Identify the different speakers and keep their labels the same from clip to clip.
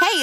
Speaker 1: Hey,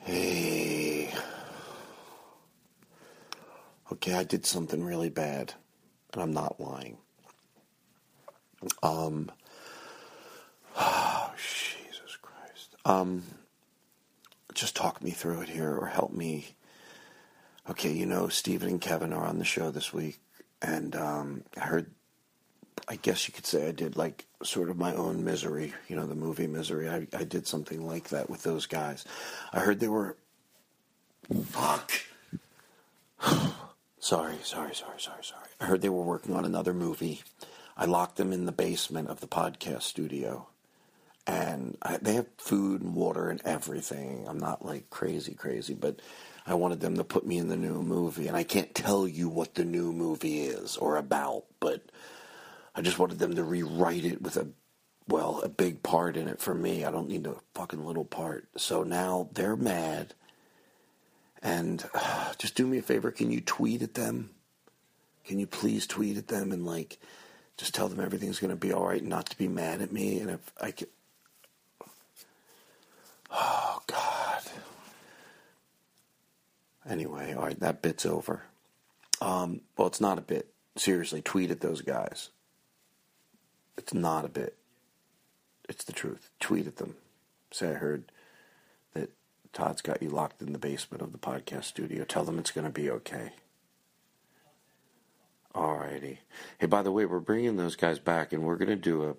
Speaker 2: Hey. Okay, I did something really bad, and I'm not lying. Um. Oh, Jesus Christ. Um. Just talk me through it here, or help me. Okay, you know, Stephen and Kevin are on the show this week, and um, I heard. I guess you could say I did like sort of my own misery, you know, the movie misery. I, I did something like that with those guys. I heard they were. Fuck. sorry, sorry, sorry, sorry, sorry. I heard they were working on another movie. I locked them in the basement of the podcast studio. And I, they have food and water and everything. I'm not like crazy, crazy, but I wanted them to put me in the new movie. And I can't tell you what the new movie is or about, but I just wanted them to rewrite it with a well, a big part in it for me. I don't need a fucking little part. So now they're mad. And uh, just do me a favor, can you tweet at them? Can you please tweet at them and like just tell them everything's going to be all right, and not to be mad at me and if I can Oh god. Anyway, all right, that bit's over. Um, well, it's not a bit. Seriously, tweet at those guys. It's not a bit. It's the truth. Tweet at them. Say I heard that Todd's got you locked in the basement of the podcast studio. Tell them it's going to be okay. Alrighty. Hey, by the way, we're bringing those guys back, and we're going to do a.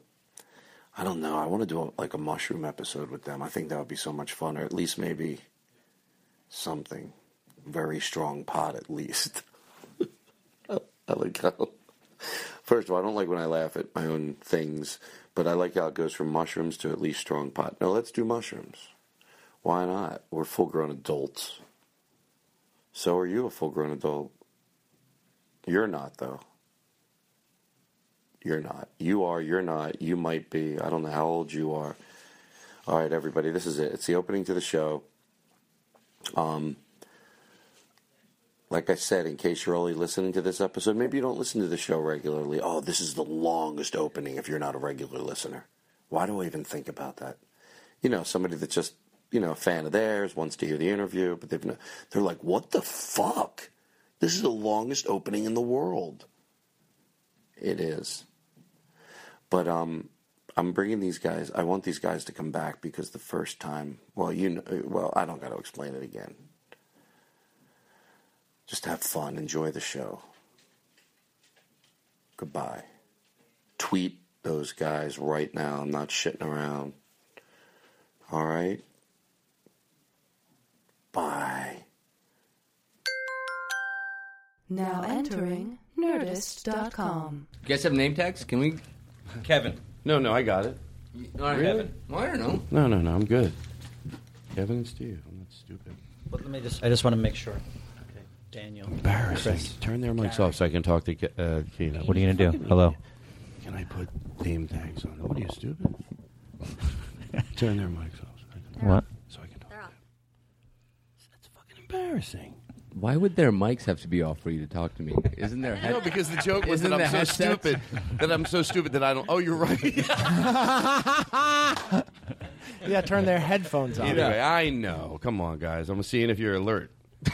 Speaker 2: I don't know. I want to do a, like a mushroom episode with them. I think that would be so much fun, or at least maybe something very strong pot, at least. I like how. First of all, I don't like when I laugh at my own things, but I like how it goes from mushrooms to at least strong pot. No, let's do mushrooms. Why not? We're full grown adults. So are you a full grown adult? You're not, though. You're not. You are, you're not, you might be. I don't know how old you are. All right, everybody, this is it. It's the opening to the show. Um, like I said, in case you're only listening to this episode, maybe you don't listen to the show regularly. Oh, this is the longest opening if you're not a regular listener. Why do I even think about that? You know, somebody that's just, you know, a fan of theirs, wants to hear the interview, but they've no, they're like, what the fuck? This is the longest opening in the world. It is. But um I'm bringing these guys. I want these guys to come back because the first time, well, you know, well, I don't got to explain it again just have fun, enjoy the show. Goodbye. Tweet those guys right now. I'm not shitting around. All right? Bye.
Speaker 3: Now entering nerdist.com.
Speaker 4: You guys have name tags? Can we?
Speaker 5: Kevin.
Speaker 2: No, no, I got it.
Speaker 4: Not
Speaker 2: Really?
Speaker 4: Kevin. Well, I don't know.
Speaker 2: No, no, no, I'm good. Kevin and Steve, I'm not stupid.
Speaker 5: But let me just. I just want to make sure. Okay, Daniel.
Speaker 2: Embarrassing.
Speaker 5: Chris.
Speaker 2: Turn their mics off so I can talk to Ke- uh, Keno.
Speaker 6: What are you gonna do? Hello.
Speaker 2: Can I put name tags on? What are you, stupid? Turn their mics off so I can,
Speaker 6: What?
Speaker 2: so I can talk to them. That's fucking embarrassing.
Speaker 4: Why would their mics have to be off for you to talk to me? Isn't there? Head-
Speaker 7: No, because the joke was
Speaker 4: Isn't
Speaker 7: that I'm
Speaker 4: the
Speaker 7: so
Speaker 4: headsets-
Speaker 7: stupid that I'm so stupid that I don't. Oh, you're right.
Speaker 8: Yeah, turn their headphones on.
Speaker 7: anyway, I know. Come on, guys. I'm seeing if you're alert.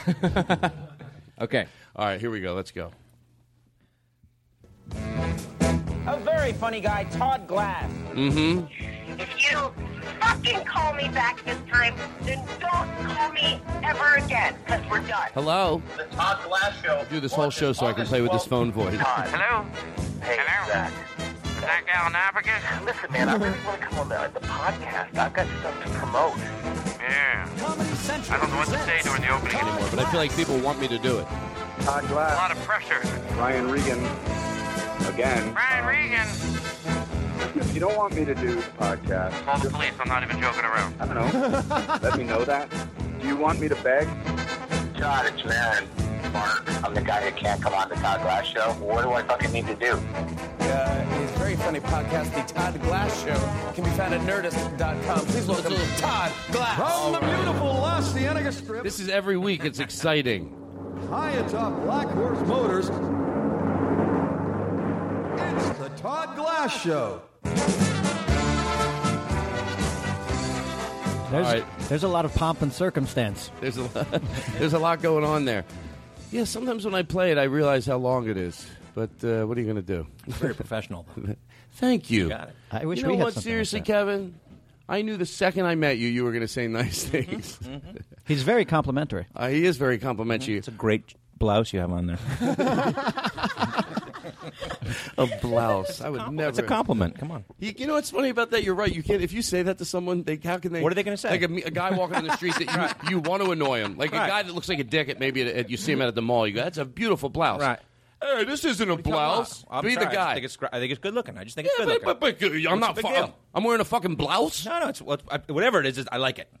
Speaker 4: Okay.
Speaker 7: All right, here we go. Let's go.
Speaker 9: A very funny guy, Todd Glass.
Speaker 7: Mm-hmm.
Speaker 6: If you fucking call me back this time, then don't call me ever again, because we're done.
Speaker 7: Hello.
Speaker 6: The Todd Glass Show.
Speaker 7: Do this whole show so I can play with this phone voice.
Speaker 6: Hello? Hey, Hello? Zach. Zach Allen Africa? Listen, man, I really want to come on the, the podcast. I've got stuff to promote. Yeah. I don't know what to say during the opening anymore,
Speaker 7: But I feel like people want me to do it.
Speaker 6: Todd Glass. A lot of pressure.
Speaker 9: Ryan Regan again.
Speaker 6: Brian Regan.
Speaker 9: If you don't want me to do the podcast,
Speaker 6: Call the police. I'm not even joking around.
Speaker 9: I don't know. let me know that. Do you want me to beg?
Speaker 6: Todd, it's Marin. Mark, I'm the guy who can't come on the Todd Glass show. What do I fucking need to do?
Speaker 10: Uh, his very funny podcast, The Todd Glass Show, can be found at nerdist.com. Please welcome Todd Glass.
Speaker 11: From the beautiful Las Cienega Strip,
Speaker 7: This is every week. It's exciting.
Speaker 11: high atop Black Horse Motors, it's the Todd Glass Show.
Speaker 5: There's,
Speaker 7: All right.
Speaker 5: there's a lot of pomp and circumstance.
Speaker 7: There's a lot, there's a lot going on there. Yeah, sometimes when I play it, I realize how long it is. But uh, what are you going to do?
Speaker 5: Very professional.
Speaker 7: Thank you.
Speaker 5: I wish
Speaker 7: you know
Speaker 5: we had
Speaker 7: what?
Speaker 5: something like
Speaker 7: Seriously,
Speaker 5: that.
Speaker 7: Kevin, I knew the second I met you, you were going to say nice things.
Speaker 12: He's very complimentary.
Speaker 7: Uh, he is very complimentary. It's a
Speaker 12: great blouse you have on there.
Speaker 7: a blouse. I would never.
Speaker 12: It's a compliment. Come on.
Speaker 7: You, you know what's funny about that? You're right. You can't. If you say that to someone, they how can they?
Speaker 12: What are they gonna say?
Speaker 7: Like a, me- a guy walking on the street that you, you want to annoy him, like a
Speaker 12: Right.
Speaker 7: guy that looks like a dick. At maybe at, at, you see him out at the mall. You go, that's a beautiful blouse.
Speaker 12: Right.
Speaker 7: Hey, this isn't a blouse.
Speaker 12: I'm
Speaker 7: Be
Speaker 12: sorry,
Speaker 7: the
Speaker 12: I just
Speaker 7: guy.
Speaker 12: think it's, gr- I think it's good looking. I just think it's
Speaker 7: Yeah,
Speaker 12: good
Speaker 7: but- but-
Speaker 12: looking.
Speaker 7: but I'm
Speaker 12: What's
Speaker 7: not
Speaker 12: the big
Speaker 7: fu-
Speaker 12: deal?
Speaker 7: I'm wearing a fucking blouse.
Speaker 12: No, no, it's what, I, whatever it is. It's, I like it.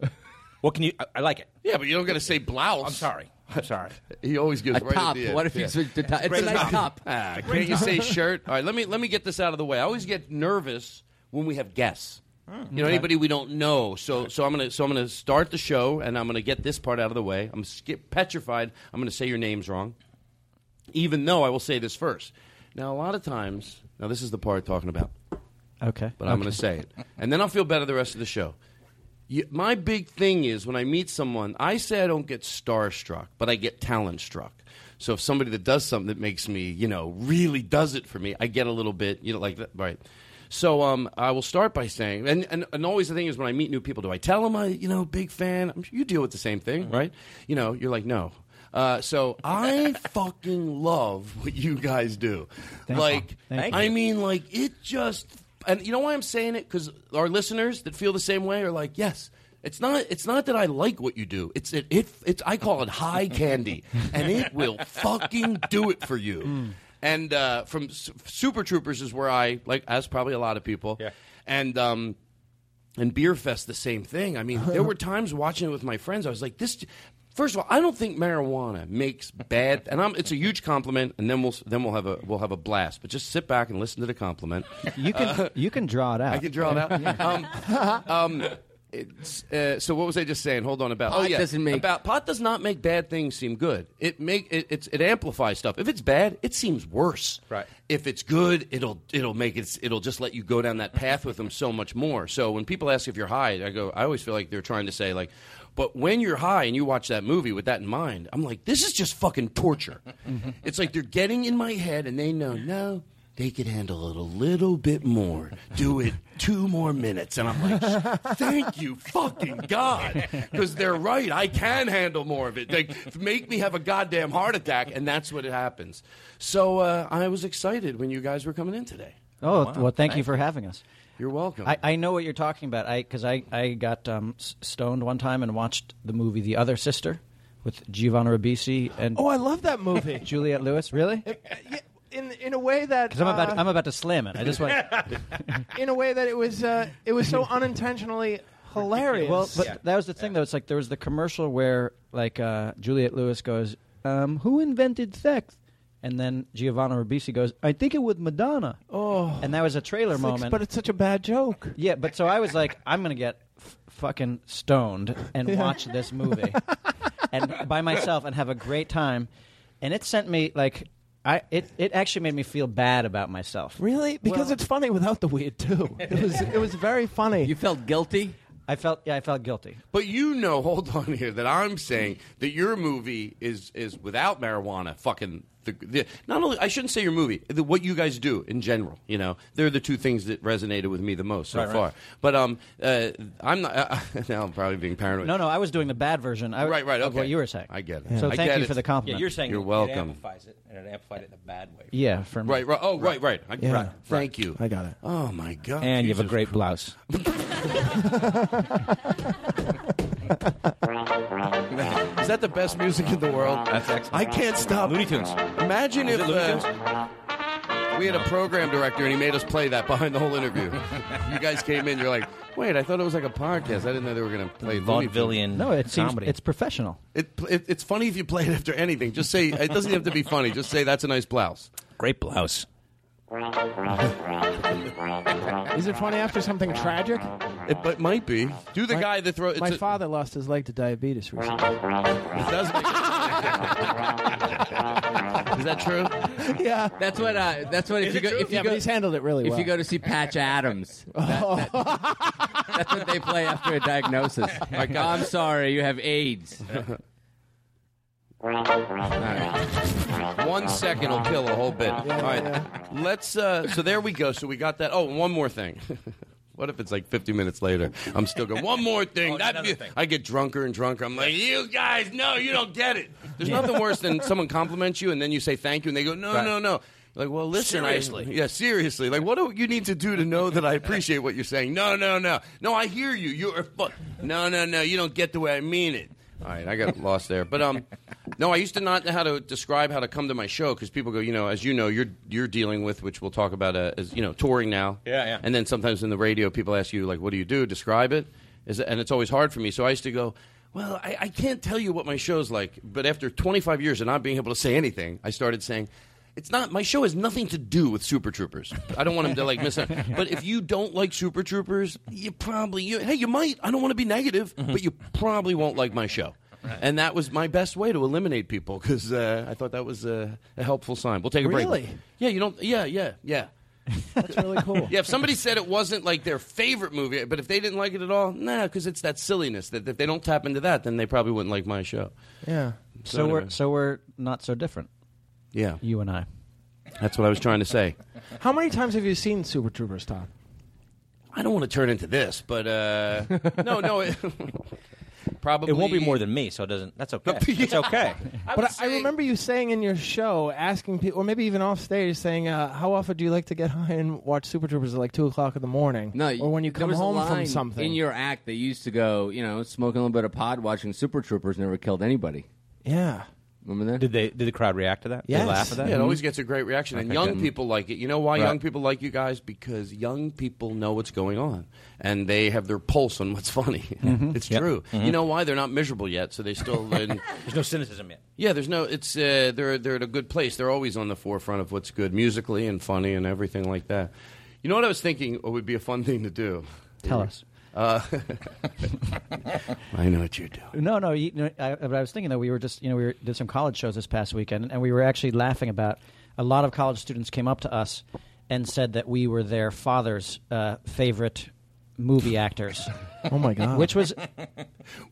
Speaker 12: What can you? I, I like it.
Speaker 7: Yeah, but you don't got to say blouse.
Speaker 12: I'm sorry. I'm sorry.
Speaker 7: He always gives
Speaker 4: A
Speaker 7: right
Speaker 4: top.
Speaker 7: At the end.
Speaker 4: What if you switch to top? It's a
Speaker 7: Great
Speaker 4: nice top.
Speaker 7: Ah,
Speaker 4: It's a
Speaker 7: can't
Speaker 4: great
Speaker 7: you
Speaker 4: top.
Speaker 7: say shirt? All right, let me let me get this out of the way. I always get nervous when we have guests. You know
Speaker 4: okay.
Speaker 7: anybody we don't know, so so I'm gonna so I'm gonna start the show and I'm gonna get this part out of the way. I'm skip, petrified. I'm gonna say your names wrong, even though I will say this first. Now a lot of times, now this is the part talking about,
Speaker 12: Okay.
Speaker 7: but I'm gonna say it, and then I'll feel better the rest of the show. You, my big thing is when I meet someone, I say I don't get starstruck, but I get talent struck. So if somebody that does something that makes me, you know, really does it for me, I get a little bit, you know, like that, right. So um, I will start by saying, and, and, and always the thing is when I meet new people, do I tell them I, you know, big fan? I'm sure You deal with the same thing,
Speaker 13: Mm-hmm.
Speaker 7: right? You know, you're like, no. Uh, so I fucking love what you guys do.
Speaker 13: Thank you.
Speaker 7: like,
Speaker 13: Thank
Speaker 7: I
Speaker 13: you.
Speaker 7: mean, like it just, and you know why I'm saying it because our listeners that feel the same way are like, yes, it's not, it's not that I like what you do. It's it, it it's I call it high candy, and it will fucking do it for you. And uh, from S- Super Troopers is where I like, as probably a lot of people, yeah. and um, and Beer Fest the same thing. I mean, there were times watching it with my friends, I was like, this. First of all, I don't think marijuana makes bad, and I'm, it's a huge compliment. And then we'll then we'll have a we'll have a blast. But just sit back and listen to the compliment.
Speaker 13: You can
Speaker 7: Uh,
Speaker 13: you can draw it out.
Speaker 7: I can draw it out.
Speaker 13: Yeah.
Speaker 7: Um, um, it's, uh, so what was I just saying? Hold on about oh
Speaker 4: Pot
Speaker 7: yeah
Speaker 4: doesn't make-
Speaker 7: about pot does not make bad things seem good. It make it it's, it amplifies stuff. If it's bad, it seems worse. Right. If it's good, it'll it'll make it it'll just let you go down that path with them so much more. So when people ask if you're high, I go I always feel like they're trying to say like. But when you're high and you watch that movie with that in mind, I'm like, this is just fucking torture. It's like they're getting in my head and they know, no, they could handle it a little bit more. Do it two more minutes. And I'm like, thank you, fucking God. Because they're right. I can handle more of it. Like, make me have a goddamn heart attack. And that's what it happens. So uh, I was excited when you guys were coming in today. wow.
Speaker 12: Oh, well, thank you
Speaker 7: Thanks.
Speaker 12: for having us.
Speaker 7: You're welcome.
Speaker 12: I, I know what you're talking about. I because I I got um, s- stoned one time and watched the movie The Other Sister with Giovanna Ribisi and
Speaker 8: Oh, I love that movie.
Speaker 12: Juliet Lewis. Really?
Speaker 8: in in a way that
Speaker 12: Because I'm about
Speaker 8: uh,
Speaker 12: I'm about to slam it. I just want.
Speaker 8: in a way that it was uh, it was so unintentionally hilarious.
Speaker 12: Well, but that was the thing though. It's like there was the commercial where like uh, Juliet Lewis goes, um, "Who invented sex?" And then Giovanna Ribisi goes, "I think it was Madonna."
Speaker 8: oh,
Speaker 12: And that was a trailer
Speaker 8: it's like-
Speaker 12: moment.
Speaker 8: but it's such a bad joke.
Speaker 12: Yeah, but so I was like, I'm gonna get f- fucking stoned and
Speaker 8: Yeah.
Speaker 12: watch this movie, and by myself and have a great time, and it sent me like, I it it actually made me feel bad about myself.
Speaker 8: Really? Because it's funny without the weed too. It was it was very funny. You
Speaker 12: felt guilty. I felt yeah, I felt guilty.
Speaker 7: But you know, hold on here, that I'm saying that your movie is is without marijuana fucking the, the not only I shouldn't say your movie, the, what you guys do in general. You know, they're the two things that resonated with me the most so
Speaker 12: Right, right.
Speaker 7: far. But um, uh, I'm not. now I'm probably being paranoid.
Speaker 12: No, no, I was doing the bad version. I,
Speaker 7: Right, right,
Speaker 12: Of what
Speaker 7: okay.
Speaker 12: you were saying.
Speaker 7: I get it.
Speaker 12: So
Speaker 7: I
Speaker 12: thank
Speaker 7: get
Speaker 12: you
Speaker 7: it.
Speaker 12: for the
Speaker 7: Yeah,
Speaker 12: compliment.
Speaker 7: you're saying You're it welcome.
Speaker 13: amplifies it, and it amplified it in a bad way.
Speaker 12: Yeah, for me.
Speaker 7: Right, right. Oh, right, right. I-
Speaker 13: Yeah.
Speaker 7: right. Thank you.
Speaker 13: I got it.
Speaker 7: Oh my god.
Speaker 13: And you have a
Speaker 7: Jesus
Speaker 13: great blouse.
Speaker 7: Is that the best music in the world?
Speaker 13: That's excellent.
Speaker 7: I can't stop.
Speaker 13: Looney Tunes.
Speaker 7: Imagine
Speaker 13: Is
Speaker 7: if
Speaker 13: it Looney
Speaker 7: uh,
Speaker 13: Tunes?
Speaker 7: we had a program director and he made us play that behind the whole interview. you guys came in, you're like, wait, I thought it was like a podcast. I didn't know they were going to play Looney Tunes."
Speaker 12: No, it seems it's professional.
Speaker 7: It, it, it's funny if you play it after anything. Just say it doesn't have to be funny. Just say that's a nice blouse. Great blouse.
Speaker 8: Is it funny after something tragic?
Speaker 7: It, but might be. Do the
Speaker 8: My-
Speaker 7: guy that throws.
Speaker 8: My father lost his leg to diabetes recently.
Speaker 7: Is that true?
Speaker 8: yeah.
Speaker 14: That's what. Uh, that's what. If
Speaker 8: Is
Speaker 14: you
Speaker 8: it
Speaker 14: go,
Speaker 8: true?
Speaker 14: if you
Speaker 8: Yeah,
Speaker 14: go,
Speaker 8: but he's handled it really
Speaker 14: If
Speaker 8: well.
Speaker 14: you go to see Patch Adams, that- that- that's what they play after a diagnosis. "Oh,
Speaker 7: Like,
Speaker 14: I'm sorry, you have AIDS.
Speaker 7: One second will kill a whole bit. All right, let's. Uh, so there we go. So we got that. Oh, and one more thing. what if it's like 50 minutes later? I'm still going. One more thing. that be- I get drunker and drunker. I'm like, you guys, no, you don't get it. There's
Speaker 13: Yeah.
Speaker 7: nothing worse than someone compliments you and then you say thank you and they go, no,
Speaker 13: Right.
Speaker 7: no, no. Like, well, listen, I-
Speaker 13: Seriously.
Speaker 7: yeah, seriously. Like, what do you need to do to know that I appreciate what you're saying? No, no, no. No, I hear you. You're fu- No, no, no. You don't get the way I mean it. All right, I got lost there. But um, no, I used to not know how to describe how to come to my show because people go, you know, as you know, you're you're dealing with which we'll talk about uh, as you know touring now.
Speaker 13: Yeah, yeah.
Speaker 7: And then sometimes in the radio, people ask you like, what do you do? Describe it. Is it- and it's always hard for me. So I used to go. Well, I, I can't tell you what my show's like, but after 25 years of not being able to say anything, I started saying, "It's not my show has nothing to do with Super Troopers. I don't want him to like miss it. But if you don't like Super Troopers, you probably you, hey, you might. I don't want to be negative, but you probably won't like my show." And that was my best way to eliminate people because uh, I thought that was uh, a helpful sign. We'll take a break.
Speaker 13: Really?
Speaker 7: Yeah, you don't. Yeah, yeah, yeah.
Speaker 8: That's really cool.
Speaker 7: Yeah, if somebody said it wasn't like their favorite movie, but if they didn't like it at all, nah, because it's that silliness that if they don't tap into that, then they probably wouldn't like my show.
Speaker 12: Yeah. So,
Speaker 7: So
Speaker 12: we're
Speaker 7: anyway.
Speaker 12: so we're not so different.
Speaker 7: Yeah.
Speaker 12: You and I.
Speaker 7: That's what I was trying to say.
Speaker 8: How many times have you seen Super Troopers, Todd?
Speaker 7: I don't want to turn into this, but uh, no, no, it, probably
Speaker 13: It won't be more than me, so it doesn't. That's okay. It's okay.
Speaker 8: but I, I remember you saying in your show, asking people, or maybe even off stage, saying, uh, "How often do you like to get high and watch Super Troopers at like two o'clock in the morning?"
Speaker 14: No,
Speaker 8: or when you
Speaker 14: there
Speaker 8: come
Speaker 14: was a
Speaker 8: home from
Speaker 14: line
Speaker 8: something.
Speaker 14: in your act, they used to go, you know, smoking a little bit of pod, watching Super Troopers, never killed anybody.
Speaker 8: Yeah.
Speaker 14: Remember that? Did
Speaker 13: they? Did the crowd react to that?
Speaker 7: Yes.
Speaker 14: They laugh at that?
Speaker 7: Yeah, it always gets a great reaction, and
Speaker 14: Okay,
Speaker 7: young
Speaker 14: good.
Speaker 7: people like it. You know why
Speaker 14: Right.
Speaker 7: young people like you guys? Because young people know what's going on, and they have their pulse on what's funny.
Speaker 13: Mhm.
Speaker 7: It's
Speaker 13: Yep.
Speaker 7: true.
Speaker 13: Mhm.
Speaker 7: You know why they're not miserable yet, so they still. and-
Speaker 13: There's no cynicism yet.
Speaker 7: yeah, there's no. It's uh, they're they're at a good place. They're always on the forefront of what's good musically and funny and everything like that. You know what I was thinking would be a fun thing to do?
Speaker 12: Tell us.
Speaker 7: Uh, I know what you're doing.
Speaker 12: No, no. You, no I, but I was thinking that we were just, you know, we were, did some college shows this past weekend, and we were actually laughing about. A lot of college students came up to us and said that we were their father's uh, favorite movie actors.
Speaker 8: Oh, my God.
Speaker 12: Which was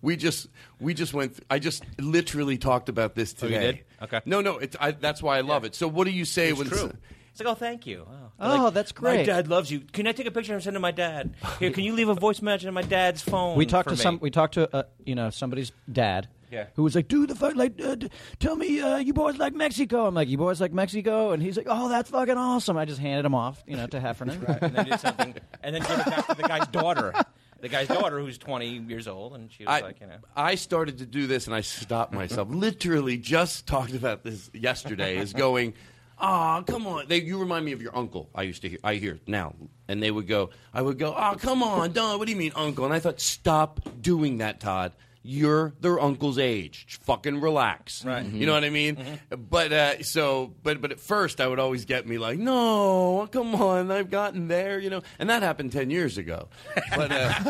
Speaker 7: we just we just went. th- I just literally talked about this
Speaker 13: Oh, you
Speaker 7: today.
Speaker 13: did? Okay.
Speaker 7: No, no. It's, I, that's why I love it. So what do you say
Speaker 13: It's
Speaker 7: when?
Speaker 13: true. It's like, oh, thank you. Wow.
Speaker 12: Oh,
Speaker 13: Like,
Speaker 12: that's
Speaker 13: My
Speaker 12: great.
Speaker 13: dad loves you. Can I take a picture and send to my dad? Here, can you leave a voice message on my dad's phone?
Speaker 12: we talked
Speaker 13: for
Speaker 12: to
Speaker 13: me?
Speaker 12: some. We talked to uh, you know somebody's dad.
Speaker 13: Yeah.
Speaker 12: Who was like, dude, the fuck, like, uh, d- tell me, uh, you boys like Mexico? I'm like, you boys like Mexico? And he's like, oh, that's fucking awesome. I just handed him off, you know, to Heffernan.
Speaker 13: and then do something, and then give it back to the guy's daughter. The guy's daughter, who's 20 years old, and she
Speaker 7: I,
Speaker 13: was like, you know.
Speaker 7: I started to do this and I stopped myself. Literally just talked about this yesterday. Is going, oh come on. They, you remind me of your uncle. I used to hear. I hear now, and they would go. I would go. Oh come on, Don. What do you mean uncle? And I thought, stop doing that, Todd. You're their uncle's age. Just Fucking relax. Right. You know what I mean?
Speaker 13: Mm-hmm.
Speaker 7: But uh, so, but but at first, I would always get me like, no, come on, I've gotten there. You know, and that happened ten years ago. But uh,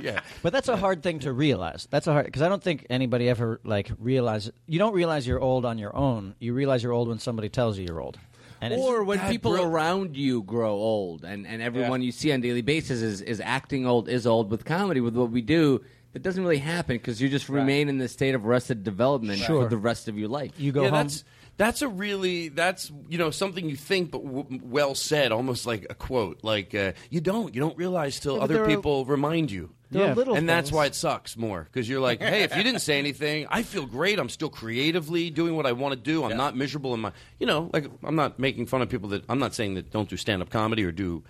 Speaker 7: yeah.
Speaker 12: But that's a hard thing to realize. That's a hard because I don't think anybody ever like realize you don't realize you're old on your own. You realize you're old when somebody tells you you're old. And it's-
Speaker 14: or when people around you grow old and, and everyone you see on a daily basis is, is acting old, is old with comedy, with what we do.
Speaker 4: That doesn't really happen because you just remain in the state of arrested development
Speaker 7: Sure.
Speaker 4: for the rest of your life.
Speaker 12: You
Speaker 7: yeah, that's that's a really that's you know something you think, but w- well said, almost like a quote. Like uh, you don't you don't realize till
Speaker 4: Yeah, but there
Speaker 7: other
Speaker 4: are-
Speaker 7: people remind you.
Speaker 4: there are Yeah. little
Speaker 7: and that's
Speaker 4: things.
Speaker 7: why it sucks more because you're like, hey, if you didn't say anything, I feel great. I'm still creatively doing what I want to do. I'm not miserable in my, you know, like I'm not making fun of people that I'm not saying that don't do stand up comedy or do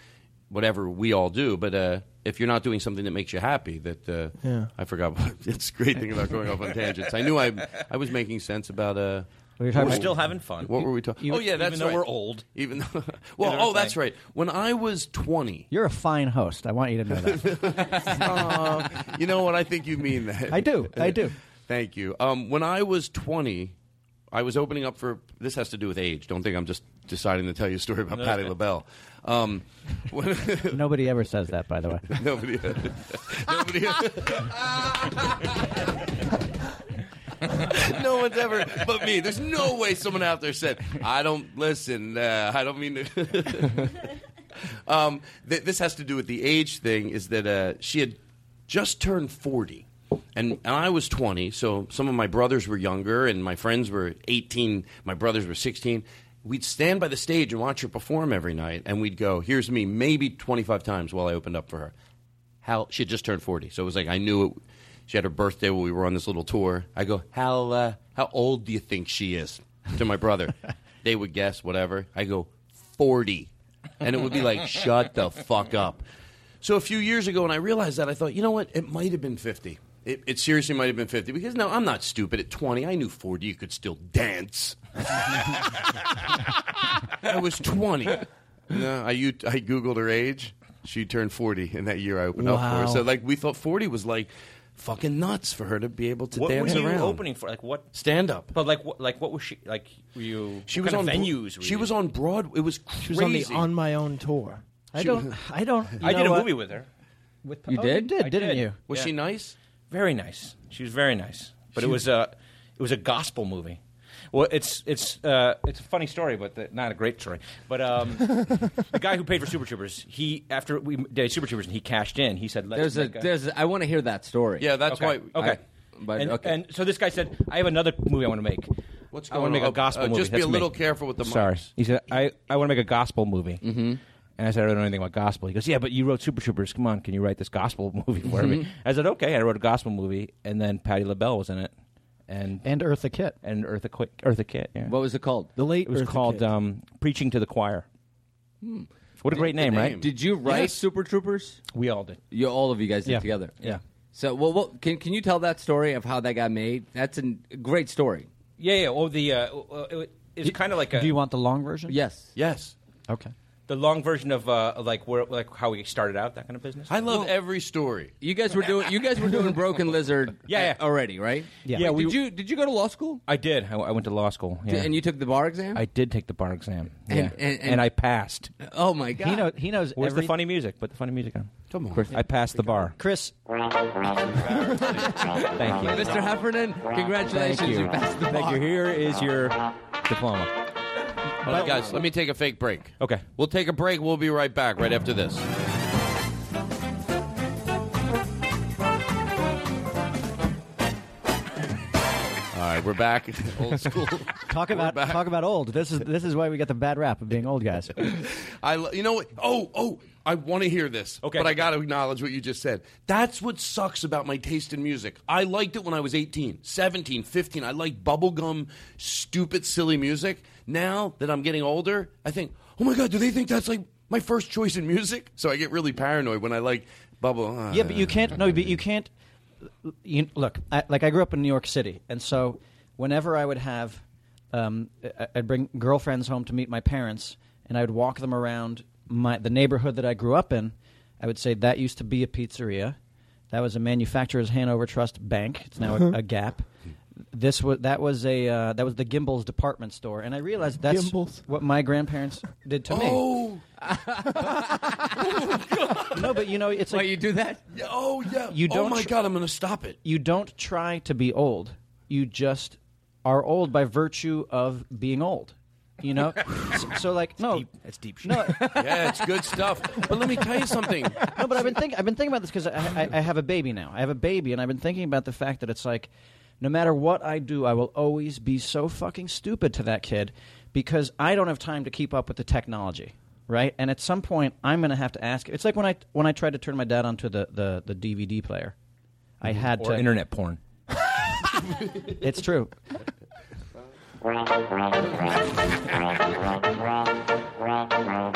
Speaker 7: whatever we all do, but uh, if you're not doing something that makes you happy, that uh,
Speaker 8: Yeah.
Speaker 7: I forgot. What, it's a great thing about going off on tangents. I knew I I was making sense about uh.
Speaker 12: We
Speaker 13: were talking We're about- still having fun.
Speaker 7: What were we talking?
Speaker 13: You-
Speaker 7: Oh yeah,
Speaker 13: even
Speaker 7: that's
Speaker 13: though
Speaker 7: right.
Speaker 13: we're old.
Speaker 7: Even though, well,
Speaker 13: they're
Speaker 7: oh, that's
Speaker 13: playing.
Speaker 7: right. When I was twenty,
Speaker 12: You're a fine host. I want you to know that.
Speaker 7: you know what? I think you mean that.
Speaker 12: I do. I do.
Speaker 7: Thank you. Um, when I was 20, I was opening up for. This has to do with age. Don't think I'm just deciding to tell you a story about Patty LaBelle. Um, when,
Speaker 12: Nobody ever says that, by the way.
Speaker 7: nobody. nobody. no one's ever but me. There's no way someone out there said, "I don't listen." Uh, I don't mean to. um, th- this has to do with the age thing. Is that uh, she had just turned forty, and, and I was twenty. So some of my brothers were younger, and my friends were eighteen. My brothers were sixteen. We'd stand by the stage and watch her perform every night, and we'd go, "Here's me," maybe twenty-five times while I opened up for her. How she had just turned forty, so it was like I knew it. She had her birthday when we were on this little tour. I go, how uh, how old do you think she is? To my brother, they would guess whatever. I go, forty, and it would be like, shut the fuck up. So a few years ago, when I realized that, I thought, you know what? It might have been fifty. It, it seriously might have been fifty because no, I'm not stupid. At twenty, I knew forty. You could still dance. I was twenty. No, I u- I googled her age. She turned forty in that year. I opened up for her.
Speaker 13: Wow.
Speaker 7: So like we thought forty was like fucking nuts for her to be able to
Speaker 13: what
Speaker 7: dance
Speaker 13: were you
Speaker 7: around.
Speaker 13: opening for? Like what?
Speaker 7: Stand up.
Speaker 13: But like what? Like what was she? Like were you?
Speaker 7: She
Speaker 13: what
Speaker 7: was on
Speaker 13: kind of
Speaker 7: Bro-
Speaker 13: venues. were
Speaker 7: She
Speaker 13: you?
Speaker 7: was on Broadway. It was crazy.
Speaker 8: She was on the on my own tour.
Speaker 12: I don't. I don't. you
Speaker 13: I
Speaker 12: know
Speaker 13: did a
Speaker 12: what?
Speaker 13: movie with her. With
Speaker 12: You did? did, didn't you?
Speaker 7: Was she nice?
Speaker 13: Very nice. She was very nice. But it
Speaker 12: She-
Speaker 13: was a it was a gospel movie. Well, it's it's uh, it's a funny story, but the, not a great story. But um, the guy who paid for Super Troopers, he after we did Super Troopers and he cashed in. He said, Let's
Speaker 4: There's a,
Speaker 13: make
Speaker 4: there's. A, I want to hear that story.
Speaker 13: Yeah, that's
Speaker 4: okay.
Speaker 13: why- okay.
Speaker 4: I- but
Speaker 13: and,
Speaker 4: okay.
Speaker 13: and so this guy said, "I have another movie I want to make.
Speaker 7: What's
Speaker 13: I
Speaker 7: going
Speaker 13: want to make
Speaker 7: on?
Speaker 13: a gospel
Speaker 7: Uh,
Speaker 13: movie."
Speaker 7: just be
Speaker 13: That's
Speaker 7: a
Speaker 13: me.
Speaker 7: little careful with the mics.
Speaker 13: Sorry, he said, "I, I want to make a gospel movie." Mm-hmm. And I said, "I don't know anything about gospel." He goes, "Yeah, but you wrote Super Troopers. Come on, can you write this gospel movie for
Speaker 12: Mhm.
Speaker 13: me?" I said, "Okay." I wrote a gospel movie, and then Patty LaBelle was in it, and
Speaker 12: and Eartha Kitt
Speaker 13: and Eartha Quick Eartha Kitt. Yeah.
Speaker 4: What was it called?
Speaker 8: The late
Speaker 13: It was
Speaker 8: Eartha
Speaker 13: called
Speaker 8: Kitt.
Speaker 13: um, "Preaching to the Choir."
Speaker 4: Hmm.
Speaker 13: What a great name, right?
Speaker 4: Did you write
Speaker 13: Yes.
Speaker 4: Super Troopers?
Speaker 13: We all did.
Speaker 4: You all of you guys did
Speaker 13: Yeah.
Speaker 4: together.
Speaker 13: Yeah.
Speaker 4: So, well, what, can can you tell that story of how that got made? That's a great story.
Speaker 13: Yeah, yeah. Oh, the uh, uh, it, it's kind of like a.
Speaker 12: Do you want the long version?
Speaker 4: Yes.
Speaker 7: Yes.
Speaker 12: Okay.
Speaker 13: the long version of uh, of like where like how we started out that kind of business?
Speaker 7: I love every story.
Speaker 4: You guys were doing. You guys were doing Broken Lizard.
Speaker 13: Yeah,
Speaker 4: a- already, right?
Speaker 13: Yeah. Yeah,
Speaker 4: Did
Speaker 13: we-
Speaker 4: you did you go to law school?
Speaker 13: I did. I, I went to law school.
Speaker 4: Did-
Speaker 13: Yeah.
Speaker 4: And you took the bar exam.
Speaker 13: I did take the bar exam.
Speaker 4: And-
Speaker 13: yeah.
Speaker 4: and- and-
Speaker 13: I passed.
Speaker 4: oh my god.
Speaker 12: He knows. He knows.
Speaker 13: Where's
Speaker 12: every-
Speaker 13: the funny music? Put the funny music on.
Speaker 4: Come on.
Speaker 13: I passed the bar.
Speaker 12: Chris.
Speaker 13: Thank you.
Speaker 4: Mr. Heffernan, congratulations.
Speaker 13: Thank you.
Speaker 4: passed the
Speaker 13: Thank
Speaker 4: bar.
Speaker 13: you. Here is your diploma.
Speaker 7: All right, guys, let me take a fake break.
Speaker 13: Okay.
Speaker 7: We'll take a break. We'll be right back right after this. All right, we're back. Old school.
Speaker 12: Talk about talk about old. This is this is why we get the bad rap of being old guys.
Speaker 7: I, lo- you know what? Oh, oh, I want to hear this. Okay. But I got to acknowledge what you just said. That's what sucks about my taste in music. I liked it when I was 18, 17, 15. I liked bubblegum, stupid, silly music. Now that I'm getting older, I think, oh my God, do they think that's like my first choice in music? So I get really paranoid when I like bubble.
Speaker 12: yeah, but you can't. No, but you can't. You, look, I, like I grew up in New York City, and so whenever I would have, um, I- I'd bring girlfriends home to meet my parents, and I would walk them around my the neighborhood that I grew up in. I would say that used to be a pizzeria, that was a manufacturer's Hanover Trust Bank. It's now a, a Gap. This was that was a uh, that was the Gimbals department store, and I realized that's
Speaker 8: Gimbals.
Speaker 12: what my grandparents did to
Speaker 7: Oh.
Speaker 12: me. No, but you know it's
Speaker 4: Why
Speaker 12: like
Speaker 4: you do that?
Speaker 7: Oh, yeah.
Speaker 12: You
Speaker 7: oh,
Speaker 12: don't
Speaker 7: my
Speaker 12: tr-
Speaker 7: God, I'm going to stop it.
Speaker 12: you don't try to be old. You just are old by virtue of being old. You know, so, so like no,
Speaker 13: that's deep
Speaker 12: No,
Speaker 7: yeah, it's good stuff. But let me tell you something.
Speaker 12: no, but I've been thinking. I've been thinking about this because I, I, I have a baby now. I have a baby, and I've been thinking about the fact that it's like, no matter what I do, I will always be so fucking stupid to that kid because I don't have time to keep up with the technology, right? And at some point, I'm going to have to ask. It's like when I when I tried to turn my dad onto the the, the DVD player, I had
Speaker 13: Mm-hmm. Or
Speaker 12: to
Speaker 13: internet porn.
Speaker 12: it's true.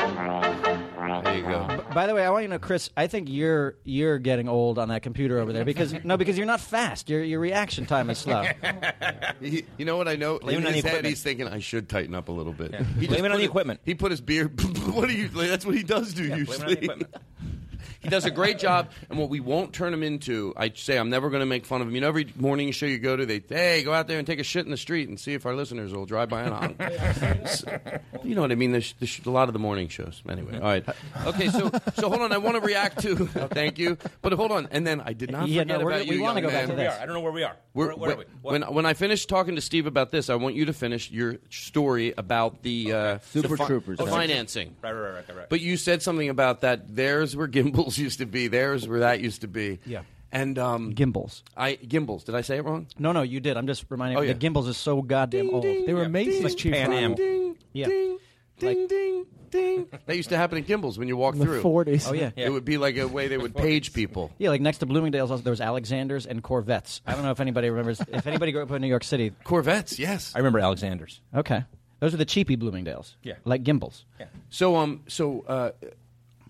Speaker 7: There you go.
Speaker 12: B- By the way, I want you to know, Chris. I think you're you're getting old on that computer over there because no, because you're not fast. Your your reaction time is slow.
Speaker 7: He- you know what I know?
Speaker 12: Blame
Speaker 7: in
Speaker 12: it on
Speaker 7: his
Speaker 12: the
Speaker 7: head,
Speaker 12: equipment.
Speaker 7: he's thinking I should tighten up a little bit.
Speaker 13: Yeah.
Speaker 7: He
Speaker 13: Blame it on the
Speaker 7: equipment. He put his beer. what do you? That's what he does do
Speaker 13: blame it on the
Speaker 7: usually. he does a great job, and what we won't turn him into, I say I'm never going to make fun of him. You know, every morning show you go to, they hey go out there and take a shit in the street and see if our listeners will drive by and honk. S- you know what I mean? There's, there's a lot of the morning shows. Anyway, all right, okay. So so hold on, I want to react to. thank you, but hold on, and then I did not
Speaker 12: Yeah, no,
Speaker 7: forget
Speaker 12: we're-
Speaker 7: about
Speaker 12: we
Speaker 7: you,
Speaker 12: wanna
Speaker 7: young
Speaker 12: go back
Speaker 7: man.
Speaker 12: to
Speaker 13: We are. I don't know where we are.
Speaker 7: We're-
Speaker 13: where, where are we? What?
Speaker 7: when when I finish talking to Steve about this, I want you to finish your story about the uh, the fi- the financing.
Speaker 13: Right, right, right, right, right.
Speaker 7: But you said something about that. There's where Gimbals used to be. There's where that used to be.
Speaker 12: Yeah.
Speaker 7: And um,
Speaker 12: Gimbals.
Speaker 7: I Gimbals. Did I say it wrong?
Speaker 12: No, no, you did. I'm just reminding.
Speaker 7: Oh,
Speaker 12: you
Speaker 7: yeah.
Speaker 12: The Gimbals is so goddamn old.
Speaker 8: They were amazing.
Speaker 12: Like Chief
Speaker 13: Pan Am.
Speaker 7: Ding,
Speaker 12: Yeah.
Speaker 7: ding, ding, ding, ding. That used to happen at Gimbals when you walked
Speaker 12: the
Speaker 7: through.
Speaker 12: 40s. Oh, yeah.
Speaker 7: It would be like a way they would page people.
Speaker 12: Yeah, like next to Bloomingdale's, also, there was Alexander's and Corvettes. I don't know if anybody remembers. if anybody grew up in New York City,
Speaker 7: Corvettes. Yes.
Speaker 13: I remember Alexander's.
Speaker 12: Okay, those are the cheapy Bloomingdale's.
Speaker 13: Yeah.
Speaker 12: like Gimbals.
Speaker 7: So um so uh,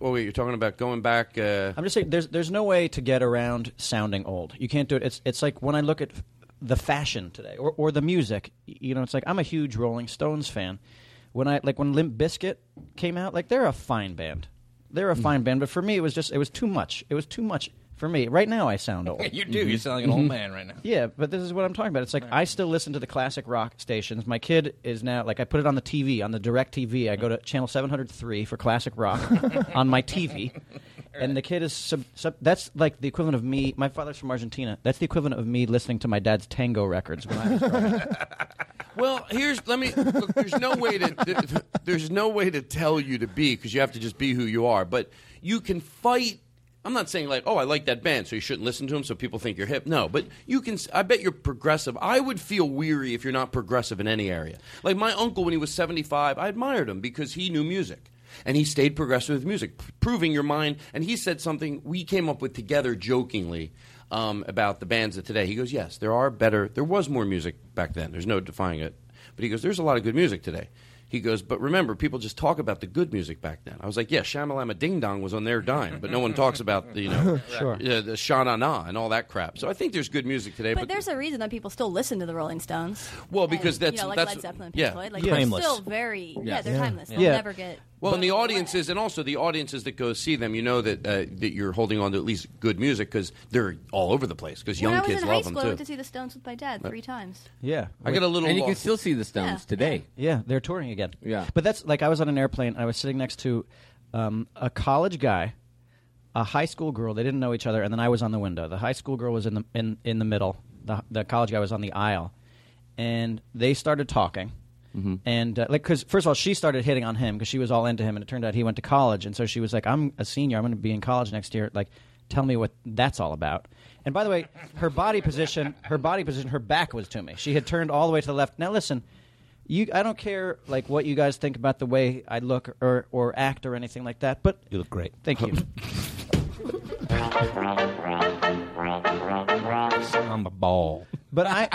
Speaker 7: oh wait, you're talking about going back. Uh,
Speaker 12: I'm just saying, there's there's no way to get around sounding old. You can't do it. It's it's like when I look at the fashion today or, or the music. y- You know, it's like I'm a huge Rolling Stones fan. When I like when Limp Bizkit came out, like they're a fine band. They're a fine band, but for me, it was just it was too much. It was too much for me. Right now, I sound old.
Speaker 13: you do. You sound like an old man right now.
Speaker 12: Yeah, but this is what I'm talking about. It's like I still listen to the classic rock stations. My kid is now like I put it on the TV, on the direct TV. I go to channel 703 for classic rock on my TV. And the kid is sub, sub, that's like the equivalent of me. My father's from Argentina. That's the equivalent of me listening to my dad's tango records when I was growing up.
Speaker 7: Well, here's let me. Look, there's no way to th- there's no way to tell you to be because you have to just be who you are. But you can fight. I'm not saying like, oh, I like that band, so you shouldn't listen to them, so people think you're hip. No, but you can. s- I bet you're progressive. I would feel weary if you're not progressive in any area. Like my uncle, when he was 75, I admired him because he knew music. And he stayed progressive with music, p- proving your mind. And he said something we came up with together jokingly um, about the bands of today. He goes, Yes, there are better, there was more music back then. There's no defying it. But he goes, There's a lot of good music today. He goes, But remember, people just talk about the good music back then. I was like, Yeah, Shamalama Ding Dong was on their dime, but no one talks about, the, you know,
Speaker 12: Sure.
Speaker 7: uh, the Sha Na Na and all that crap. So I think there's good music today. But,
Speaker 15: But there's a reason that people still listen to the Rolling Stones.
Speaker 7: Well, because
Speaker 15: and,
Speaker 7: that's-
Speaker 15: you know, like
Speaker 7: that's-
Speaker 15: Led Zeppelin, Pink
Speaker 7: yeah.
Speaker 15: Floyd, like
Speaker 7: Yeah.
Speaker 15: they're
Speaker 7: Timeless.
Speaker 15: still very yeah,
Speaker 7: Yes.
Speaker 15: they're
Speaker 7: Yeah.
Speaker 15: timeless.
Speaker 7: Yeah.
Speaker 15: They'll
Speaker 7: Yeah.
Speaker 15: never get
Speaker 7: Well, and the audiences, and also the audiences that go see them, you know that uh, that you're holding on to at least good music because they're all over the place. Because
Speaker 15: when I
Speaker 7: young
Speaker 15: was
Speaker 7: kids
Speaker 15: in high
Speaker 7: love
Speaker 15: school,
Speaker 7: them
Speaker 15: I
Speaker 7: too.
Speaker 15: went to see the Stones with my dad
Speaker 7: Right.
Speaker 15: three times.
Speaker 12: Yeah,
Speaker 7: I got a little
Speaker 4: And you can
Speaker 7: lost.
Speaker 4: still see the Stones
Speaker 15: Yeah.
Speaker 4: today.
Speaker 12: Yeah, they're touring again.
Speaker 4: Yeah.
Speaker 12: But that's like I was on an airplane. I was sitting next to um, a college guy, a high school girl. They didn't know each other, and then I was on the window. The high school girl was in the in, in the middle. The the college guy was on the aisle, and they started talking. And uh, like, because first of all, she started hitting on him because she was all into him, and it turned out he went to college, and so she was like, "I'm a senior. I'm going to be in college next year. Like, tell me what that's all about." And by the way, her body position, her body position, her back was to me. She had turned all the way to the left. Now listen, you, I don't care like what you guys think about the way I look or, or act or anything like that. But
Speaker 13: you look great.
Speaker 12: Thank you.
Speaker 13: I'm a ball.
Speaker 12: But I,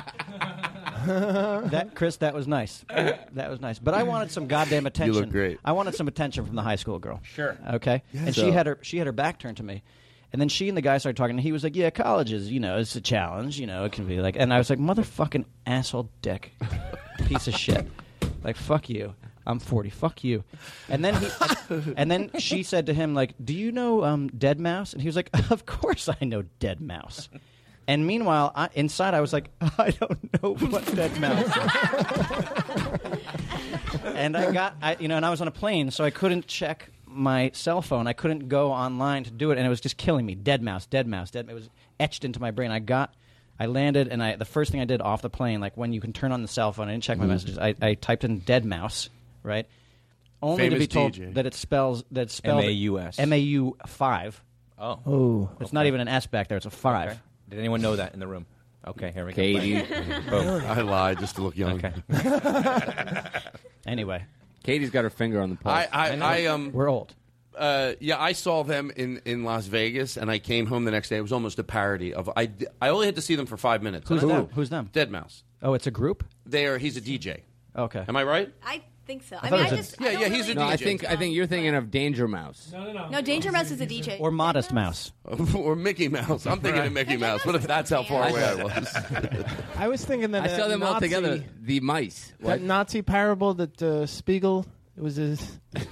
Speaker 12: that Chris, that was nice. That was nice. But I wanted some goddamn attention.
Speaker 7: great.
Speaker 12: I wanted some attention from the high school girl.
Speaker 13: Sure.
Speaker 12: Okay.
Speaker 13: Yeah.
Speaker 12: And
Speaker 13: So-
Speaker 12: she had her she had her back turned to me, and then she and the guy started talking. And he was like, "Yeah, college is you know it's a challenge. You know it can be like." And I was like, "Motherfucking asshole, dick, piece of shit, like fuck you." I'm 40. Fuck you. And then he, and then she said to him like, "Do you know um, Dead Mouse?" And he was like, "Of course I know Dead Mouse." And meanwhile, I, inside I was like, "I don't know what Dead Mouse is." and I got, I, you know, and I was on a plane, so I couldn't check my cell phone. I couldn't go online to do it, and it was just killing me. Dead mouse, dead mouse, dead. It was etched into my brain. I got, I landed, and I the first thing I did off the plane, like when you can turn on the cell phone, I didn't check my messages. I, I typed in dead mouse. right? Only to
Speaker 13: Famous
Speaker 12: be told
Speaker 13: DJ.
Speaker 12: that it spells that it's spelled
Speaker 13: M.A.U.S..
Speaker 12: M A U five.
Speaker 13: Oh.
Speaker 8: Ooh.
Speaker 12: It's not even an S back there. It's a five.
Speaker 13: Okay. Did anyone know that in the room? Okay, here we
Speaker 12: Katie.
Speaker 13: go. Boom.
Speaker 7: I lied just to look young.
Speaker 12: anyway,
Speaker 4: Katie's got her finger on the pulse.
Speaker 7: I, I, I, um,
Speaker 12: we're old.
Speaker 7: Uh, yeah, I saw them in, in Las Vegas, and I came home the next day. It was almost a parody of I. I only had to see them for five minutes.
Speaker 12: Who's
Speaker 7: And I-
Speaker 12: them? Who's them?
Speaker 7: Dead Mouse.
Speaker 12: Oh, it's a group.
Speaker 7: They are. He's a DJ.
Speaker 12: Okay.
Speaker 7: Am I right?
Speaker 15: I think so.
Speaker 12: I
Speaker 15: I,
Speaker 12: thought
Speaker 15: mean,
Speaker 12: it
Speaker 15: I
Speaker 12: was a-
Speaker 15: just
Speaker 7: Yeah, yeah. He's a
Speaker 4: no,
Speaker 7: DJ.
Speaker 4: I think I think you're thinking of Danger Mouse.
Speaker 15: no, no, no. No, Danger Mouse is a DJ.
Speaker 12: Or Modest Mouse.
Speaker 7: or Mickey Mouse. I'm thinking of Mickey Mouse. What if that's how far away I was?
Speaker 8: I was thinking that
Speaker 4: I saw
Speaker 8: that
Speaker 4: them all
Speaker 8: Nazi-
Speaker 4: together. The mice.
Speaker 8: That Nazi parable that uh, Spiegel it was his. it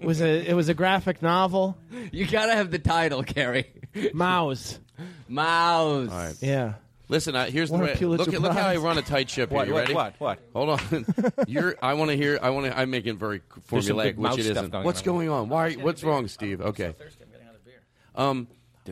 Speaker 8: was a it was a graphic novel.
Speaker 4: You gotta have the title, Carrie.
Speaker 8: Mouse.
Speaker 4: Mouse.
Speaker 8: Yeah.
Speaker 7: Listen, I, here's
Speaker 8: What a
Speaker 7: the way.
Speaker 8: Pulitzer
Speaker 7: Look, at- look how I
Speaker 8: Prize.
Speaker 7: run a tight ship
Speaker 8: What,
Speaker 7: here. You
Speaker 8: what, what,
Speaker 7: ready?
Speaker 8: what?
Speaker 7: Hold on. You're. I want to hear. I want to. I'm making very
Speaker 13: There's some
Speaker 7: formulaic,
Speaker 13: big mouse
Speaker 7: which it
Speaker 13: stuff
Speaker 7: isn't.
Speaker 13: going
Speaker 7: What's
Speaker 13: on.
Speaker 7: going on? Why? What's wrong, Steve? Okay. Um,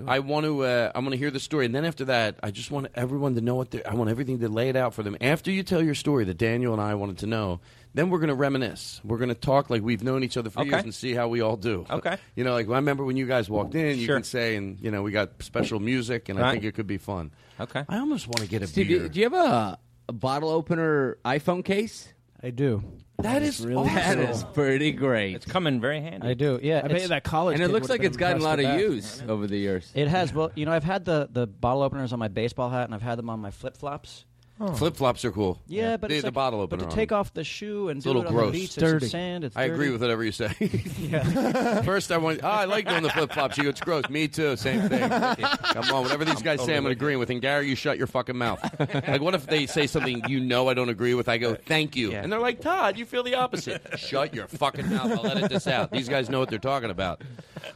Speaker 7: I want to. Uh, I want to hear the story, and then after that, I just want everyone to know what. they're- I want everything to lay it out for them. After you tell your story that Daniel and I wanted to know, then we're going to reminisce. We're going to talk like we've known each other for
Speaker 13: Okay.
Speaker 7: years and see how we all do.
Speaker 13: Okay.
Speaker 7: You know, like I remember when you guys walked in, you
Speaker 13: Sure.
Speaker 7: can say, and you know, we got special music, and I
Speaker 13: Right.
Speaker 7: think it could be fun.
Speaker 13: Okay.
Speaker 7: I almost want to get a
Speaker 4: Steve,
Speaker 7: beer.
Speaker 4: do, do you have a, a bottle opener iPhone case?
Speaker 12: I do.
Speaker 7: That is really
Speaker 4: That is pretty great.
Speaker 13: It's coming very handy.
Speaker 12: I do. Yeah.
Speaker 8: I bet
Speaker 12: it's-
Speaker 8: you that college.
Speaker 4: and it
Speaker 8: kid
Speaker 4: looks
Speaker 8: would've
Speaker 4: like
Speaker 8: been
Speaker 4: it's gotten a lot of
Speaker 8: impressed with
Speaker 4: use over the years.
Speaker 12: It has. Well, you know, I've had the the bottle openers on my baseball hat, and I've had them on my flip flops.
Speaker 8: Oh.
Speaker 7: Flip flops are cool.
Speaker 12: Yeah, but
Speaker 7: They-
Speaker 12: it's
Speaker 7: the
Speaker 12: like-
Speaker 7: bottle opener.
Speaker 12: But
Speaker 7: on
Speaker 12: to
Speaker 7: them.
Speaker 12: take off the shoe and
Speaker 7: It's a
Speaker 12: do
Speaker 7: little
Speaker 12: it on
Speaker 7: gross.
Speaker 12: the beach, there's some sand. It's
Speaker 7: I agree
Speaker 12: dirty.
Speaker 7: with whatever you say. First, I went. Oh, I like doing the flip flops. You go, it's gross. Me too. Same thing. Come on, whatever these guys say, I'm agreeing with. And Gary, you shut your fucking mouth. like, what if they say something you know I don't agree with? I go, thank you, and they're like, Todd, you feel the opposite. shut your fucking mouth. I'll edit this out. These guys know what they're talking about.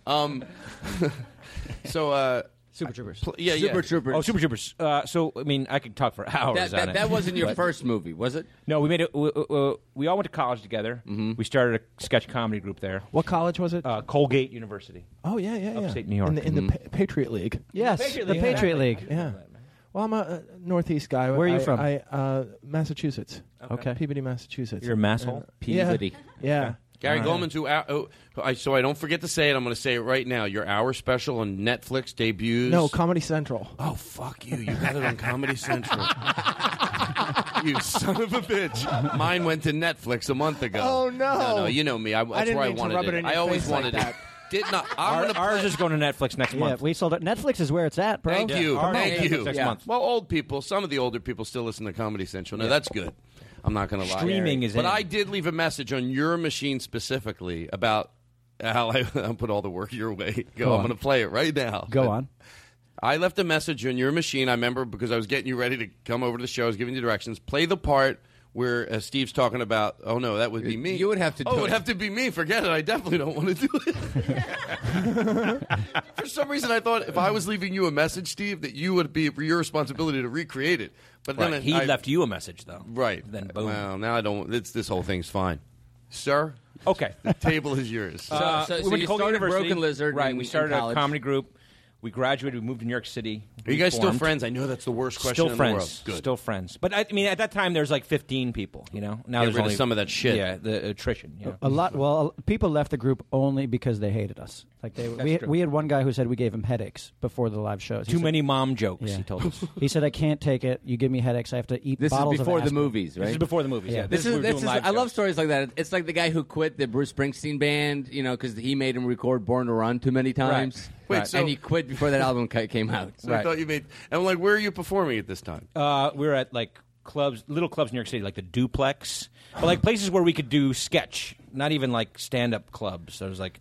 Speaker 7: Um, so, uh,
Speaker 12: Super Troopers.
Speaker 7: pl- yeah, yeah.
Speaker 13: Super Troopers. Oh, Super Troopers. Uh, so, I mean, I could talk for hours
Speaker 4: That,
Speaker 13: on
Speaker 4: that,
Speaker 13: it.
Speaker 4: that wasn't your
Speaker 13: But-
Speaker 4: first movie, was it?
Speaker 13: No, we made it. We, we, we all went to college together. We started a sketch comedy group there.
Speaker 8: What college was it?
Speaker 13: Uh, Colgate University.
Speaker 8: Oh yeah, yeah, yeah.
Speaker 13: Upstate New York.
Speaker 8: in the, in the pa- Patriot League.
Speaker 12: Yes,
Speaker 13: Patriot
Speaker 12: the
Speaker 13: League,
Speaker 12: Patriot League.
Speaker 13: exactly.
Speaker 8: Yeah. Well, I'm a uh, Northeast guy.
Speaker 12: Where are you
Speaker 8: I-
Speaker 12: from?
Speaker 8: I uh, Massachusetts.
Speaker 12: Okay.
Speaker 8: Peabody, Massachusetts.
Speaker 13: You're a masshole?
Speaker 8: Peabody. Yeah.
Speaker 7: Gary Goldman's who, uh, oh, I, so I don't forget to say it. I'm going to say it right now. Your hour special on Netflix debuts.
Speaker 8: No, Comedy Central.
Speaker 7: Oh fuck you! You had it on Comedy Central. you son of a bitch! Mine went to Netflix a month ago.
Speaker 8: Oh, no.
Speaker 7: No, no, you know me. I, that's
Speaker 8: didn't
Speaker 7: where I
Speaker 8: mean to
Speaker 7: wanted
Speaker 8: rub it in
Speaker 7: I
Speaker 8: your
Speaker 7: always
Speaker 8: face like
Speaker 7: wanted
Speaker 8: that.
Speaker 7: it. Did not. I'm
Speaker 13: Our-
Speaker 7: gonna
Speaker 13: ours
Speaker 7: play-
Speaker 13: is going to Netflix next
Speaker 12: Yeah,
Speaker 13: month.
Speaker 12: we sold it. Netflix is where it's at, bro.
Speaker 7: Thank you.
Speaker 13: Our
Speaker 7: Thank
Speaker 13: Netflix
Speaker 7: you.
Speaker 13: next Yeah. month.
Speaker 7: Well, old people. Some of the older people still listen to Comedy Central. No, that's good. I'm not going to lie.
Speaker 13: Streaming is
Speaker 7: But
Speaker 13: in.
Speaker 7: I did leave a message on your machine specifically about how I I'll put all the work your way. Go.
Speaker 12: Go
Speaker 7: I'm
Speaker 12: on.
Speaker 7: going to play it right now.
Speaker 12: Go on.
Speaker 7: I left a message on your machine. I remember because I was getting you ready to come over to the show. I was giving you directions. Play the part where uh, Steve's talking about. Oh no, that would be me.
Speaker 4: You would have to
Speaker 7: Oh,
Speaker 4: do
Speaker 7: it would
Speaker 4: it.
Speaker 7: have to be me. Forget it. I definitely don't want to do it. For some reason, I thought if I was leaving you a message, Steve, that you would be your responsibility to recreate it. But
Speaker 13: Right.
Speaker 7: then I-
Speaker 13: he
Speaker 7: I-
Speaker 13: left you a message, though.
Speaker 7: Right.
Speaker 13: Then boom.
Speaker 7: Well, now I don't. It's, this whole thing's fine, sir.
Speaker 13: Okay.
Speaker 7: The table is yours.
Speaker 13: Uh,
Speaker 4: so-
Speaker 13: we
Speaker 4: so
Speaker 13: went
Speaker 4: you
Speaker 13: to Colgate
Speaker 4: started
Speaker 13: University.
Speaker 4: Broken Lizard
Speaker 13: Right.
Speaker 4: in-
Speaker 13: we started
Speaker 4: in
Speaker 13: a
Speaker 4: college.
Speaker 13: comedy group. We graduated. We moved to New York City.
Speaker 7: Are you guys still
Speaker 13: Reformed.
Speaker 7: friends? I know that's the worst question
Speaker 13: Still
Speaker 7: in
Speaker 13: friends.
Speaker 7: the world. Good.
Speaker 13: Still friends. But I, I mean, at that time, there's like 15 people. You know. Now
Speaker 7: Get
Speaker 13: there's
Speaker 7: rid of
Speaker 13: only
Speaker 7: some of that shit.
Speaker 13: Yeah. The attrition. You know?
Speaker 12: A lot. Well, people left the group only because they hated us. Like they, we,
Speaker 13: true.
Speaker 12: we had one guy who said we gave him headaches before the live shows. He
Speaker 13: Too
Speaker 12: said-
Speaker 13: many mom jokes.
Speaker 12: Yeah.
Speaker 13: He told us.
Speaker 12: He said, "I can't take it. You give me headaches. I have to eat
Speaker 4: This is
Speaker 12: bottles
Speaker 4: before
Speaker 12: of
Speaker 4: the
Speaker 12: aspirin."
Speaker 4: movies, right?
Speaker 13: This is before the movies. Yeah.
Speaker 12: Yeah.
Speaker 13: This, is. we were
Speaker 4: this is
Speaker 13: doing live
Speaker 4: I love
Speaker 13: shows.
Speaker 4: stories like that. It's like the guy who quit the Bruce Springsteen band, you know, because he made him record "Born to Run" too many times.
Speaker 7: Wait, Right. so-
Speaker 4: and he quit before that album ca- came out.
Speaker 7: So I thought you made. And I'm like, where are you performing at this time?
Speaker 13: Uh, we were at like clubs, little clubs in New York City, like the Duplex, but like places where we could do sketch, not even like stand-up clubs. There was like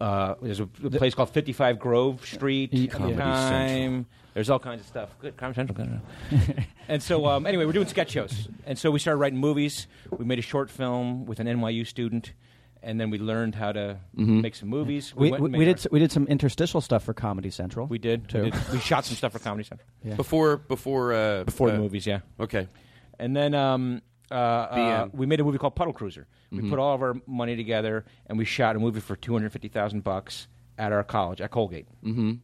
Speaker 13: uh, there's a a place called 55 Grove Street. at the
Speaker 12: Comedy
Speaker 13: time.
Speaker 12: Central.
Speaker 13: There's all kinds of stuff. Good Comedy Central. good. and so um, anyway, we're doing sketch shows, and so we started writing movies. We made a short film with an NYU student. And then we learned how to make some movies.
Speaker 12: We,
Speaker 13: went
Speaker 12: we,
Speaker 13: and
Speaker 12: we
Speaker 13: made
Speaker 12: did
Speaker 13: our-
Speaker 12: s- we did some interstitial stuff for Comedy Central.
Speaker 13: We did.
Speaker 12: too.
Speaker 13: We, did. We shot some stuff for Comedy Central.
Speaker 12: Yeah.
Speaker 7: Before, before, uh,
Speaker 13: Before
Speaker 7: uh,
Speaker 13: the movies, yeah.
Speaker 7: Okay.
Speaker 13: And then um, uh, uh,
Speaker 7: BM.
Speaker 13: we made a movie called Puddle Cruiser. We put all of our money together and we shot a movie for two hundred fifty thousand bucks at our college at Colgate. Mm-hmm.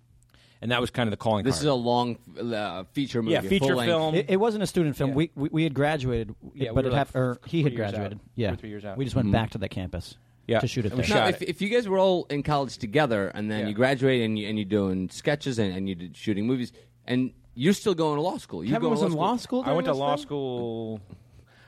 Speaker 13: and that was kind of the calling.
Speaker 4: This
Speaker 13: card.
Speaker 4: is a long uh, feature movie.
Speaker 13: Yeah, feature film.
Speaker 12: It, it wasn't a student film. We, we we had graduated,
Speaker 13: Yeah,
Speaker 12: but
Speaker 13: we were
Speaker 12: it
Speaker 13: like
Speaker 12: hap- or he
Speaker 13: four
Speaker 12: had
Speaker 13: years out,
Speaker 12: graduated.
Speaker 13: two
Speaker 12: yeah,
Speaker 13: or three years out.
Speaker 12: We just went
Speaker 13: Mhm.
Speaker 12: back to that campus.
Speaker 13: Yeah.
Speaker 12: to shoot it.
Speaker 13: And we
Speaker 12: there.
Speaker 13: shot
Speaker 4: No, if, if you guys were all in college together and then you graduate and, you, and you're doing sketches and, and you did shooting movies and you're still going to law school. You
Speaker 8: Kevin
Speaker 4: go
Speaker 8: was
Speaker 4: to
Speaker 8: in law school.
Speaker 13: I went to
Speaker 8: during
Speaker 13: law
Speaker 8: this thing?
Speaker 13: school.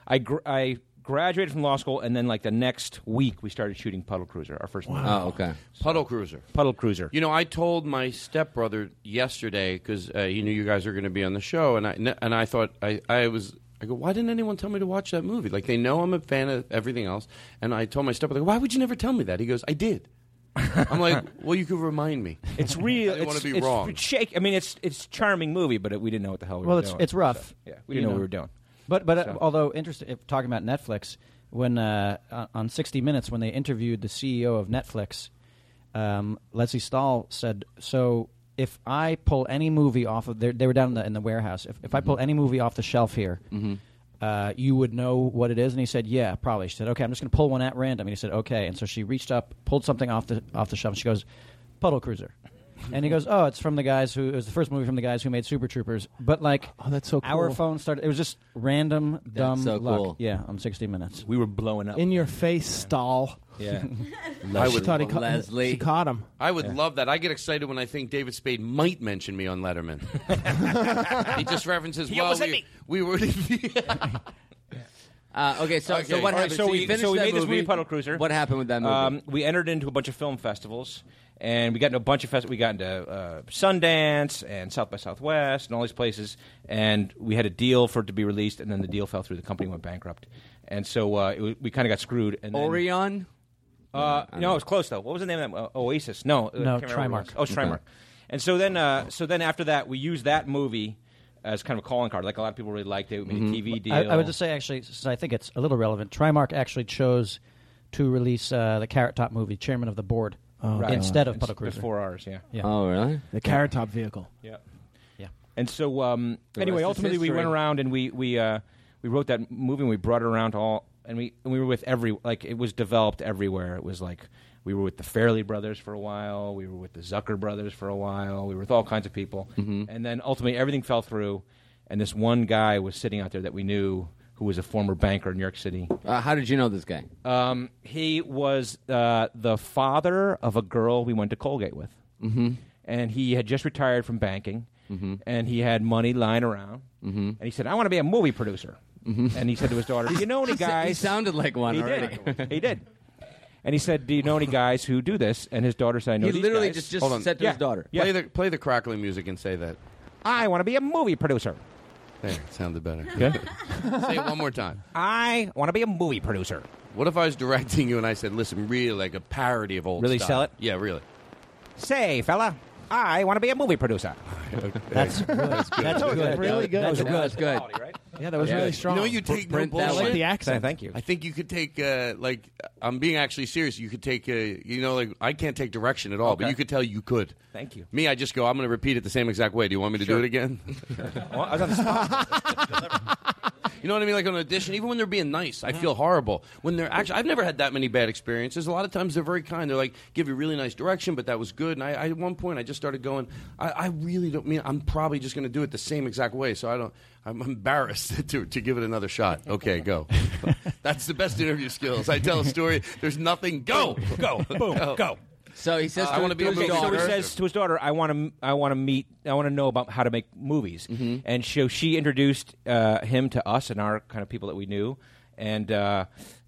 Speaker 13: I gr- I graduated from law school, and then like the next week, we started shooting Puddle Cruiser, our first movie.
Speaker 4: Oh, okay.
Speaker 7: Puddle Cruiser.
Speaker 13: Puddle Cruiser.
Speaker 7: You know, I told my stepbrother yesterday because uh, he knew you guys were going to be on the show, and I and I thought I, I was I go, why didn't anyone tell me to watch that movie? Like they know I'm a fan of everything else, and I told my stepbrother, why would you never tell me that? He goes, I did. I'm like, well, you could remind me.
Speaker 13: It's real.
Speaker 7: I didn't want
Speaker 13: it's-
Speaker 7: to be
Speaker 13: it's
Speaker 7: wrong.
Speaker 13: Shake. I mean, it's it's charming movie, but it, we didn't know what the hell we
Speaker 12: well,
Speaker 13: were
Speaker 12: it's
Speaker 13: doing.
Speaker 12: it's rough.
Speaker 13: So, yeah, we didn't know, what we were doing.
Speaker 12: But but uh,
Speaker 13: So-
Speaker 12: although interesting, if talking about Netflix, when uh, on- on 60 Minutes, when they interviewed the CEO of Netflix, um, Leslie Stahl said, "So if I pull any movie off of, they they were down in the, in the warehouse. If if I
Speaker 8: Mm-hmm.
Speaker 12: pull any movie off the shelf here." Uh, you would know what it is, and he said, "Yeah, probably." She said, "Okay, I'm just going to pull one at random." And he said, "Okay," and so she reached up, pulled something off the off the shelf. and She goes, "Puddle Cruiser," and he goes, "Oh, it's from the guys who it was the first movie from the guys who made Super Troopers." But like,
Speaker 8: Oh, that's so
Speaker 12: our
Speaker 8: cool.
Speaker 12: phone started. It was just random, dumb
Speaker 4: so
Speaker 12: luck.
Speaker 4: cool.
Speaker 12: Yeah, on 60 Minutes.
Speaker 13: We were blowing up.
Speaker 8: in your face, stall.
Speaker 13: Yeah.
Speaker 8: I she
Speaker 7: would-
Speaker 8: thought he caught,
Speaker 4: Leslie.
Speaker 8: She caught him.
Speaker 7: I would love that. I get excited when I think David Spade might mention me on Letterman. he just references.
Speaker 13: He
Speaker 7: well,
Speaker 13: almost
Speaker 7: we,
Speaker 13: hit me.
Speaker 7: we were.
Speaker 4: Uh, okay, so, so
Speaker 7: Okay.
Speaker 4: what
Speaker 7: All right,
Speaker 4: happened?
Speaker 13: so,
Speaker 4: you
Speaker 13: we,
Speaker 4: finished
Speaker 13: so we
Speaker 4: that
Speaker 13: made this movie, Puddle Cruiser.
Speaker 4: What happened with that movie?
Speaker 13: Um, we entered into a bunch of film festivals, and we got into a bunch of festivals. We got into uh, Sundance and South by Southwest and all these places, and we had a deal for it to be released, and then the deal fell through. The company went bankrupt, and so uh, it, w- we kind of got screwed. And then,
Speaker 4: Orion?
Speaker 13: Uh, no, it was close though. What was the name of that? Uh, Oasis? No, uh,
Speaker 12: No,
Speaker 13: can't remember what it
Speaker 12: Trimark.
Speaker 13: was. Oh, it's Trimark. And so then, uh, so then after that, we used that movie as kind of a calling card. Like a lot of people really liked it. We made a TV deal.
Speaker 12: I, I would just say actually, since I think it's a little relevant, Trimark actually chose to release uh, the Carrot Top movie, Chairman of the Board,
Speaker 13: Right.
Speaker 12: instead of
Speaker 13: It's
Speaker 12: Puddle Cruiser.
Speaker 13: Before ours, yeah.
Speaker 12: Yeah.
Speaker 4: Oh, really?
Speaker 8: The carrot top vehicle.
Speaker 13: Yeah.
Speaker 12: Yeah.
Speaker 13: And so, um,
Speaker 4: The
Speaker 13: anyway,
Speaker 4: rest is
Speaker 13: ultimately we
Speaker 4: history.
Speaker 13: went around and we we uh, we wrote that movie and we brought it around to all and we and we were with every like it was developed everywhere. It was like we were with the Fairley brothers for a while. We were with the Zucker brothers for a while. We were with all kinds of people,
Speaker 4: Mm-hmm.
Speaker 13: and then ultimately everything fell through. And this one guy was sitting out there that we knew who was a former banker in New York City.
Speaker 4: Uh, how did you know this guy?
Speaker 13: Um, he was uh, the father of a girl we went to Colgate with, mm-hmm. and he had just retired from banking,
Speaker 4: Mm-hmm.
Speaker 13: and he had money lying around, mm-hmm. and he said, "I want to be a movie producer." And he said to his daughter, "Do you know any guys?"
Speaker 4: Mm-hmm. He sounded like one
Speaker 13: he
Speaker 4: already.
Speaker 13: did. he did. And he said, "Do you know any guys who do this?" And his daughter said, "I know
Speaker 4: He
Speaker 13: these
Speaker 4: literally
Speaker 13: guys."
Speaker 4: just, just
Speaker 7: Hold on.
Speaker 4: said to
Speaker 13: Yeah.
Speaker 4: his daughter.
Speaker 13: Yeah.
Speaker 7: Play the play the crackling music and say that.
Speaker 13: "I want to be a movie producer."
Speaker 7: There, it sounded better.
Speaker 13: Okay.
Speaker 7: Say it one more time.
Speaker 13: I want to be a movie producer.
Speaker 7: What if I was directing you and I said, "Listen, really like a parody of old
Speaker 13: Really
Speaker 7: style.
Speaker 13: sell it?
Speaker 7: Yeah, really.
Speaker 13: Say, fella, I want to be a movie producer.
Speaker 12: That's good. That's good.
Speaker 8: really good.
Speaker 12: That was
Speaker 4: That
Speaker 12: good.
Speaker 4: was good.
Speaker 8: Yeah, that was
Speaker 7: Yeah.
Speaker 8: really strong.
Speaker 7: You know, you take no
Speaker 4: print that
Speaker 8: I
Speaker 7: bullshit.
Speaker 8: like the accent.
Speaker 13: Thank you.
Speaker 7: I think you could take uh, like I'm being actually serious. You could take uh, you know like I can't take direction at all, but
Speaker 13: Okay.
Speaker 7: you could tell you could.
Speaker 13: Thank you.
Speaker 7: Me, I just go. I'm going to repeat it the same exact way. Do you want me to do it again?
Speaker 13: Well, I was on the spot.
Speaker 7: you know what I mean? Like on an audition, even when they're being nice, I feel horrible. When they're actually, I've never had that many bad experiences. A lot of times they're very kind. They're like give you really nice direction, but that was good. And I, I at one point I just started going. I, I really don't mean. I'm probably just going to do it the same exact way. So I don't. I'm embarrassed to, to give it another shot. Okay, go. That's the best interview skills. I tell a story. There's nothing. Go, go,
Speaker 13: Boom, go.
Speaker 4: So he says
Speaker 7: Uh,
Speaker 4: to,
Speaker 7: I
Speaker 4: to
Speaker 7: wanna be a
Speaker 4: his
Speaker 7: movie
Speaker 13: So
Speaker 4: daughter.
Speaker 13: he says to his daughter, "I want to, I want to meet, I want to know about how to make movies."
Speaker 7: Mm-hmm.
Speaker 13: And so she introduced uh, him to us and our kind of people that we knew, and uh,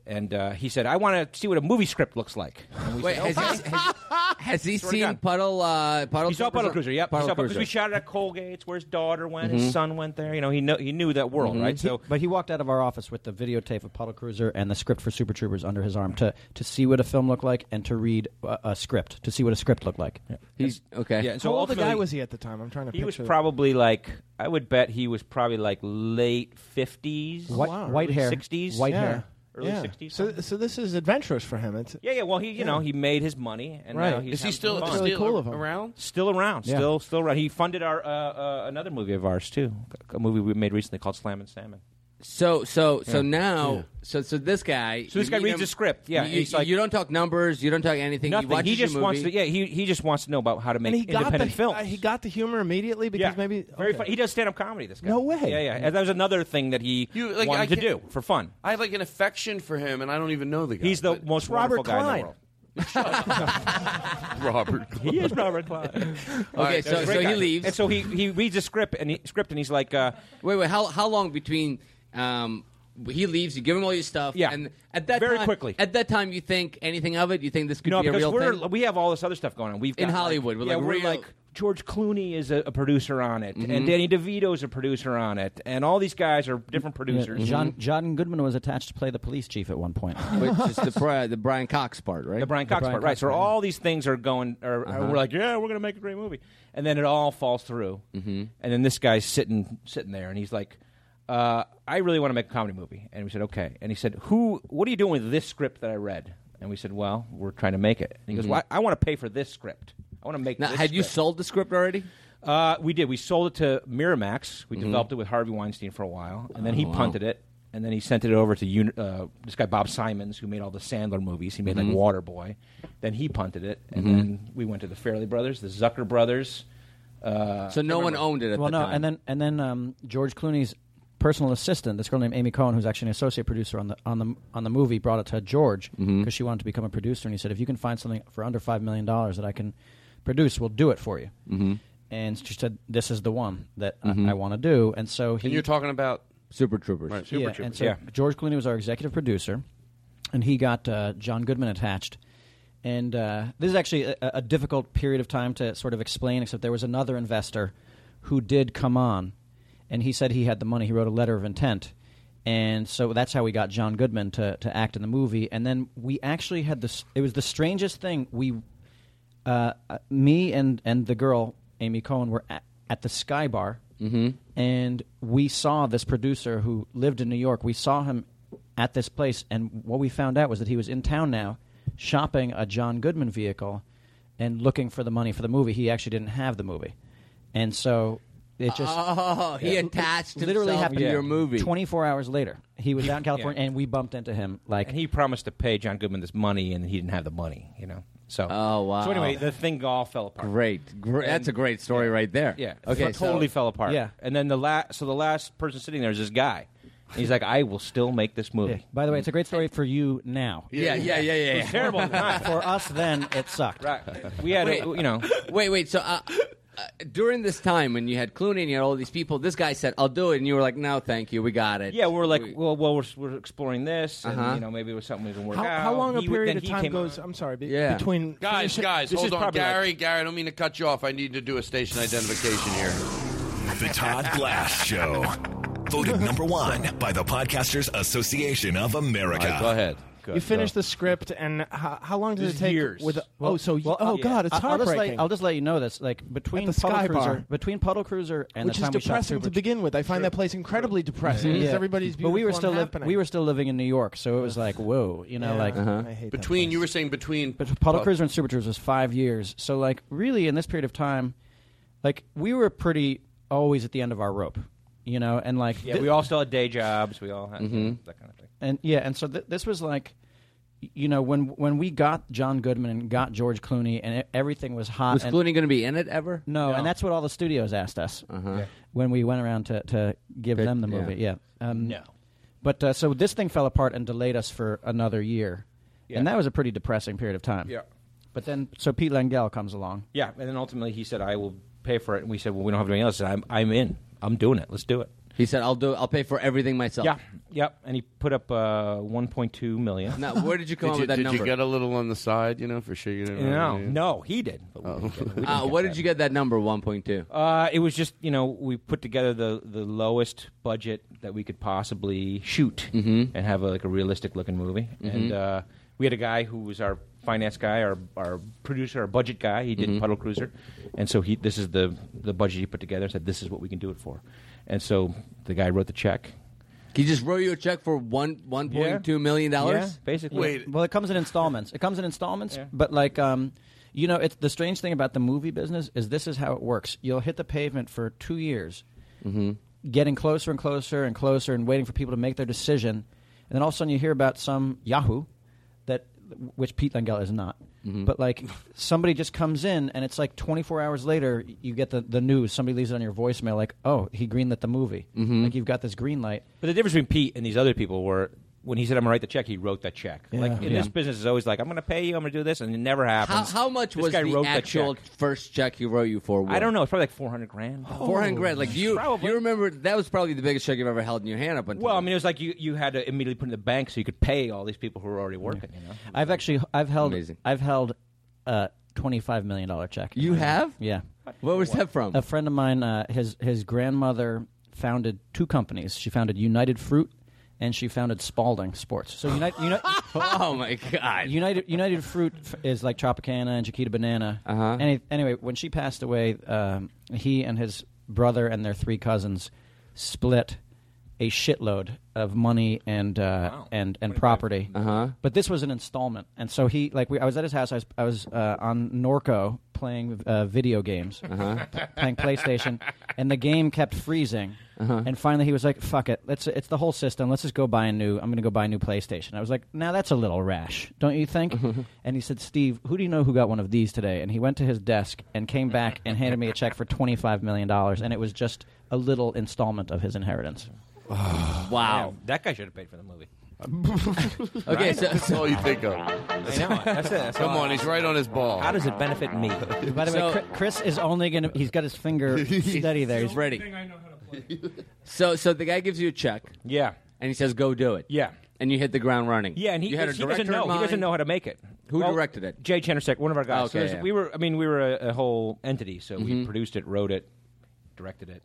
Speaker 13: and uh, he said, "I want to see what a movie script looks like." And we
Speaker 4: Wait,
Speaker 13: said,
Speaker 4: has, he, has, has he
Speaker 13: Swear to
Speaker 4: seen
Speaker 13: God.
Speaker 4: Puddle? Uh, puddle
Speaker 13: He saw Puddle Cruiser, yep.
Speaker 4: Puddle
Speaker 13: he saw, Puddle- 'cause
Speaker 4: Cruiser.
Speaker 13: We shot it at Colgate's, where his daughter went,
Speaker 7: Mm-hmm.
Speaker 13: his son went there. You know, he know, he knew that world, right? So
Speaker 12: But he walked out of our office with the videotape of Puddle Cruiser and the script for Super Troopers under his arm to, to see what a film looked like and to read a, a script to see what a script looked like.
Speaker 4: He's okay.
Speaker 13: yeah, and so
Speaker 8: How old the guy
Speaker 13: ultimately-
Speaker 8: was he at the time? I'm trying to.
Speaker 13: He was
Speaker 8: picture
Speaker 13: probably like I would bet he was probably like late fifties,
Speaker 12: White- wow. white hair.
Speaker 13: sixties,
Speaker 12: White
Speaker 8: yeah.
Speaker 12: hair.
Speaker 13: early
Speaker 8: yeah.
Speaker 13: 60s,
Speaker 8: So,
Speaker 13: something.
Speaker 8: so this is adventurous for him. It's
Speaker 13: Yeah, yeah. Well, he you know he made his money, and
Speaker 8: Right.
Speaker 13: now he's
Speaker 7: Is he
Speaker 13: having
Speaker 7: still,
Speaker 13: fun.
Speaker 7: still
Speaker 8: really cool of him.
Speaker 7: around?
Speaker 13: still around,
Speaker 8: Yeah.
Speaker 13: still still around. He funded our uh, uh, another movie of ours too, a movie we made recently called Slam and Salmon.
Speaker 4: So so so
Speaker 13: Yeah.
Speaker 4: now
Speaker 13: Yeah.
Speaker 4: so so this guy.
Speaker 13: So this
Speaker 4: you
Speaker 13: guy
Speaker 4: meet
Speaker 13: reads
Speaker 4: him-
Speaker 13: the script, yeah, and
Speaker 4: you,
Speaker 13: he's like-
Speaker 4: you don't talk numbers. You don't talk anything.
Speaker 13: Nothing.
Speaker 4: He watches
Speaker 13: he
Speaker 4: your
Speaker 13: just wants to.
Speaker 4: movie.
Speaker 13: Yeah, he he just wants to know about how to make
Speaker 8: and he got the
Speaker 13: independent films.
Speaker 8: uh, he got the humor immediately because
Speaker 13: Yeah.
Speaker 8: maybe
Speaker 13: Very
Speaker 8: okay.
Speaker 13: funny. He does stand up comedy. This guy.
Speaker 8: No way.
Speaker 13: Yeah, yeah. And that was another thing that he
Speaker 7: You, like, I
Speaker 13: wanted to do
Speaker 7: can't-
Speaker 13: for fun.
Speaker 7: I have like an affection for him, and I don't even know the guy.
Speaker 13: He's the most wonderful guy in the world.
Speaker 7: Robert. Klein.
Speaker 13: He is Robert Klein.
Speaker 7: All right,
Speaker 4: so-
Speaker 13: Great
Speaker 4: so he
Speaker 13: guy.
Speaker 4: leaves.
Speaker 13: and so he he reads a script and he, script and he's like, uh,
Speaker 4: Wait wait. How how long between? Um, he leaves. You give him all your stuff.
Speaker 13: Yeah.
Speaker 4: And at that
Speaker 13: Very
Speaker 4: time,
Speaker 13: quickly.
Speaker 4: At that time, you think anything of it? You think this could
Speaker 13: no,
Speaker 4: be a
Speaker 13: because
Speaker 4: real
Speaker 13: we're
Speaker 4: thing?
Speaker 13: we have all this other stuff going on. We've
Speaker 4: In
Speaker 13: got,
Speaker 4: Hollywood, we're
Speaker 13: yeah,
Speaker 4: like
Speaker 13: we're
Speaker 4: real-
Speaker 13: like George Clooney is a, a producer on it,
Speaker 12: Mhm.
Speaker 13: and Danny DeVito's a producer on it, and all these guys are different producers.
Speaker 12: Yeah, John John Goodman was attached to play the police chief at one point.
Speaker 4: Which is the Bri- the Brian Cox part, right?
Speaker 13: The Brian Cox part, right? So all these things are going. Are, are-
Speaker 4: Uh-huh.
Speaker 13: We're like, yeah, we're going to make a great movie, and then it all falls through. Mm-hmm. And then this guy's sitting sitting there, and he's like, uh, "I really want to make a comedy movie." And we said, "Okay." And he said, "Who? What are you doing with this script that I read?" And we said, "Well, we're trying to make it." And he goes,
Speaker 4: Mhm.
Speaker 13: "Well, I, I want to pay for this script. I want to make."
Speaker 4: Now,
Speaker 13: this
Speaker 4: had you
Speaker 13: script."
Speaker 4: sold the script already?
Speaker 13: Uh, we did. We sold it to Miramax. We developed it with Harvey Weinstein for a while, and then he
Speaker 4: Oh, wow.
Speaker 13: punted it. And then he sent it over to uni- uh, this guy Bob Simons, who made all the Sandler movies. He made
Speaker 4: Mhm.
Speaker 13: like Waterboy. Then he punted it, and
Speaker 4: Mhm.
Speaker 13: then we went to the Fairley Brothers, the Zucker Brothers. Uh,
Speaker 4: So no one owned it at
Speaker 12: well,
Speaker 4: the
Speaker 12: no,
Speaker 4: time.
Speaker 12: and then and then um, George Clooney's personal assistant, this girl named Amy Cohen, who's actually an associate producer on the on the on the movie, brought it to George because
Speaker 4: Mhm.
Speaker 12: she wanted to become a producer, and he said, "If you can find something for under five million dollars that I can produce, we'll do it for you."
Speaker 4: Mhm.
Speaker 12: And she said, "This is the one that
Speaker 4: Mhm.
Speaker 12: I, I want to do," and so he
Speaker 7: And you're talking about
Speaker 4: Super Troopers.
Speaker 7: Right.
Speaker 12: yeah, and so George Clooney was our executive producer, and he got uh, John Goodman attached. And uh, this is actually a, a difficult period of time to sort of explain, except there was another investor who did come on, and he said he had the money. He wrote a letter of intent. And so that's how we got John Goodman to, to act in the movie. And then we actually had this, it was the strangest thing. We, uh, uh, me and, and the girl, Amy Cohen, were at, at the Sky Bar
Speaker 4: Mm-hmm.
Speaker 12: and we saw this producer who lived in New York. We saw him at this place, and what we found out was that he was in town now, shopping a John Goodman vehicle, and looking for the money for the movie. He actually didn't have the movie, and so it just
Speaker 4: Oh, he
Speaker 12: Yeah.
Speaker 4: attached
Speaker 12: It literally
Speaker 4: himself
Speaker 12: happened
Speaker 4: to your movie.
Speaker 12: Twenty four hours later, he was out in California,
Speaker 13: Yeah.
Speaker 12: and we bumped into him. Like
Speaker 13: and he promised to pay John Goodman this money, and he didn't have the money. You know. So.
Speaker 4: Oh wow.
Speaker 13: So anyway, the thing all fell apart.
Speaker 4: great. Gr-
Speaker 13: And-
Speaker 4: that's a great story right there.
Speaker 13: Yeah.
Speaker 4: Okay.
Speaker 13: It totally
Speaker 4: so,
Speaker 13: fell apart.
Speaker 12: Yeah.
Speaker 13: And then the last, so the last person sitting there is this guy. And he's like, I will still make this movie.
Speaker 12: Yeah. By the way, it's a great story for you now.
Speaker 4: Yeah, yeah, yeah, yeah.
Speaker 13: It was terrible. at the time.
Speaker 12: for us then, it sucked.
Speaker 13: Right. We had, a, you know,
Speaker 4: Wait, wait. So uh, uh, during this time when you had Clooney and you had all these people, this guy said, "I'll do it," and you were like, "No, thank you. We got it."
Speaker 13: yeah, we were like, well, well, we're, we're exploring this, and
Speaker 4: Uh-huh.
Speaker 13: you know, maybe it was something we didn't work
Speaker 8: how,
Speaker 13: out.
Speaker 7: Um,
Speaker 8: how long a
Speaker 13: He w-
Speaker 8: period
Speaker 13: then
Speaker 8: of
Speaker 13: he
Speaker 8: time
Speaker 13: came
Speaker 8: goes?
Speaker 13: on.
Speaker 8: I'm sorry, be,
Speaker 4: Yeah.
Speaker 8: between
Speaker 7: Guys,
Speaker 8: finishing-
Speaker 7: guys,
Speaker 8: this
Speaker 7: hold
Speaker 8: is
Speaker 7: on,
Speaker 8: probably like-
Speaker 7: Gary. Gary, I don't mean to cut you off. I need to do a station identification here.
Speaker 16: The Todd Glass Show. Voted number one by the Podcasters Association of America.
Speaker 7: All right, go ahead. Go
Speaker 8: you finish the script, and how, how long does
Speaker 12: This
Speaker 8: it
Speaker 12: is
Speaker 8: take?
Speaker 12: years.
Speaker 8: With
Speaker 12: Well,
Speaker 8: oh, so
Speaker 12: well,
Speaker 8: oh
Speaker 12: yeah.
Speaker 8: god, it's
Speaker 12: I'll- I'll just,
Speaker 8: heartbreak.
Speaker 12: let, I'll just let you know this: like between
Speaker 8: At the
Speaker 12: Puddle
Speaker 8: Sky
Speaker 12: Cruiser,
Speaker 8: Bar.
Speaker 12: between Puddle Cruiser and
Speaker 8: Which
Speaker 12: the time
Speaker 8: is
Speaker 12: we shot
Speaker 8: depressing
Speaker 12: Super
Speaker 8: to begin with. I find that place incredibly depressing.
Speaker 12: Yeah.
Speaker 8: because Everybody's
Speaker 12: but
Speaker 8: beautiful
Speaker 12: we were
Speaker 8: and
Speaker 12: still li-
Speaker 8: happening.
Speaker 12: we were still living in New York, so it was like whoa, you know,
Speaker 8: Yeah,
Speaker 12: like
Speaker 8: I hate that.
Speaker 7: Between you were saying between
Speaker 12: Puddle Cruiser and Super Troopers was five years. So like really in this period of time, like we were pretty always at the end of our rope, you know, and like
Speaker 13: Yeah,
Speaker 12: thi-
Speaker 13: we all still had day jobs. We all had
Speaker 8: Mm-hmm.
Speaker 13: you know,
Speaker 4: Mhm.
Speaker 13: that kind of thing.
Speaker 12: and yeah, and so th- this was like, y- you know, when when we got John Goodman and got George Clooney and e- everything was hot.
Speaker 4: Was
Speaker 12: and,
Speaker 4: Clooney going to be in it ever?
Speaker 12: No, and that's what all the studios asked us
Speaker 4: Uh-huh.
Speaker 12: when we went around to, to give
Speaker 4: Pick-
Speaker 12: them the
Speaker 4: yeah.
Speaker 12: movie. Yeah. Um,
Speaker 13: No.
Speaker 12: But uh, so this thing fell apart and delayed us for another year,
Speaker 13: Yeah.
Speaker 12: and that was a pretty depressing period of time.
Speaker 13: Yeah.
Speaker 12: But then, so Pete Langell comes along.
Speaker 13: Yeah, and then ultimately he said, I will pay for it. And we said, well, we don't have anything else. I said, I'm, I'm in. I'm doing it. Let's do it.
Speaker 4: He said, "I'll do. I'll pay for everything myself."
Speaker 13: Yeah, yep. And he put up uh, 1.2 million.
Speaker 4: Now, where did you come
Speaker 7: Did
Speaker 4: up
Speaker 7: you,
Speaker 4: with that
Speaker 7: did
Speaker 4: number?
Speaker 7: you get a little on the side, you know, for sure you didn't
Speaker 13: No,
Speaker 7: really-
Speaker 13: no, he did. But
Speaker 8: Oh,
Speaker 13: we didn't get it. We didn't
Speaker 4: uh,
Speaker 13: get
Speaker 4: what
Speaker 13: that.
Speaker 4: did you get that number? One point two.
Speaker 13: Uh, it was just you know we put together the the lowest budget that we could possibly shoot
Speaker 12: Mm-hmm.
Speaker 13: and have a, like a realistic looking movie. And uh, we had a guy who was our finance guy, our our producer, our budget guy. He
Speaker 12: Mm-hmm.
Speaker 13: did Puddle Cruiser, and so he this is the the budget he put together. and Said this is what we can do it for, and so the guy wrote the check.
Speaker 4: He just wrote you a check for one one point two million
Speaker 13: Yeah,
Speaker 4: dollars.
Speaker 13: basically.
Speaker 12: Well, it comes in installments. It comes in installments, but like, um, you know, it's the strange thing about the movie business is this is how it works. You'll hit the pavement for two years, getting closer and closer and closer and waiting for people to make their decision. And then all of a sudden you hear about some Yahoo that which Pete Langella is not. But like somebody just comes in and it's like 24 hours later y- you get the, the news. Somebody leaves it on your voicemail like, "Oh, he greenlit the movie."
Speaker 13: Mhm.
Speaker 12: Like you've got this green light.
Speaker 13: But the difference between Pete and these other people were when he said, "I'm gonna write the check," he wrote that check. Like in
Speaker 12: Yeah.
Speaker 13: this business, is always like, "I'm gonna pay you, I'm gonna do this," and it never
Speaker 4: How,
Speaker 13: happens.
Speaker 4: how much
Speaker 13: This
Speaker 4: was
Speaker 13: guy
Speaker 4: the
Speaker 13: wrote that
Speaker 4: actual
Speaker 13: check.
Speaker 4: first check he wrote you for?
Speaker 13: I don't know. It's probably like 400 grand.
Speaker 4: Four hundred grand. Like you, you remember that was probably the biggest check you've ever held in your hand up until.
Speaker 13: Well, I mean, it was like you, you had to immediately put it in the bank so you could pay all these people who were already working. You know,
Speaker 12: I've actually I've held I've held a twenty five million dollar check.
Speaker 4: You have? Um.
Speaker 12: Yeah.
Speaker 4: Where was that from?
Speaker 12: A friend of mine, uh, his his grandmother founded two companies. She founded United Fruit and she founded Spalding Sports. So United United
Speaker 4: oh my god.
Speaker 12: United United Fruit f- is like Tropicana and Chiquita Banana. Uh-huh. Any, anyway, when she passed away, um, he and his brother and their three cousins split a shitload of money and uh, and and property. Uh-huh. But this was an installment, and so he like we, I was at his house. I was I was uh, on Norco playing uh, video games,
Speaker 4: Uh-huh.
Speaker 12: p- playing PlayStation, and the game kept freezing. And finally, he was like, "Fuck it, let's it's the whole system. Let's just go buy a new. I'm going to go buy a new PlayStation." I was like, "Now that's a little rash, don't you think?" and he said, "Steve, who do you know who got one of these today?" And he went to his desk and came back and handed me a check for twenty five million dollars, and it was just a little installment of his inheritance.
Speaker 4: wow,
Speaker 13: that guy should have paid for the movie.
Speaker 4: Okay,
Speaker 13: Right?
Speaker 4: so,
Speaker 13: That's all you think of. I know. That's it. That's
Speaker 7: Come
Speaker 13: all.
Speaker 7: on, he's right on his ball.
Speaker 13: How does it benefit me?
Speaker 12: By the way, Chri- Chris is only going to—he's got his finger steady there.
Speaker 4: He's ready. So, so the guy gives you a check.
Speaker 13: Yeah.
Speaker 4: And he says, "Go do it."
Speaker 13: Yeah.
Speaker 4: And you hit the ground running.
Speaker 13: Yeah, and he,
Speaker 4: you had a
Speaker 13: he doesn't
Speaker 4: director in
Speaker 13: know. He doesn't
Speaker 4: mind.
Speaker 13: know how to make it.
Speaker 4: Who
Speaker 13: Well,
Speaker 4: directed it?
Speaker 13: Jay Chandrasek, one of our guys. So
Speaker 4: Okay,
Speaker 13: there's-
Speaker 4: yeah.
Speaker 13: we were. I mean, we were a, a whole entity. So we
Speaker 4: Mhm.
Speaker 13: produced it, wrote it, directed it,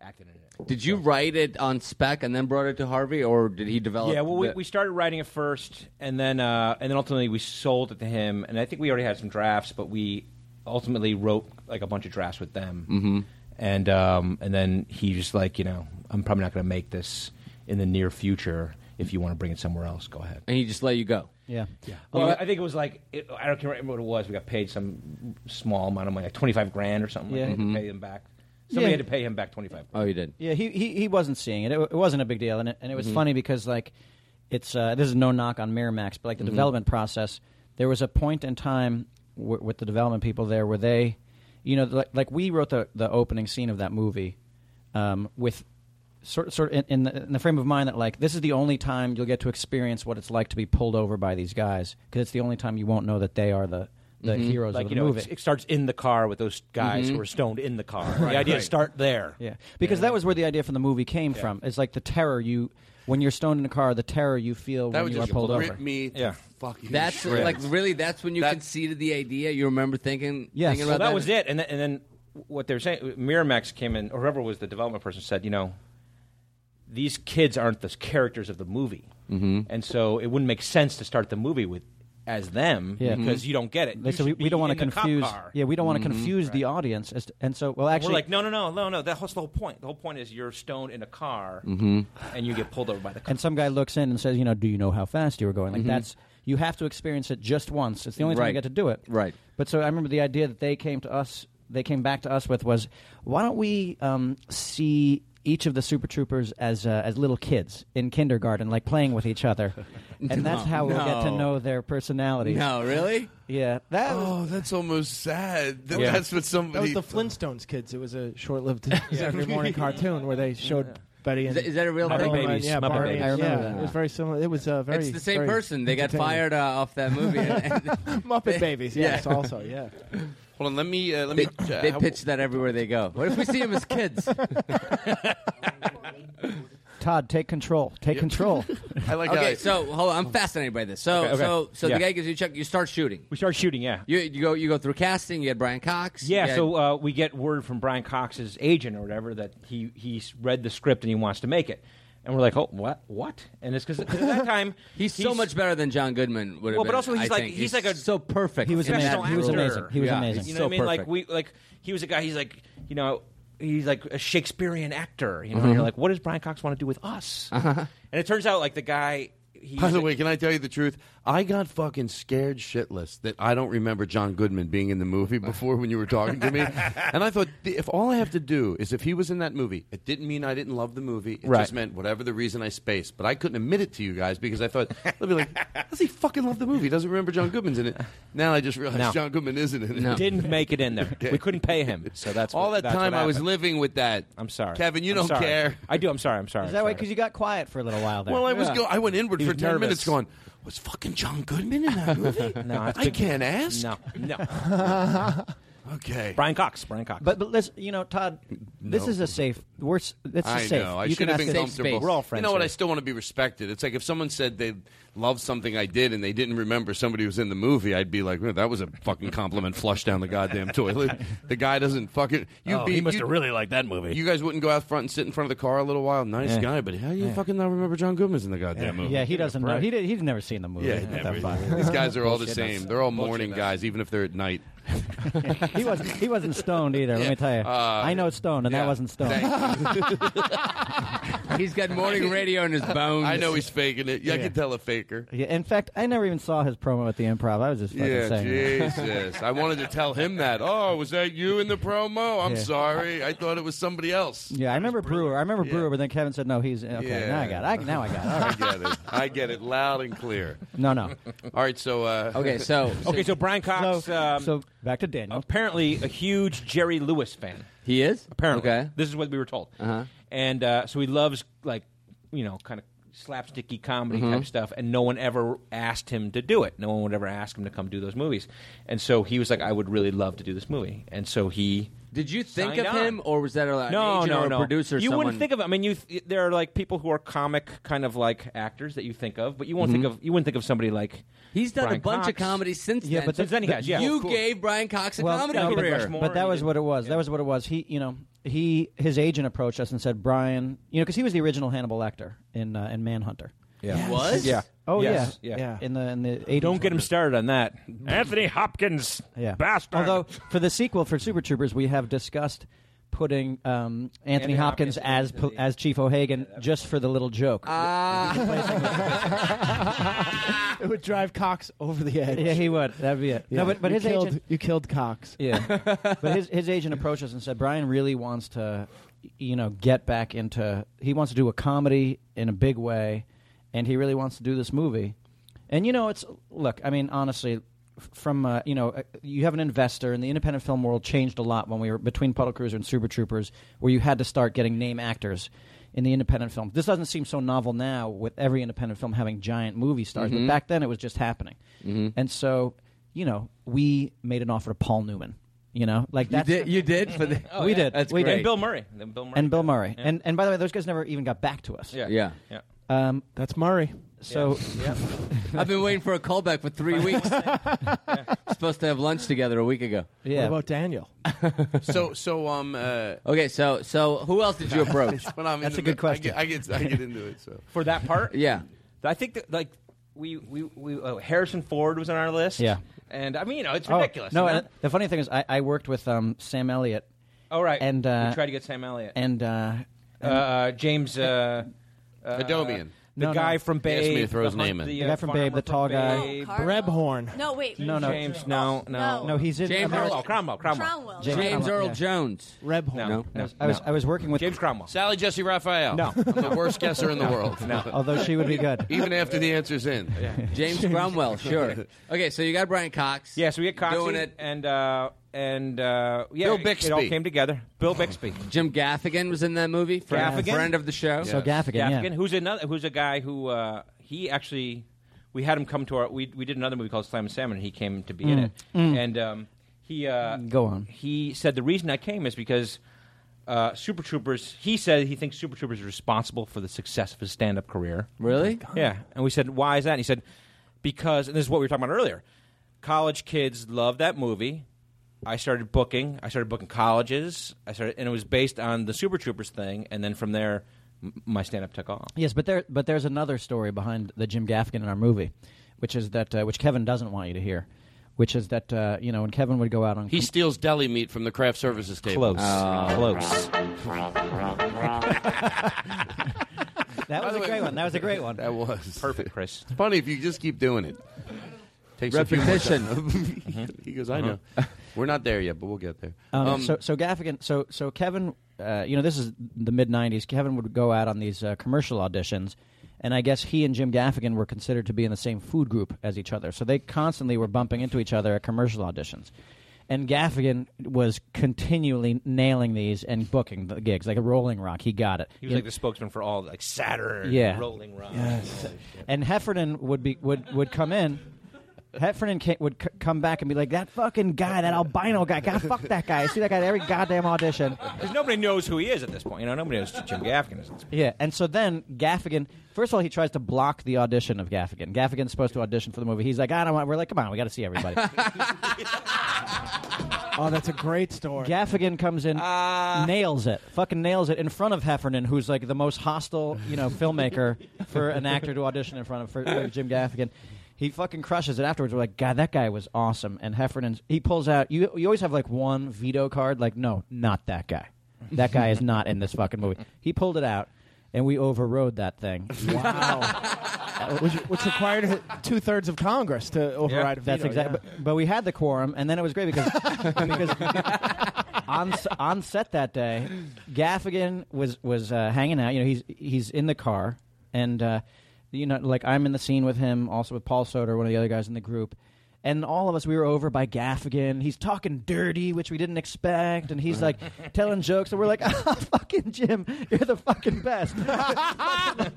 Speaker 13: acted in it.
Speaker 4: Did you write it on spec and then brought it to Harvey, or did he develop?
Speaker 13: yeah, well, we,
Speaker 4: the-
Speaker 13: we started writing it first, and then uh, and then ultimately we sold it to him. And I think we already had some drafts, but we ultimately wrote like a bunch of drafts with them.
Speaker 12: Mm-hmm.
Speaker 4: Mhm.
Speaker 13: And um, and then he just like you know I'm probably not going to make this in the near future. If you want to bring it somewhere else, go ahead.
Speaker 4: and he just let you go.
Speaker 12: Yeah.
Speaker 13: Yeah. Well, I think it was like it, I don't can't remember what it was. We got paid some small amount of money, like twenty five grand or something.
Speaker 12: Yeah.
Speaker 13: Like that. We
Speaker 12: Mhm.
Speaker 13: had to pay him back. Somebody
Speaker 12: Yeah. Uh,
Speaker 13: had to pay him back twenty five.
Speaker 4: Oh, you did.
Speaker 12: Yeah, he, he, he wasn't seeing it. it. wa- It wasn't a big deal, and it, and it was
Speaker 13: Mhm.
Speaker 12: funny because like it's uh, this is no knock on Miramax, but like the
Speaker 13: Mhm.
Speaker 12: development process, there was a point in time w- with the development people there where they, you know, like, like we wrote the the opening scene of that movie um, with sort sort in, in, the, in the frame of mind that like this is the only time you'll get to experience what it's like to be pulled over by these guys because it's the only time you won't know that they are the the
Speaker 13: Mhm.
Speaker 12: heroes
Speaker 13: like
Speaker 12: of the
Speaker 13: you know,
Speaker 12: movie.
Speaker 13: It, it starts in the car with those guys
Speaker 12: Mhm.
Speaker 13: who are stoned in the car.
Speaker 12: Right,
Speaker 13: the idea
Speaker 12: right.
Speaker 13: is start there.
Speaker 12: Yeah, because that was where the idea from the movie came
Speaker 13: Yeah.
Speaker 12: from. It's like the terror you when you're stoned in a car, the terror you feel
Speaker 4: That
Speaker 12: when
Speaker 4: would
Speaker 12: you are
Speaker 4: just
Speaker 12: pulled
Speaker 4: rip
Speaker 12: over.
Speaker 7: me
Speaker 13: Yeah.
Speaker 7: fucking
Speaker 4: That's
Speaker 7: shreds.
Speaker 4: like really. That's when you conceded the idea. You remember thinking,
Speaker 13: Yeah,
Speaker 4: thinking
Speaker 13: well,
Speaker 4: about
Speaker 13: that was it. And then, and then what they were saying, Miramax came in, or whoever was the development person said, you know, these kids aren't the characters of the movie,
Speaker 12: Mm-hmm.
Speaker 4: Mhm.
Speaker 13: and so it wouldn't make sense to start the movie with as them
Speaker 12: Yeah. Mm-hmm.
Speaker 13: because you don't get it.
Speaker 12: They
Speaker 13: You
Speaker 12: said we,
Speaker 13: should
Speaker 12: we don't
Speaker 13: be
Speaker 12: want to
Speaker 13: in the cop
Speaker 12: confuse.
Speaker 13: car. Mm-hmm.
Speaker 12: Yeah, we don't want to confuse the audience. As to, and so, well, actually,
Speaker 13: we're like, no, no, no, no, no. That's the whole point. The whole point is you're stoned in a car,
Speaker 12: Mhm.
Speaker 13: and you get pulled over by the car.
Speaker 12: and some guy looks in and says, you know, do you know how fast you were going? Like
Speaker 13: Mhm.
Speaker 7: Mm-hmm.
Speaker 12: that's you have to experience it just once. It's the only time
Speaker 4: Right.
Speaker 12: you get to do it.
Speaker 4: Right.
Speaker 12: But so I remember the idea that they came to us, they came back to us with was, why don't we um, see each of the Super Troopers as uh, as little kids in kindergarten, like playing with each other, and that's
Speaker 7: No.
Speaker 12: how we'll get to
Speaker 7: No.
Speaker 12: know their personalities.
Speaker 7: No, really?
Speaker 12: Yeah, that.
Speaker 7: oh, that's almost sad. That-
Speaker 12: Yeah.
Speaker 7: That's what
Speaker 8: That was
Speaker 7: somebody.
Speaker 8: the Flintstones kids. It was a short-lived Saturday morning cartoon where they showed Betty. And
Speaker 4: Is that- is that a real
Speaker 8: Barnum
Speaker 4: thing?
Speaker 8: and-
Speaker 4: Babies,
Speaker 8: Yeah,
Speaker 4: Muppet
Speaker 8: Barnum.
Speaker 4: Babies.
Speaker 8: Yeah,
Speaker 4: I remember that.
Speaker 8: It was very similar. It was uh, very.
Speaker 4: it's the same
Speaker 8: very
Speaker 4: person. They got
Speaker 8: entertaining.
Speaker 4: fired uh, off that movie.
Speaker 8: Muppet Babies. Yes, also yeah.
Speaker 7: Hold on, let me. Uh, let me. uh,
Speaker 4: they
Speaker 7: how-
Speaker 4: pitch that everywhere they go. What if we see them as kids?
Speaker 12: Todd, take control. Take control.
Speaker 7: I like
Speaker 4: okay,
Speaker 7: how-
Speaker 4: so hold on. I'm fascinated by this. So,
Speaker 13: Okay, okay.
Speaker 4: so, so
Speaker 13: Yeah.
Speaker 4: the guy gives you a check. You start shooting.
Speaker 13: We start shooting. Yeah.
Speaker 4: You, you go. You go through casting. You had Brian Cox.
Speaker 13: Yeah,
Speaker 4: you had-
Speaker 13: so uh, we get word from Brian Cox's agent or whatever that he he's read the script and he wants to make it, and we're like, oh, what, what? And it's because at that time
Speaker 4: he's, so much better than John Goodman would have
Speaker 13: Well,
Speaker 4: been.
Speaker 13: but also he's
Speaker 4: I
Speaker 13: like
Speaker 4: think.
Speaker 13: he's, like a
Speaker 4: so perfect.
Speaker 12: He was
Speaker 4: in that
Speaker 13: professional
Speaker 12: amazing. He was
Speaker 13: actor.
Speaker 12: amazing. He was
Speaker 4: Yeah.
Speaker 12: amazing.
Speaker 13: You know
Speaker 4: So
Speaker 13: what I mean? Like we
Speaker 4: perfect.
Speaker 13: like he was a guy. He's like you know he's like a Shakespearean actor. You know,
Speaker 4: Mhm.
Speaker 13: and you're like, what does Brian Cox want to do with us?
Speaker 4: Uh-huh.
Speaker 13: And it turns out like the guy he
Speaker 7: By the way, can I tell you the truth? I got fucking scared shitless that I don't remember John Goodman being in the movie before when you were talking to me. and I thought, th- if all I have to do is if he was in that movie, it didn't mean I didn't love the movie. It
Speaker 13: Right.
Speaker 7: just meant whatever the reason I spaced. But I couldn't admit it to you guys because I thought, they'll be like, does he fucking love the movie? He doesn't remember John Goodman's in it. Now I just realized
Speaker 13: No.
Speaker 7: John Goodman isn't in it.
Speaker 13: didn't make it in there. We couldn't pay him, so that's
Speaker 7: All
Speaker 13: what-
Speaker 7: that
Speaker 13: that's what
Speaker 7: time I was
Speaker 13: happened.
Speaker 7: living with that.
Speaker 13: I'm sorry,
Speaker 7: Kevin, you
Speaker 13: I'm
Speaker 7: don't
Speaker 13: sorry.
Speaker 7: care.
Speaker 13: I do. I'm sorry. I'm sorry.
Speaker 12: Is
Speaker 13: I'm
Speaker 12: that
Speaker 13: sorry.
Speaker 12: right? Because you got quiet for a little while there.
Speaker 7: Well, I was
Speaker 12: Yeah.
Speaker 7: go. I went inward
Speaker 12: He
Speaker 7: for
Speaker 12: was
Speaker 7: ten
Speaker 12: nervous.
Speaker 7: minutes, going, "Was fucking John Goodman in that movie?"
Speaker 12: No, it's
Speaker 7: I
Speaker 12: big-
Speaker 7: can't ask.
Speaker 12: No,
Speaker 13: no.
Speaker 7: okay,
Speaker 13: Brian Cox. Brian Cox.
Speaker 12: But but listen, you know, Todd, this is a safe. We're s- this is
Speaker 7: I
Speaker 12: safe.
Speaker 7: know. I
Speaker 12: you
Speaker 7: should
Speaker 12: can
Speaker 7: have
Speaker 12: ask
Speaker 7: been
Speaker 12: them-
Speaker 7: comfortable.
Speaker 12: We're all friends.
Speaker 7: You know what?
Speaker 12: here.
Speaker 7: I still want to be respected. It's like if someone said they loved something I did and they didn't remember somebody who was in the movie, I'd be like, "Well, "That was a fucking compliment flushed down the goddamn toilet." the guy doesn't fucking. You'd
Speaker 13: Oh,
Speaker 7: be,
Speaker 13: he must
Speaker 7: you'd-
Speaker 13: have really liked that movie.
Speaker 7: You guys wouldn't go out front and sit in front of the car a little while. Nice
Speaker 12: Yeah.
Speaker 7: guy, but how do you
Speaker 12: Yeah.
Speaker 7: fucking not remember John Goodman's in the goddamn
Speaker 12: yeah.
Speaker 7: movie?
Speaker 12: Yeah, he doesn't know.
Speaker 7: Right.
Speaker 12: He did, he'd never seen the movie.
Speaker 7: Yeah,
Speaker 12: At
Speaker 7: never.
Speaker 12: that point.
Speaker 7: these guys are all the
Speaker 12: Bullshit
Speaker 7: same.
Speaker 12: us.
Speaker 7: They're all morning guys, even if they're at night.
Speaker 12: he wasn't. He wasn't stoned either. Let me tell you.
Speaker 7: Uh,
Speaker 12: I know it's stoned, and that wasn't stoned.
Speaker 4: He's got morning radio in his bones.
Speaker 7: I know he's faking it. Yeah, I can tell a faker.
Speaker 12: yeah, in fact, I never even saw his promo at the Improv. I was just fucking
Speaker 7: Yeah,
Speaker 12: saying. it.
Speaker 7: Jesus. I wanted to tell him that. Oh, was that you in the promo? I'm
Speaker 12: Yeah.
Speaker 7: sorry. I thought it was somebody else.
Speaker 12: Yeah, I remember Brewer. I remember Brewer, but then Kevin said, "No, he's okay."
Speaker 7: Yeah.
Speaker 12: Now I got. It. I, now I got. It. All right.
Speaker 7: I get it. I get it loud and clear.
Speaker 12: No, no.
Speaker 7: All right, so. Uh,
Speaker 13: okay, so Brian Cox. um,
Speaker 12: so back to Daniel.
Speaker 13: Apparently, a huge Jerry Lewis fan.
Speaker 4: He is
Speaker 13: apparently.
Speaker 4: Okay.
Speaker 13: This is what we were told.
Speaker 4: Uh-huh.
Speaker 13: And uh, so he loves like you know kind of slapsticky comedy
Speaker 4: Mhm.
Speaker 13: type stuff, and no one ever asked him to do it. No one would ever ask him to come do those movies, and so he was like, "I would really love to do this movie," and so he.
Speaker 4: Did you think
Speaker 13: signed
Speaker 4: of
Speaker 13: on.
Speaker 4: him, or was that a, an
Speaker 13: no,
Speaker 4: agent
Speaker 13: no,
Speaker 4: or a
Speaker 13: no.
Speaker 4: producer?
Speaker 13: You
Speaker 4: someone...
Speaker 13: wouldn't think of. I mean, you th- there are like people who are comic kind of like actors that you think of, but you won't
Speaker 4: Mhm.
Speaker 13: think of. You wouldn't think of somebody like.
Speaker 4: He's done
Speaker 13: Brian
Speaker 4: a bunch of
Speaker 13: Cox.
Speaker 4: comedy since
Speaker 13: Yeah,
Speaker 4: then.
Speaker 13: but since then he has. Yeah,
Speaker 4: you
Speaker 13: Of course.
Speaker 4: gave Brian Cox a comedy
Speaker 12: no, but-
Speaker 4: career.
Speaker 12: But, that was what it was. That was what it was. He, you know, he his agent approached us and said, "Brian, you know, because he was the original Hannibal Lecter in uh, in Manhunter."
Speaker 13: Yeah. Yes. Was?
Speaker 12: Yeah. Oh
Speaker 13: Yes.
Speaker 12: yeah.
Speaker 13: Yeah.
Speaker 12: In the in the eighties.
Speaker 13: Don't get him started on that. Anthony Hopkins,
Speaker 12: Yeah.
Speaker 13: bastard.
Speaker 12: Although for the sequel for Super Troopers, we have discussed putting um, Anthony,
Speaker 13: Anthony
Speaker 12: Hopkins, as po- as Chief O'Hagan just for the little joke.
Speaker 13: Ah.
Speaker 4: uh,
Speaker 8: it would drive Cox over the edge.
Speaker 12: Yeah, he would. That'd be it.
Speaker 8: Yeah.
Speaker 12: No, but, but
Speaker 8: You
Speaker 12: his
Speaker 8: killed,
Speaker 12: agent,
Speaker 8: you killed Cox.
Speaker 12: Yeah, but his his agent approached us and said Brian really wants to, you know, get back into. He wants to do a comedy in a big way, and he really wants to do this movie. And you know, it's look. I mean, honestly, f- from uh, you know, uh, you have an investor, and the independent film world changed a lot when we were between Puddle Cruiser and Super Troopers, where you had to start getting name actors. In the independent film, this doesn't seem so novel now, with every independent film having giant movie stars.
Speaker 4: Mhm.
Speaker 12: But back then, it was just happening.
Speaker 4: Mhm.
Speaker 12: And so, you know, we made an offer to Paul Newman. You know, like
Speaker 4: You
Speaker 12: that.
Speaker 4: did- you did for the- Oh,
Speaker 12: we
Speaker 4: yeah.
Speaker 12: did.
Speaker 4: That's
Speaker 12: we
Speaker 4: great.
Speaker 12: did.
Speaker 4: And Bill
Speaker 13: Murray. And Bill Murray.
Speaker 12: And Bill Murray.
Speaker 13: Yeah.
Speaker 12: And and by the way, those guys never even got back to us.
Speaker 13: Yeah.
Speaker 4: Yeah. Yeah.
Speaker 12: Um,
Speaker 8: That's Murray.
Speaker 12: So
Speaker 4: I've been waiting for a callback for three weeks. Supposed to have lunch together a week ago.
Speaker 8: What about Daniel?
Speaker 7: so, so, um. Uh,
Speaker 4: Okay, so so who else did you approach?
Speaker 7: when I'm in the- I get, I get, I get into it. So.
Speaker 13: for that part.
Speaker 4: Yeah.
Speaker 13: I think that like we we, we oh, Harrison Ford was on our list.
Speaker 12: Yeah.
Speaker 13: and I mean you know it's
Speaker 12: Oh,
Speaker 13: ridiculous.
Speaker 12: no,
Speaker 13: And
Speaker 12: and the funny thing is, I, I worked with um, Sam Elliott.
Speaker 13: Oh, right.
Speaker 12: And
Speaker 13: We
Speaker 12: uh,
Speaker 13: tried to get Sam Elliott.
Speaker 12: And, uh,
Speaker 13: that- uh, uh, James uh, uh,
Speaker 7: Adomian.
Speaker 13: the
Speaker 12: No,
Speaker 13: guy
Speaker 12: no.
Speaker 13: from
Speaker 12: He
Speaker 13: Babe,
Speaker 12: asked me to throw
Speaker 13: the
Speaker 12: his
Speaker 13: hun-
Speaker 12: name in.
Speaker 13: the,
Speaker 12: The
Speaker 13: uh,
Speaker 12: guy from Babe,
Speaker 13: farmer
Speaker 12: the tall
Speaker 13: from
Speaker 12: guy.
Speaker 13: Babe.
Speaker 8: Oh, Carl. Brebhorn.
Speaker 15: No, wait.
Speaker 12: No, no.
Speaker 13: James. No, no,
Speaker 12: No, he's in
Speaker 13: James
Speaker 12: America-
Speaker 13: Cromwell. Cromwell. Cromwell.
Speaker 15: Cromwell.
Speaker 12: James James Cromwell, Earl yeah.
Speaker 4: Jones.
Speaker 8: Rebhorn.
Speaker 13: No,
Speaker 12: No, I was I was working with
Speaker 13: James Cromwell.
Speaker 7: Sally Jesse Raphael.
Speaker 12: No.
Speaker 7: I'm the worst guesser in the world. No.
Speaker 12: Although she would be good.
Speaker 7: Even after the answer's in.
Speaker 4: James Cromwell, sure. Okay, so you got Brian Cox.
Speaker 13: Yes, we get Coxie
Speaker 4: Doing it.
Speaker 13: and uh, and uh, yeah,
Speaker 4: Bill
Speaker 13: it- It all
Speaker 4: Bixby.
Speaker 13: came together. Bill Bixby.
Speaker 4: Jim Gaffigan was in that movie. Friend,
Speaker 13: Gaffigan?
Speaker 4: friend of the show.
Speaker 12: So Gaffigan, yeah.
Speaker 13: who's another, who's a guy who uh, he actually, we had him come to our, we, we did another movie called Slam and Salmon, and he came to be in
Speaker 12: Mm.
Speaker 13: it,
Speaker 12: Mm.
Speaker 13: and um, he uh,
Speaker 12: Go on.
Speaker 13: He said the reason I came is because. Uh, Super Troopers. He said he thinks Super Troopers is responsible for the success of his stand-up career.
Speaker 4: Really?
Speaker 13: Yeah. And we said, "Why is that?" And he said, "Because." And this is what we were talking about earlier. College kids love that movie. I started booking. I started booking colleges. I started, and it was based on the Super Troopers thing. And then from there, m- my stand-up took off.
Speaker 12: Yes, but there, but there's another story behind the Jim Gaffigan in our movie, which is that uh, which Kevin doesn't want you to hear, which is that uh, you know when Kevin would go out on
Speaker 7: He steals deli meat from the craft services table.
Speaker 13: Close. Close.
Speaker 12: That was a great one. That was a great one.
Speaker 7: That was perfect, Chris. It's funny if you just keep doing it. Takes
Speaker 12: Repetition. Uh-huh.
Speaker 7: A few more times. he goes, I know. We're not there yet, but we'll get there.
Speaker 12: Um,
Speaker 7: Um,
Speaker 12: so, so Gaffigan, so so Kevin, uh, you know, this is the mid '90s. Kevin would go out on these uh, commercial auditions, and I guess he and Jim Gaffigan were considered to be in the same food group as each other. So they constantly were bumping into each other at commercial auditions, and Gaffigan was continually nailing these and booking the gigs like a Rolling Rock. He got it.
Speaker 13: He was
Speaker 12: You-
Speaker 13: like the spokesman for all like Saturn,
Speaker 12: Yeah.
Speaker 13: Rolling Rock.
Speaker 12: and Heffernan would be would would come in. Heffernan ca would c- come back and be like, "That fucking guy, that albino guy, God, fuck that guy. I see that guy at every goddamn audition."
Speaker 13: Because nobody knows who he is at this point. You know, nobody knows Jim Gaffigan is.
Speaker 12: Yeah, and so then Gaffigan. First of all, he tries to block the audition of Gaffigan. Gaffigan's supposed to audition for the movie. He's like, "I don't want." We're like, "Come on, we got to see everybody."
Speaker 8: Oh, that's a great story.
Speaker 12: Gaffigan comes in, nails it, fucking nails it in front of Heffernan, who's like the most hostile, you know, filmmaker for an actor to audition in front of for, for Jim Gaffigan. He fucking crushes it afterwards. We're like, God, that guy was awesome. And Heffernan's, he pulls out. You you always have like one veto card. Like, no, not that guy. That guy is not in this fucking movie. He pulled it out, and we overrode that thing.
Speaker 8: Wow. which, which required two thirds of Congress to override. a
Speaker 12: That's
Speaker 8: veto,
Speaker 12: exactly.
Speaker 8: yeah.
Speaker 12: But, but we had the quorum, and then it was great because because on s- on set that day, Gaffigan was was uh, hanging out. You know, he's he's in the car, and uh, you know, like I'm in the scene with him, also with Paul Soder, one of the other guys in the group. And all of us, we were over by Gaffigan. He's talking dirty, which we didn't expect, and he's like telling jokes, and we're like, "Ah, "Fucking Jim, you're the fucking best." and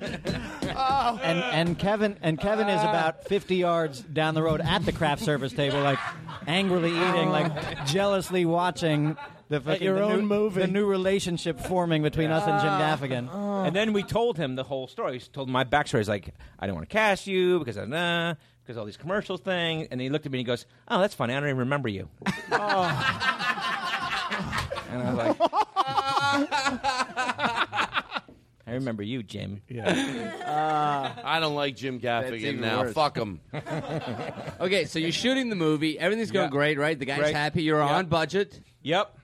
Speaker 12: and Kevin and Kevin is about fifty yards down the road at the craft service table, like angrily eating, like jealously watching the fucking,
Speaker 8: your
Speaker 12: the
Speaker 8: own Ah.
Speaker 12: new, the new relationship forming between us and Jim Gaffigan.
Speaker 13: And then we told him the whole story. We told him my backstory. He's like, I don't want to cast you because I nah, because all these commercials thing. And he looked at me and he goes, Oh, that's funny. I don't even remember you. And I was like, I remember you, Jim.
Speaker 7: I don't like Jim Gaffigan
Speaker 4: even
Speaker 7: now.
Speaker 4: worse.
Speaker 7: Fuck him.
Speaker 4: okay, so you're shooting the movie. Everything's going
Speaker 7: Yeah.
Speaker 4: great, right? The guy's
Speaker 7: Great.
Speaker 4: happy. You're
Speaker 7: Yep.
Speaker 4: on budget.
Speaker 13: Yep.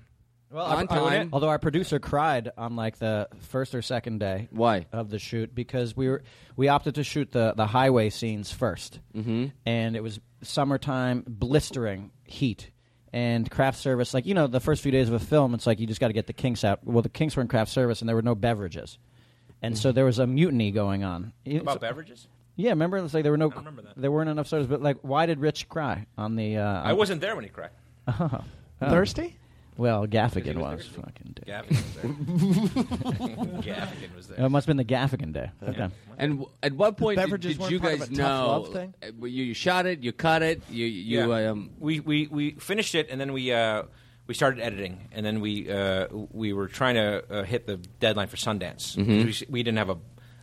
Speaker 12: Well,
Speaker 4: on
Speaker 12: our- our-
Speaker 4: time.
Speaker 12: although our producer cried on like the first or second day.
Speaker 4: Why
Speaker 12: of the shoot? Because we were we opted to shoot the the highway scenes 1st
Speaker 4: Mhm.
Speaker 12: and it was summertime, blistering heat, and craft service. Like you know, the first few days of a film, it's like you just got to get the kinks out. Well, the kinks were in craft service, and there were no beverages, and so there was a mutiny going on. It-
Speaker 13: About beverages?
Speaker 12: Yeah, remember? It's like there were no there weren't enough sodas. But like, why did Rich cry on the? Uh,
Speaker 13: I wasn't there when he cried.
Speaker 12: Oh.
Speaker 13: Thirsty?
Speaker 12: Well, Gaffigan was fucking dick.
Speaker 13: Gaffigan was there. Gaffigan was there.
Speaker 12: It must have been the Gaffigan day. Okay.
Speaker 4: And w- at what point did,
Speaker 13: beverages
Speaker 4: did
Speaker 13: weren't
Speaker 4: you
Speaker 13: part of
Speaker 4: guys
Speaker 13: a tough
Speaker 4: know?
Speaker 13: love thing?
Speaker 4: uh, well, You, you shot it. You cut it. You you
Speaker 13: Yeah.
Speaker 4: um,
Speaker 13: we, we we finished it and then we uh, we started editing and then we uh, we were trying to uh, hit the deadline for Sundance.
Speaker 4: Mhm.
Speaker 13: We, s- we didn't have a,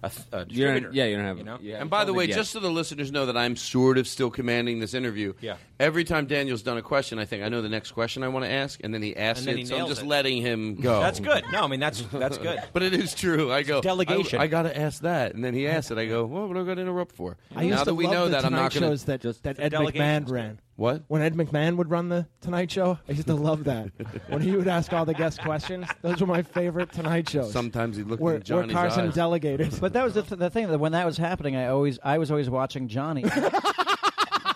Speaker 13: a, th- a distributor. you know?
Speaker 7: and by the way,
Speaker 13: Yeah.
Speaker 7: just so the listeners know that I'm sort of still commanding this interview.
Speaker 13: Yeah.
Speaker 7: Every time Daniel's done a question, I think I know the next question I want to ask, and then he asks
Speaker 13: And then
Speaker 7: it.
Speaker 13: he
Speaker 7: so I'm
Speaker 13: nails
Speaker 7: just
Speaker 13: it.
Speaker 7: letting him go.
Speaker 4: Oh.
Speaker 13: That's good. No, I mean that's that's good.
Speaker 7: but it is true. I go
Speaker 13: delegation.
Speaker 7: I, got to ask that, and then he asks it. I go, well, what do I got to interrupt for?
Speaker 8: I used
Speaker 7: now
Speaker 8: to
Speaker 7: that we
Speaker 8: love
Speaker 7: know
Speaker 8: the
Speaker 7: that, I'm
Speaker 8: Tonight
Speaker 7: not going to
Speaker 8: shows that that Ed
Speaker 7: delegation.
Speaker 8: McMahon ran.
Speaker 7: What?
Speaker 8: When Ed McMahon would run the Tonight Show, I used to love that. when he would ask all the guest questions, those were my favorite Tonight shows.
Speaker 7: Sometimes he looked
Speaker 8: where,
Speaker 7: in Johnny's
Speaker 8: where Carson
Speaker 7: eyes. Oh,
Speaker 8: delegated.
Speaker 12: But that was the, th- the thing that when that was happening, I always I was always watching Johnny.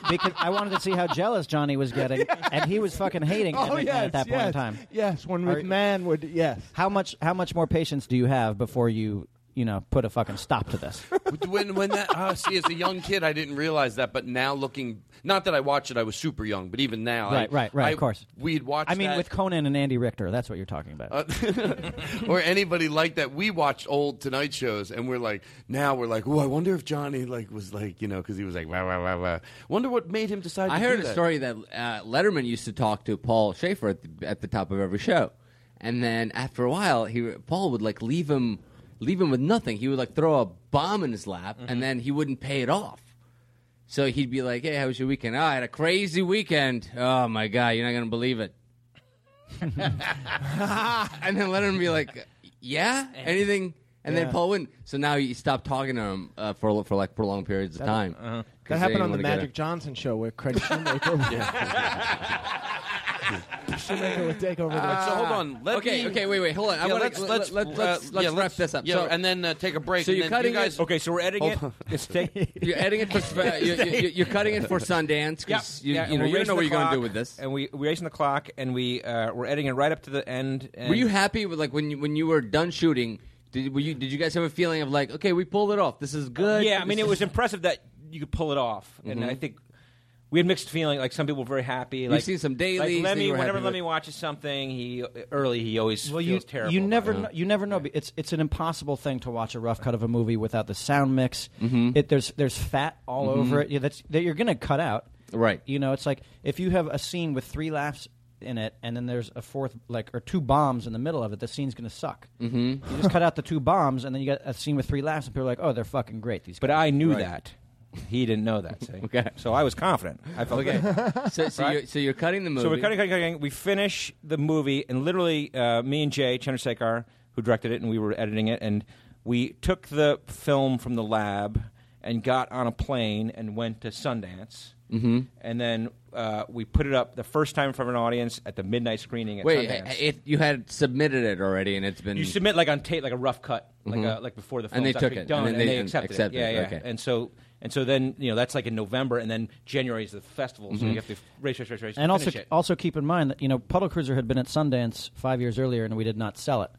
Speaker 12: Because I wanted to see how jealous Johnny was getting, and he was fucking hating Ed
Speaker 8: Oh,
Speaker 12: McMahon
Speaker 8: yes,
Speaker 12: at that point
Speaker 8: yes,
Speaker 12: in time.
Speaker 8: Yes, when
Speaker 12: Are-
Speaker 8: McMahon would yes.
Speaker 12: How much how much more patience do you have before you you know put a fucking stop to this?
Speaker 7: when when that oh, see as a young kid I didn't realize that, but now looking not that I watched it, I was super young, but even now, I-
Speaker 12: right, right, right.
Speaker 7: I-
Speaker 12: of course.
Speaker 7: we'd watch.
Speaker 12: I mean,
Speaker 7: that-
Speaker 12: with Conan and Andy Richter, that's what you're talking about.
Speaker 7: or anybody like that. We watched old Tonight shows, and we're like, now we're like, oh, I wonder if Johnny like was like, you know, because he was like, wow, wow, wow, wow. Wonder what made him decide.
Speaker 4: I
Speaker 7: to
Speaker 4: heard
Speaker 7: do
Speaker 4: a
Speaker 7: that.
Speaker 4: story that uh, Letterman used to talk to Paul Schaefer at the, at the top of every show, and then after a while, he Paul would like leave him leave him with nothing. He would like throw a bomb in his lap,
Speaker 7: Mm-hmm.
Speaker 4: and then he wouldn't pay it off. So he'd be like, "Hey, how was your weekend? Oh, I had a crazy weekend. Oh my god, you're not gonna believe it." and then Letterman be like, "Yeah,
Speaker 7: Eh.
Speaker 4: anything." And
Speaker 8: Yeah.
Speaker 4: then Paul wouldn't. So now you stop talking to him uh, for for like prolonged periods of
Speaker 8: That-
Speaker 4: time.
Speaker 7: uh-huh.
Speaker 8: That happened on the Magic Johnson show where Craig Shoemaker. Shoemaker would take over. the
Speaker 7: Uh, so hold on. Let
Speaker 4: okay,
Speaker 7: me-
Speaker 4: okay, wait, wait, hold on. I
Speaker 7: Yeah,
Speaker 4: wanna,
Speaker 7: let's-
Speaker 4: let-
Speaker 7: let's-
Speaker 4: let- let's-
Speaker 7: uh,
Speaker 4: let's
Speaker 7: yeah,
Speaker 4: wrap
Speaker 7: let's-
Speaker 4: this up.
Speaker 7: yeah,
Speaker 4: so,
Speaker 7: and then, uh, take a break,
Speaker 4: So
Speaker 7: and
Speaker 4: you're
Speaker 7: then
Speaker 4: cutting
Speaker 7: you guys-
Speaker 4: it.
Speaker 7: Okay, so we're editing Hold it. on. It's take-
Speaker 4: you're editing it for. Uh, you, you, you're cutting it for Sundance because you,
Speaker 13: Yeah,
Speaker 4: you know you
Speaker 13: and we're
Speaker 4: don't know
Speaker 13: racing
Speaker 4: what
Speaker 13: the
Speaker 4: you're going to do
Speaker 13: clock,
Speaker 4: with this.
Speaker 13: And we we're racing the clock, and we uh, we're editing it right up to the end. And
Speaker 4: Were you happy with like when you, when you were done shooting? Did were you did you guys have a feeling of like okay we pulled it off this is good?
Speaker 13: Yeah, I mean,
Speaker 4: This
Speaker 13: it
Speaker 4: is-
Speaker 13: was impressive that you could pull it off, and
Speaker 4: Mhm.
Speaker 13: I think we had mixed feeling. Like some people were very happy.
Speaker 4: We've
Speaker 13: Like
Speaker 4: seen some dailies
Speaker 13: Like
Speaker 4: that
Speaker 13: Lemmy,
Speaker 4: you were
Speaker 13: whenever
Speaker 4: happy
Speaker 13: Lemmy watches something, he early he always
Speaker 12: Well, you
Speaker 13: feels terrible.
Speaker 12: you
Speaker 13: about
Speaker 12: never
Speaker 13: it.
Speaker 12: know, you never know. be- It's it's an impossible thing to watch a rough cut of a movie without the sound mix.
Speaker 13: Mm-hmm.
Speaker 12: It, there's there's fat all
Speaker 4: Mhm.
Speaker 12: over it. Yeah, that's that you're gonna cut out.
Speaker 4: Right.
Speaker 12: You know, it's like if you have a scene with three laughs in it, and then there's a fourth like or two bombs in the middle of it. The scene's gonna suck.
Speaker 13: Mhm.
Speaker 12: You just cut out the two bombs, and then you get a scene with three laughs, and people are like, oh, they're fucking great. These.
Speaker 13: But
Speaker 12: guys.
Speaker 13: I knew that. He didn't know that. See? okay. So I was confident. I felt
Speaker 4: Okay.
Speaker 13: good.
Speaker 4: So- so you're- so you're cutting the
Speaker 13: So we're
Speaker 4: movie.
Speaker 13: cutting, cutting, cutting. We finish the movie, and literally, uh, me and Jay Chandrasekhar, who directed it, and we were editing it, and we took the film from the lab and got on a plane and went to Sundance.
Speaker 4: Mhm.
Speaker 13: And then uh, we put it up the first time in front of an audience at the midnight screening at
Speaker 4: Wait,
Speaker 13: Sundance.
Speaker 4: I- I- if you had submitted it already and it's been
Speaker 13: You submit like on tape, like a rough cut, like
Speaker 4: Mhm.
Speaker 13: a, like before the film
Speaker 4: And they took it,
Speaker 13: done,
Speaker 4: and then
Speaker 13: and,
Speaker 4: they
Speaker 13: they
Speaker 4: didn't
Speaker 13: accepted,
Speaker 4: accept it,
Speaker 13: it. Yeah, yeah.
Speaker 4: okay.
Speaker 13: And so and so then you know that's like in November, and then January is the festival, so
Speaker 12: Mhm.
Speaker 4: Mm-hmm.
Speaker 13: you have to race, race, race, race,
Speaker 12: and also
Speaker 13: finish it.
Speaker 12: also keep in mind that you know Puddle Cruiser had been at Sundance five years earlier, and we did not sell it,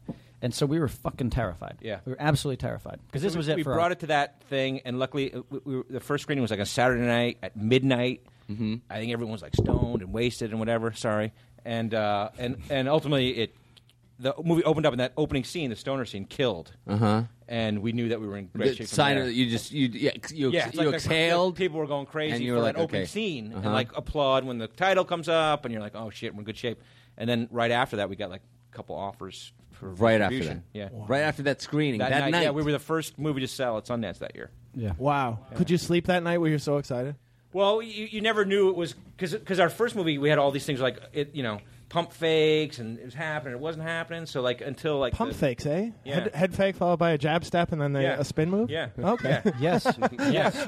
Speaker 12: and so we were fucking terrified.
Speaker 13: Yeah.
Speaker 12: we were absolutely terrified because this
Speaker 13: So we-
Speaker 12: was it
Speaker 13: We
Speaker 12: for
Speaker 13: brought
Speaker 12: us.
Speaker 13: it to that thing, and luckily, uh, we, we were, the first screening was like a Saturday night at midnight. Mm-hmm. I think everyone was like stoned and wasted and whatever. Sorry, and uh, and and ultimately, it the movie opened up, and that opening scene, the stoner scene, killed.
Speaker 4: Uh-huh.
Speaker 13: And we knew that we were in great
Speaker 4: The
Speaker 13: shape. from
Speaker 4: sign
Speaker 13: there.
Speaker 4: of- you just- you- yeah, ex- you ex-
Speaker 13: it's
Speaker 4: you
Speaker 13: the-
Speaker 4: exhaled,
Speaker 13: the people were going crazy
Speaker 4: and you
Speaker 13: for
Speaker 4: were like,
Speaker 13: that opening
Speaker 4: okay.
Speaker 13: scene,
Speaker 4: Uh-huh.
Speaker 13: and like applaud when the title comes up, and you're like, oh shit, we're in good shape. And then right after that, we got like a couple offers for
Speaker 4: right after that.
Speaker 13: distribution. Yeah,
Speaker 4: Right after that screening that, night.
Speaker 13: yeah, we were the first movie to sell at Sundance that year.
Speaker 8: Yeah. Wow. Could you sleep that night? Were you so excited?
Speaker 13: Well, you, you never knew it was because our first movie we had all these things like it, you know, pump fakes and it was happening, it wasn't happening. So like until like
Speaker 8: Pump
Speaker 13: the-
Speaker 8: fakes, eh?
Speaker 13: Yeah.
Speaker 8: Head, head fake followed by a jab step and then the,
Speaker 13: Yeah.
Speaker 8: a spin move.
Speaker 13: Yeah.
Speaker 8: Okay.
Speaker 13: Yeah. Yes. Yes.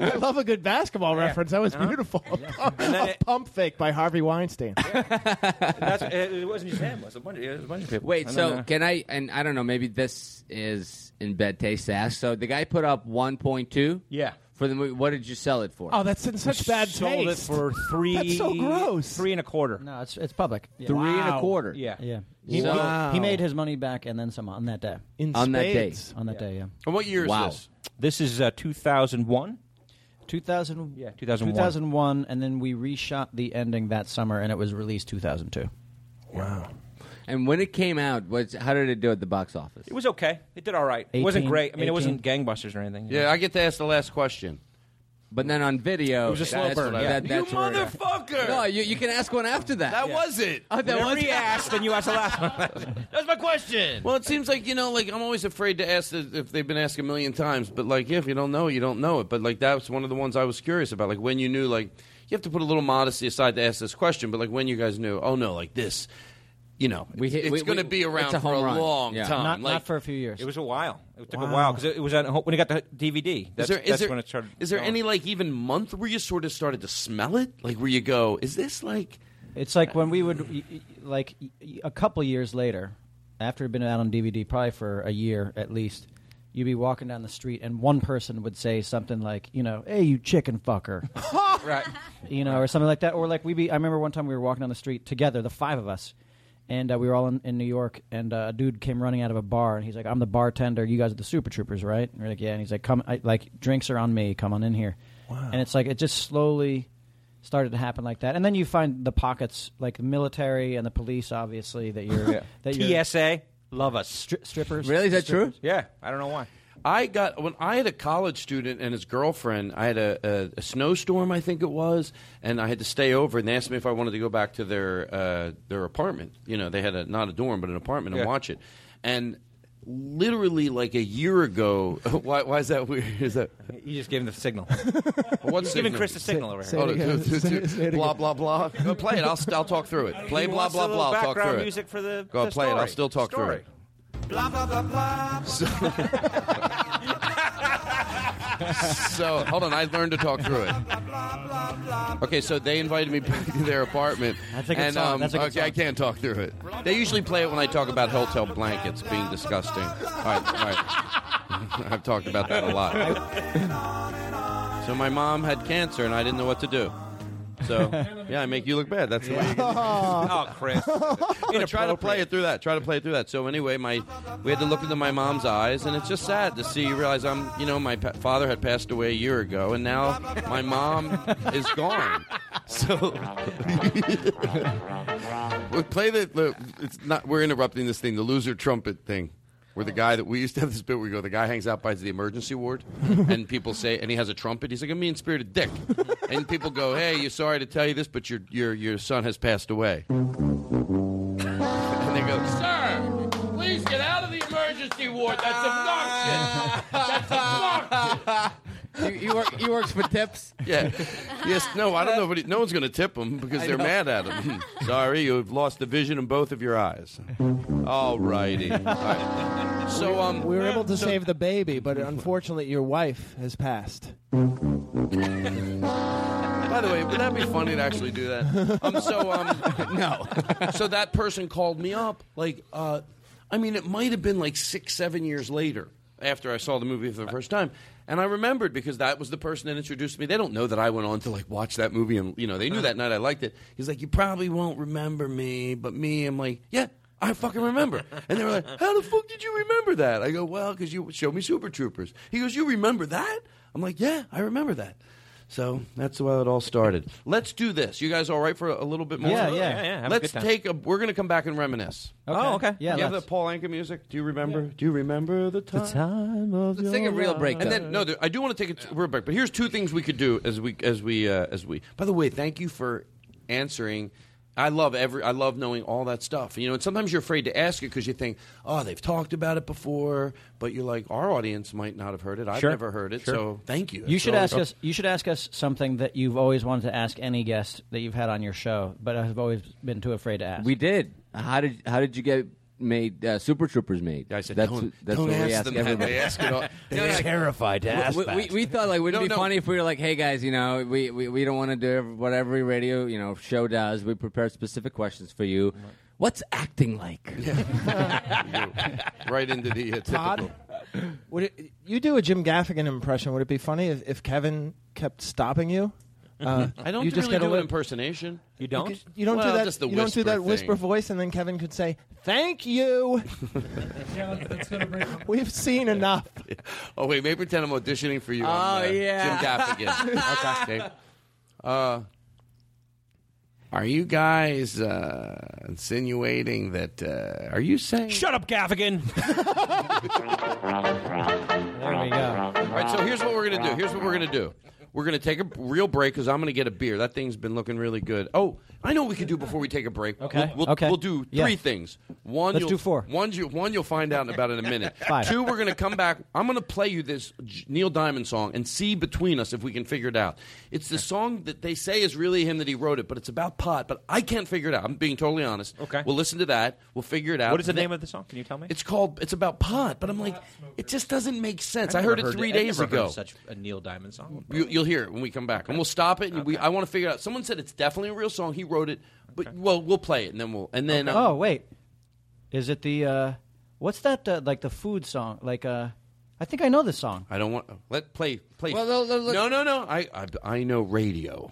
Speaker 8: I love a good basketball reference. That was
Speaker 13: Uh-huh.
Speaker 8: beautiful. a pump fake by Harvey Weinstein.
Speaker 13: That's, it, it wasn't just him. It was a bunch, it was a bunch of people.
Speaker 4: Wait,
Speaker 13: I don't
Speaker 4: so
Speaker 13: know.
Speaker 4: can I? And I don't know. Maybe this is in bad taste to ask. So the guy put up one point two.
Speaker 13: Yeah.
Speaker 4: For the movie, what did you sell it for?
Speaker 8: Oh, that's in such bad
Speaker 13: sold
Speaker 8: taste.
Speaker 13: it for three.
Speaker 8: That's so gross.
Speaker 13: Three and a quarter.
Speaker 12: No, it's it's public. Yeah.
Speaker 4: Three and a Wow. quarter.
Speaker 13: Yeah,
Speaker 12: yeah. He,
Speaker 4: Wow.
Speaker 12: he made his money back and then some on that day.
Speaker 8: In
Speaker 4: On that spades.
Speaker 12: On that day, yeah. Oh.
Speaker 7: And what year is
Speaker 12: Wow.
Speaker 7: this?
Speaker 13: This is uh, 2001.
Speaker 12: 2000,
Speaker 13: Yeah, 2001.
Speaker 12: 2001, and then we reshot the ending that summer, and it was released 2002.
Speaker 8: Wow.
Speaker 4: And when it came out, what's, how did it do at the box office?
Speaker 13: It was okay. It did all right. it wasn't
Speaker 4: 18,
Speaker 13: great. I mean, it wasn't gangbusters or anything.
Speaker 7: Yeah, I get to ask the last question.
Speaker 4: But then on video,
Speaker 7: It was a slow
Speaker 4: that's
Speaker 7: burn,
Speaker 4: what I-
Speaker 7: yeah.
Speaker 4: that- that's
Speaker 7: You
Speaker 4: where-
Speaker 7: motherfucker!
Speaker 4: No, you, you can ask one after that.
Speaker 7: That was it.
Speaker 4: Oh, that
Speaker 7: Whenever
Speaker 4: was
Speaker 7: he asked,
Speaker 13: then you asked the last one.
Speaker 7: That's my question. Well, it seems like you know, like I'm always afraid to ask it if they've been asked a million times. But like, if you don't know, you don't know it. But like, that was one of the ones I was curious about. Like when you knew, like you have to put a little modesty aside to ask this question. But like when you guys knew, oh no, like this, you know, we
Speaker 12: hit-
Speaker 7: it's
Speaker 12: we-
Speaker 7: going to
Speaker 12: we-
Speaker 7: be around
Speaker 12: it's a
Speaker 7: for
Speaker 12: home
Speaker 7: a
Speaker 12: run.
Speaker 7: long
Speaker 12: Yeah.
Speaker 7: time.
Speaker 12: Not-
Speaker 7: like,
Speaker 12: not for a few years.
Speaker 13: It was a while. It took
Speaker 7: Wow.
Speaker 13: a while because it, it was on, when it got the DVD. That's,
Speaker 7: is there, is
Speaker 13: that's
Speaker 7: there-
Speaker 13: when it started.
Speaker 7: is there
Speaker 13: going.
Speaker 7: any like even month where you sort of started to smell it? Like where you go, is this like?
Speaker 12: It's like when we would, y- y- like, y- y- a couple years later, after it had been out on DVD, probably for a year at least, you'd be walking down the street, and one person would say something like, you know, hey, you chicken fucker.
Speaker 13: right.
Speaker 12: you know, or something like that. Or like we be. I remember one time we were walking down the street together, the five of us, and uh, we were all in, in New York. And uh, a dude came running out of a bar, and he's like, "I'm the bartender. You guys are the Super Troopers, right?" And we're like, "Yeah." And he's like, "Come, I, like drinks are on me. Come on in here."
Speaker 8: Wow.
Speaker 12: And it's like it just slowly started to happen like that. And then you find the pockets, like the military and the police, obviously that you're that you're
Speaker 13: TSA love us
Speaker 12: strippers.
Speaker 13: Yeah, I don't know why.
Speaker 7: I got when I had a college student and his girlfriend. I had a, a, a snowstorm, I think it was, and I had to stay over. And they asked me if I wanted to go back to their uh, their apartment. You know, they had a not a dorm but an apartment
Speaker 13: Yeah.
Speaker 7: and watch it. And literally, like a year ago, why, why is that weird? Is that
Speaker 13: You just gave him the signal.
Speaker 7: what's
Speaker 13: He's giving Chris the signal over here.
Speaker 7: Oh, no, blah blah blah. Go play it. I'll I'll talk through it. Play
Speaker 13: He
Speaker 7: blah
Speaker 13: wants a
Speaker 7: blah
Speaker 13: little
Speaker 7: blah. I'll talk
Speaker 13: background
Speaker 7: through
Speaker 13: music
Speaker 7: it.
Speaker 13: for the-
Speaker 7: Go
Speaker 13: the
Speaker 7: play it. I'll
Speaker 13: story.
Speaker 7: still talk
Speaker 13: Story.
Speaker 7: through it. Blah blah blah blah. so hold on, I learned to talk through it. Okay, so they invited me back to their apartment.
Speaker 12: That's a good
Speaker 7: and,
Speaker 12: song.
Speaker 7: Um,
Speaker 12: That's a good
Speaker 7: okay, I can't talk through it. They usually play it when I talk about hotel blankets being disgusting. All right, all right. I've talked about that a lot. So my mom had cancer and I didn't know what to do. So yeah, I make you look bad. That's the way. You get
Speaker 13: oh, Chris.
Speaker 7: you know, try to play it through that. Try to play it through that. So anyway, my we had to look into my mom's eyes, and it's just sad to see. You realize I'm, you know, my pa- father had passed away a year ago, and now my mom is gone. So we play the. the- It's not. We're interrupting this thing. The loser trumpet thing. Where the guy that we used to have this bit where we go, the guy hangs out by the emergency ward, and people say, and he has a trumpet. He's like a mean spirited dick, and people go, "Hey, you're sorry to tell you this, but your your your son has passed away." And they go, Sir, please get out of the emergency ward. That's obnoxious. That's obnoxious.
Speaker 4: He, he, work, he works for tips.
Speaker 7: Yeah. Yes. No. I don't know. But no one's going to tip him because
Speaker 4: I
Speaker 7: they're
Speaker 4: know.
Speaker 7: mad at him. Sorry, you've lost the vision in both of your eyes. All righty. All right. So um,
Speaker 8: we were able to save the baby, but unfortunately, your wife has passed.
Speaker 7: By the way, would that be funny to actually do that? Um, so um, no. So that person called me up. Like, uh, I mean, it might have been like six, seven years later after I saw the movie for the first time, and I remembered because that was the person that introduced me. They don't know that I went on to like watch that movie, and you know, they knew that night I liked it. He's like, you probably won't remember me, but me, I'm like, yeah. I fucking remember. And they were like, How the fuck did you remember that? I go, Well, because you showed me Super Troopers. He goes, You remember that? I'm like, Yeah, I remember that. So that's how it all started. Let's do this. You guys all right for a little bit more?
Speaker 13: Yeah, yeah. Yeah, yeah, have a
Speaker 7: Let's
Speaker 13: good time.
Speaker 7: take a. We're going to come back and reminisce.
Speaker 13: Okay. Oh, okay. Yeah,
Speaker 7: Do you have the
Speaker 13: let's.
Speaker 7: Paul Anka music? Do you remember? Do you remember the time?
Speaker 13: time of
Speaker 4: Let's take a real break.
Speaker 7: And then no, there, I do want to take a t- real break. But here's two things we could do as we as we uh, as we. By the way, thank you for answering. I love every. I love knowing all that stuff. You know, and sometimes you're afraid to ask it because you think, oh, they've talked about it before, but you're like, our audience might not have heard it. I've
Speaker 12: Sure.
Speaker 7: never heard it,
Speaker 12: Sure.
Speaker 7: so thank you.
Speaker 12: You should
Speaker 7: So-
Speaker 12: ask us. You should ask us something that you've always wanted to ask any guest that you've had on your show, but I've always been too afraid to ask.
Speaker 4: We did. How did how did you get made uh, Super Troopers made? I said that's,
Speaker 12: don't-
Speaker 4: that's
Speaker 12: don't
Speaker 4: what we
Speaker 12: ask
Speaker 4: ask
Speaker 12: them
Speaker 7: that.
Speaker 4: everyone.
Speaker 7: They ask it all- They're terrified to
Speaker 4: we,
Speaker 7: ask
Speaker 4: we,
Speaker 7: that.
Speaker 4: We, we thought like wouldn't
Speaker 7: No,
Speaker 4: it be
Speaker 7: no.
Speaker 4: funny if we were like, hey guys, you know, we, we, we don't want to do what every radio you know show does. We prepared specific questions for you. What's acting like?
Speaker 7: right into the uh,
Speaker 8: Todd? Would it, you do a Jim Gaffigan impression? Would it be funny if, if Kevin kept stopping you? Uh,
Speaker 7: I don't
Speaker 8: you
Speaker 7: really
Speaker 8: just get a
Speaker 7: do an
Speaker 8: little-
Speaker 7: impersonation. You
Speaker 8: You, c- you don't do
Speaker 7: Well,
Speaker 8: that.
Speaker 7: Just the
Speaker 8: you don't do that whisper
Speaker 7: thing.
Speaker 8: voice, and then Kevin could say, "Thank you." We've seen enough.
Speaker 7: Oh wait, maybe pretend I'm auditioning for you.
Speaker 8: Oh,
Speaker 7: on, uh,
Speaker 8: yeah.
Speaker 7: Jim Gaffigan. okay. okay. Uh, are you guys uh, insinuating that? Uh, are you saying? Shut up, Gaffigan.
Speaker 12: there we go.
Speaker 7: All right, so here's what we're gonna do. Here's what we're gonna do. We're gonna take a b- real break because I'm gonna get a beer. That thing's been looking really good. Oh, I know what we could do before we take a break.
Speaker 12: Okay,
Speaker 7: We'll, we'll,
Speaker 12: okay.
Speaker 7: we'll do three
Speaker 12: Yeah.
Speaker 7: things. One,
Speaker 12: Let's
Speaker 7: you'll,
Speaker 12: do four.
Speaker 7: One, you, one, you'll find out in about in a minute.
Speaker 12: Five.
Speaker 7: Two, we're gonna come back. I'm gonna play you this J- Neil Diamond song and see between us if we can figure it out. It's the song that they say is really him that he wrote it, but it's about pot. But I can't figure it out. I'm being totally honest. Okay. We'll listen to that. We'll figure it out.
Speaker 13: What is the
Speaker 7: And then-
Speaker 13: name of the song? Can you tell me?
Speaker 7: It's called. It's about pot. But I'm like, it just doesn't make sense. I
Speaker 13: I've
Speaker 7: heard it
Speaker 13: never
Speaker 7: three
Speaker 13: I've
Speaker 7: days
Speaker 13: never
Speaker 7: ago.
Speaker 13: Heard such a Neil Diamond song.
Speaker 7: You, you'll hear it when we come back, and we'll stop it. And we, I want to figure out. Someone said it's definitely a real song. He wrote it, but well, we'll play it, and then we'll and then. uh,
Speaker 12: oh wait, is it the uh, what's that uh, like the food song? Like uh, I think I know this song.
Speaker 7: I don't want let play play.
Speaker 12: Well, no, no, no.
Speaker 7: no, no, no. I I, I know radio.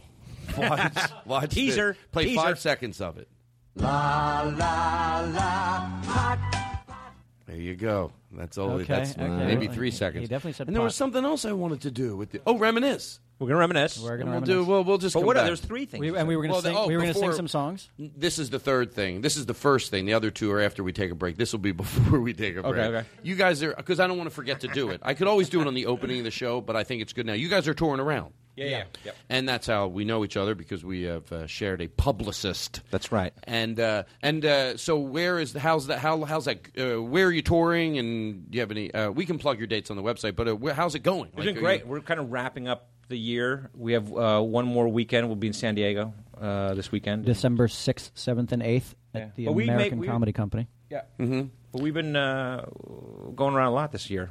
Speaker 7: Watch, watch this.
Speaker 13: Teaser,
Speaker 7: Play
Speaker 13: teaser.
Speaker 7: five seconds of it.
Speaker 6: La la la hot.
Speaker 7: There you go. That's all.
Speaker 13: Okay,
Speaker 7: that's
Speaker 13: okay.
Speaker 7: maybe
Speaker 13: Wow.
Speaker 7: three
Speaker 13: He-
Speaker 7: seconds.
Speaker 13: he definitely said
Speaker 7: And there
Speaker 13: pot.
Speaker 7: was something else I wanted to do with the. Oh, reminisce.
Speaker 13: We're gonna reminisce. We're
Speaker 7: gonna And we'll do- reminisce. we'll- we'll just
Speaker 13: But
Speaker 7: come
Speaker 13: what
Speaker 7: back.
Speaker 13: are there's three things?
Speaker 12: We-
Speaker 13: you
Speaker 12: and we
Speaker 13: said.
Speaker 12: were gonna
Speaker 7: Well, the-
Speaker 12: sing.
Speaker 7: oh,
Speaker 12: we were gonna sing
Speaker 7: before-
Speaker 12: some songs.
Speaker 7: This is the third thing. This is the first thing. The other two are after we take a break. This will be before we take a break.
Speaker 13: okay.
Speaker 7: You guys are because I don't want to forget to do it. I could always do it on the opening of the show, but I think it's good now. You guys are touring around.
Speaker 13: Yeah, yeah, yeah.
Speaker 7: And that's how we know each other because we have uh, shared a publicist. That's right. And uh, and uh, so where is the, how's that how how's that uh, where are you touring and do you have any uh, we can plug your dates on the website but uh, where, how's it going?
Speaker 13: It's
Speaker 7: Like,
Speaker 13: been
Speaker 7: are
Speaker 13: great.
Speaker 7: you-
Speaker 13: We're kind of wrapping up the year. We have uh, one more weekend. We'll be in San Diego uh, this weekend.
Speaker 12: December sixth, seventh, and eighth
Speaker 13: Yeah.
Speaker 12: at the
Speaker 13: But we make-
Speaker 12: American
Speaker 13: we-
Speaker 12: Comedy Company.
Speaker 13: Yeah. Mm-hmm. But we've been uh, going around a lot this year.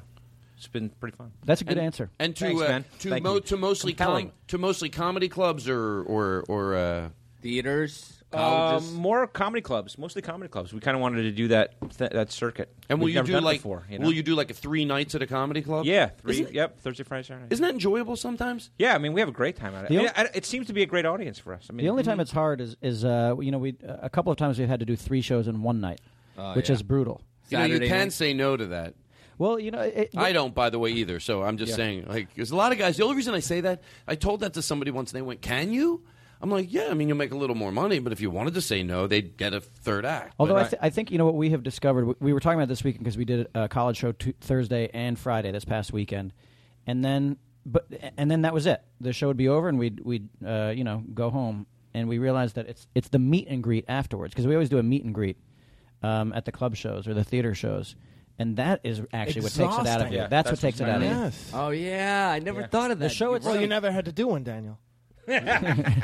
Speaker 13: it's been pretty fun.
Speaker 12: That's a good answer.
Speaker 7: And to
Speaker 13: Thanks,
Speaker 7: uh,
Speaker 13: man.
Speaker 7: to
Speaker 13: Thank
Speaker 7: mo-
Speaker 13: you.
Speaker 7: to mostly
Speaker 13: Compelling.
Speaker 7: com- to mostly comedy clubs or or or uh,
Speaker 4: theaters,
Speaker 13: Um, more comedy clubs, mostly comedy clubs. We kind of wanted to do that th- that circuit.
Speaker 7: And will
Speaker 13: We've
Speaker 7: you
Speaker 13: never
Speaker 7: do
Speaker 13: done it
Speaker 7: like
Speaker 13: before, you know?
Speaker 7: will you do like a three nights at a comedy club?
Speaker 13: Yeah, three.
Speaker 7: Isn't-
Speaker 13: yep, Thursday, Friday, Saturday.
Speaker 7: Isn't that enjoyable sometimes?
Speaker 13: Yeah, I mean, we have a great time at it.
Speaker 12: The
Speaker 13: I mean,
Speaker 12: only-
Speaker 13: I- it seems to be a great audience for us. I mean,
Speaker 12: the only time it's hard is is uh, you know we a couple of times we've had to do three shows in one night,
Speaker 7: Oh,
Speaker 12: which
Speaker 7: yeah.
Speaker 12: is brutal.
Speaker 7: You know, you can say no to that.
Speaker 12: Well, you know,
Speaker 7: I don't, by the way, either. So I'm just
Speaker 12: Yeah.
Speaker 7: saying, like, there's a lot of guys. The only reason I say that, I told that to somebody once, and they went, "Can you?" I'm like, "Yeah, I mean, you'll make a little more money, but if you wanted to say no, they'd get a third act."
Speaker 12: Although
Speaker 7: But-
Speaker 12: I, th- I think you know what we have discovered. w- We were talking about this weekend because we did a college show t- Thursday and Friday this past weekend, and then but and then that was it. The show would be over and we'd we'd uh, you know go home, and we realized that it's it's the meet and greet afterwards because we always do a meet and greet um, at the club shows or the theater shows, and that is actually what takes it out of
Speaker 8: Exhausting.
Speaker 12: you.
Speaker 8: Yeah,
Speaker 12: that's,
Speaker 8: that's
Speaker 12: what takes it
Speaker 8: what's
Speaker 12: out of
Speaker 8: right.
Speaker 12: you.
Speaker 8: Yes.
Speaker 4: Oh yeah, I never thought of that.
Speaker 8: The show itself. Well, you never had to do one, Daniel.
Speaker 7: It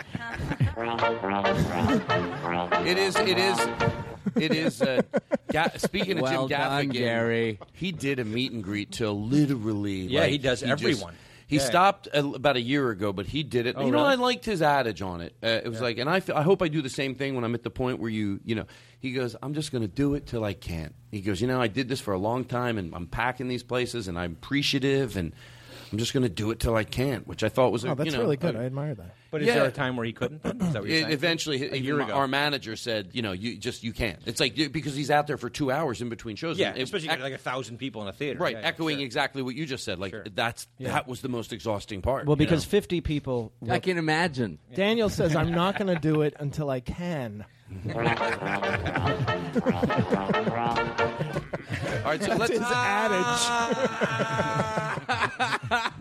Speaker 7: is. It is. It is. Uh, Ga- speaking of
Speaker 4: Well
Speaker 7: Jim
Speaker 4: done,
Speaker 7: Gaffigan, Gary. he did a meet and greet till literally.
Speaker 13: Yeah,
Speaker 7: like,
Speaker 13: he does
Speaker 7: just-
Speaker 13: everyone.
Speaker 7: he
Speaker 13: Yeah.
Speaker 7: stopped a, about a year ago, but he did it.
Speaker 13: Oh,
Speaker 7: you know,
Speaker 13: really?
Speaker 7: I liked his adage on it. Uh, it was like, and I, fe- I hope I do the same thing when I'm at the point where you, you know, he goes, I'm just going to do it till I can't. He goes, you know, I did this for a long time, and I'm packing these places, and I'm appreciative, and I'm just going to do it till I can't, which I thought was, a,
Speaker 8: Oh, that's
Speaker 7: you know,
Speaker 8: really good.
Speaker 7: a-
Speaker 8: I admire that.
Speaker 13: But is
Speaker 7: Yeah.
Speaker 13: there a time where he couldn't? Is that what you're
Speaker 7: it
Speaker 13: saying?
Speaker 7: eventually,
Speaker 13: E, a
Speaker 7: even
Speaker 13: year
Speaker 7: my-
Speaker 13: ago.
Speaker 7: our manager said, "You know, you just you can't." It's like you- because he's out there for two hours in between shows.
Speaker 13: yeah,
Speaker 7: and it-
Speaker 13: especially
Speaker 7: ec-
Speaker 13: like a thousand people in a theater,
Speaker 7: right,
Speaker 13: Yeah, yeah,
Speaker 7: echoing
Speaker 13: sure.
Speaker 7: exactly what you just said. Like that's that was the most exhausting part.
Speaker 12: Well,
Speaker 7: you
Speaker 12: because
Speaker 7: know?
Speaker 12: fifty people.
Speaker 7: I
Speaker 12: will-
Speaker 7: can imagine.
Speaker 8: Daniel says, "I'm not going to do it until I can."
Speaker 7: All right, so
Speaker 8: That's
Speaker 7: let's
Speaker 8: his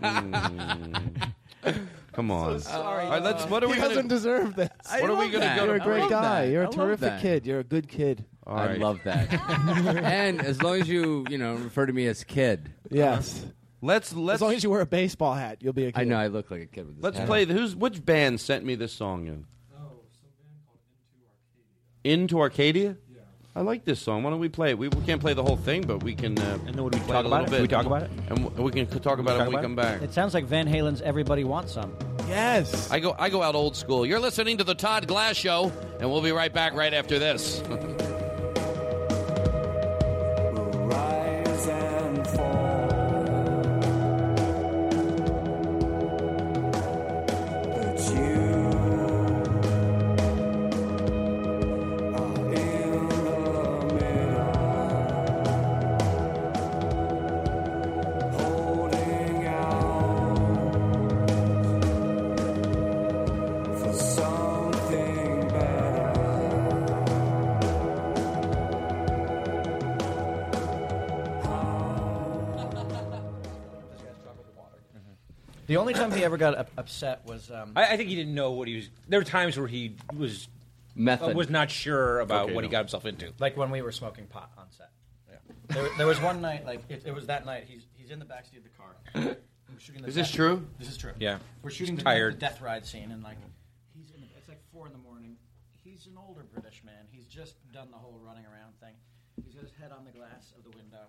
Speaker 7: adage. Come on. All right, let's. What are
Speaker 8: he
Speaker 7: we?
Speaker 8: doesn't
Speaker 7: gonna,
Speaker 8: deserve this.
Speaker 7: I What are we love gonna that. go to-
Speaker 8: You're a
Speaker 4: I
Speaker 8: great
Speaker 4: love
Speaker 8: guy.
Speaker 4: that.
Speaker 8: You're
Speaker 4: I
Speaker 8: a
Speaker 4: love
Speaker 8: terrific
Speaker 4: that.
Speaker 8: kid. You're a good kid.
Speaker 4: I love that. and as long as you, you know, refer to me as kid.
Speaker 8: Yes.
Speaker 7: Let's let's.
Speaker 8: As long as you wear a baseball hat, you'll be a kid.
Speaker 4: I know I look like a kid with this.
Speaker 7: Let's
Speaker 4: hat.
Speaker 7: play. The, who's which band sent me this song? In? Into Arcadia. Yeah. I like this song. Why don't we play it? We, we can't play the whole thing, but we can. Uh, and then we
Speaker 13: talk about it? Can we talk about it?
Speaker 7: And w- we can c- talk about it when we come back.
Speaker 12: It sounds like Van Halen's "Everybody Wants Some."
Speaker 8: Yes.
Speaker 7: I go I go out old school. You're listening to the Todd Glass Show, and we'll be right back right after this.
Speaker 6: Rise and fall. It's you are in the mirror, holding out for something better.
Speaker 12: The only time he ever got up- upset was um,
Speaker 13: I, I think he didn't know what he was. There were times where he was uh,
Speaker 12: Method.
Speaker 13: was not sure about
Speaker 12: Okay,
Speaker 13: what he
Speaker 12: no.
Speaker 13: got himself into.
Speaker 12: like when we were smoking pot on set. There, there was one night, like it, it was that night. He's he's in the backseat of the car. We're shooting the
Speaker 13: Is this
Speaker 12: death-
Speaker 13: true?
Speaker 12: This is true.
Speaker 13: Yeah.
Speaker 12: we're shooting
Speaker 13: He's
Speaker 12: the, death-
Speaker 13: tired.
Speaker 12: the death ride scene, and like he's in the, it's like four in the morning. He's an older British man. He's just done the whole running around thing. He's got his head on the glass of the window,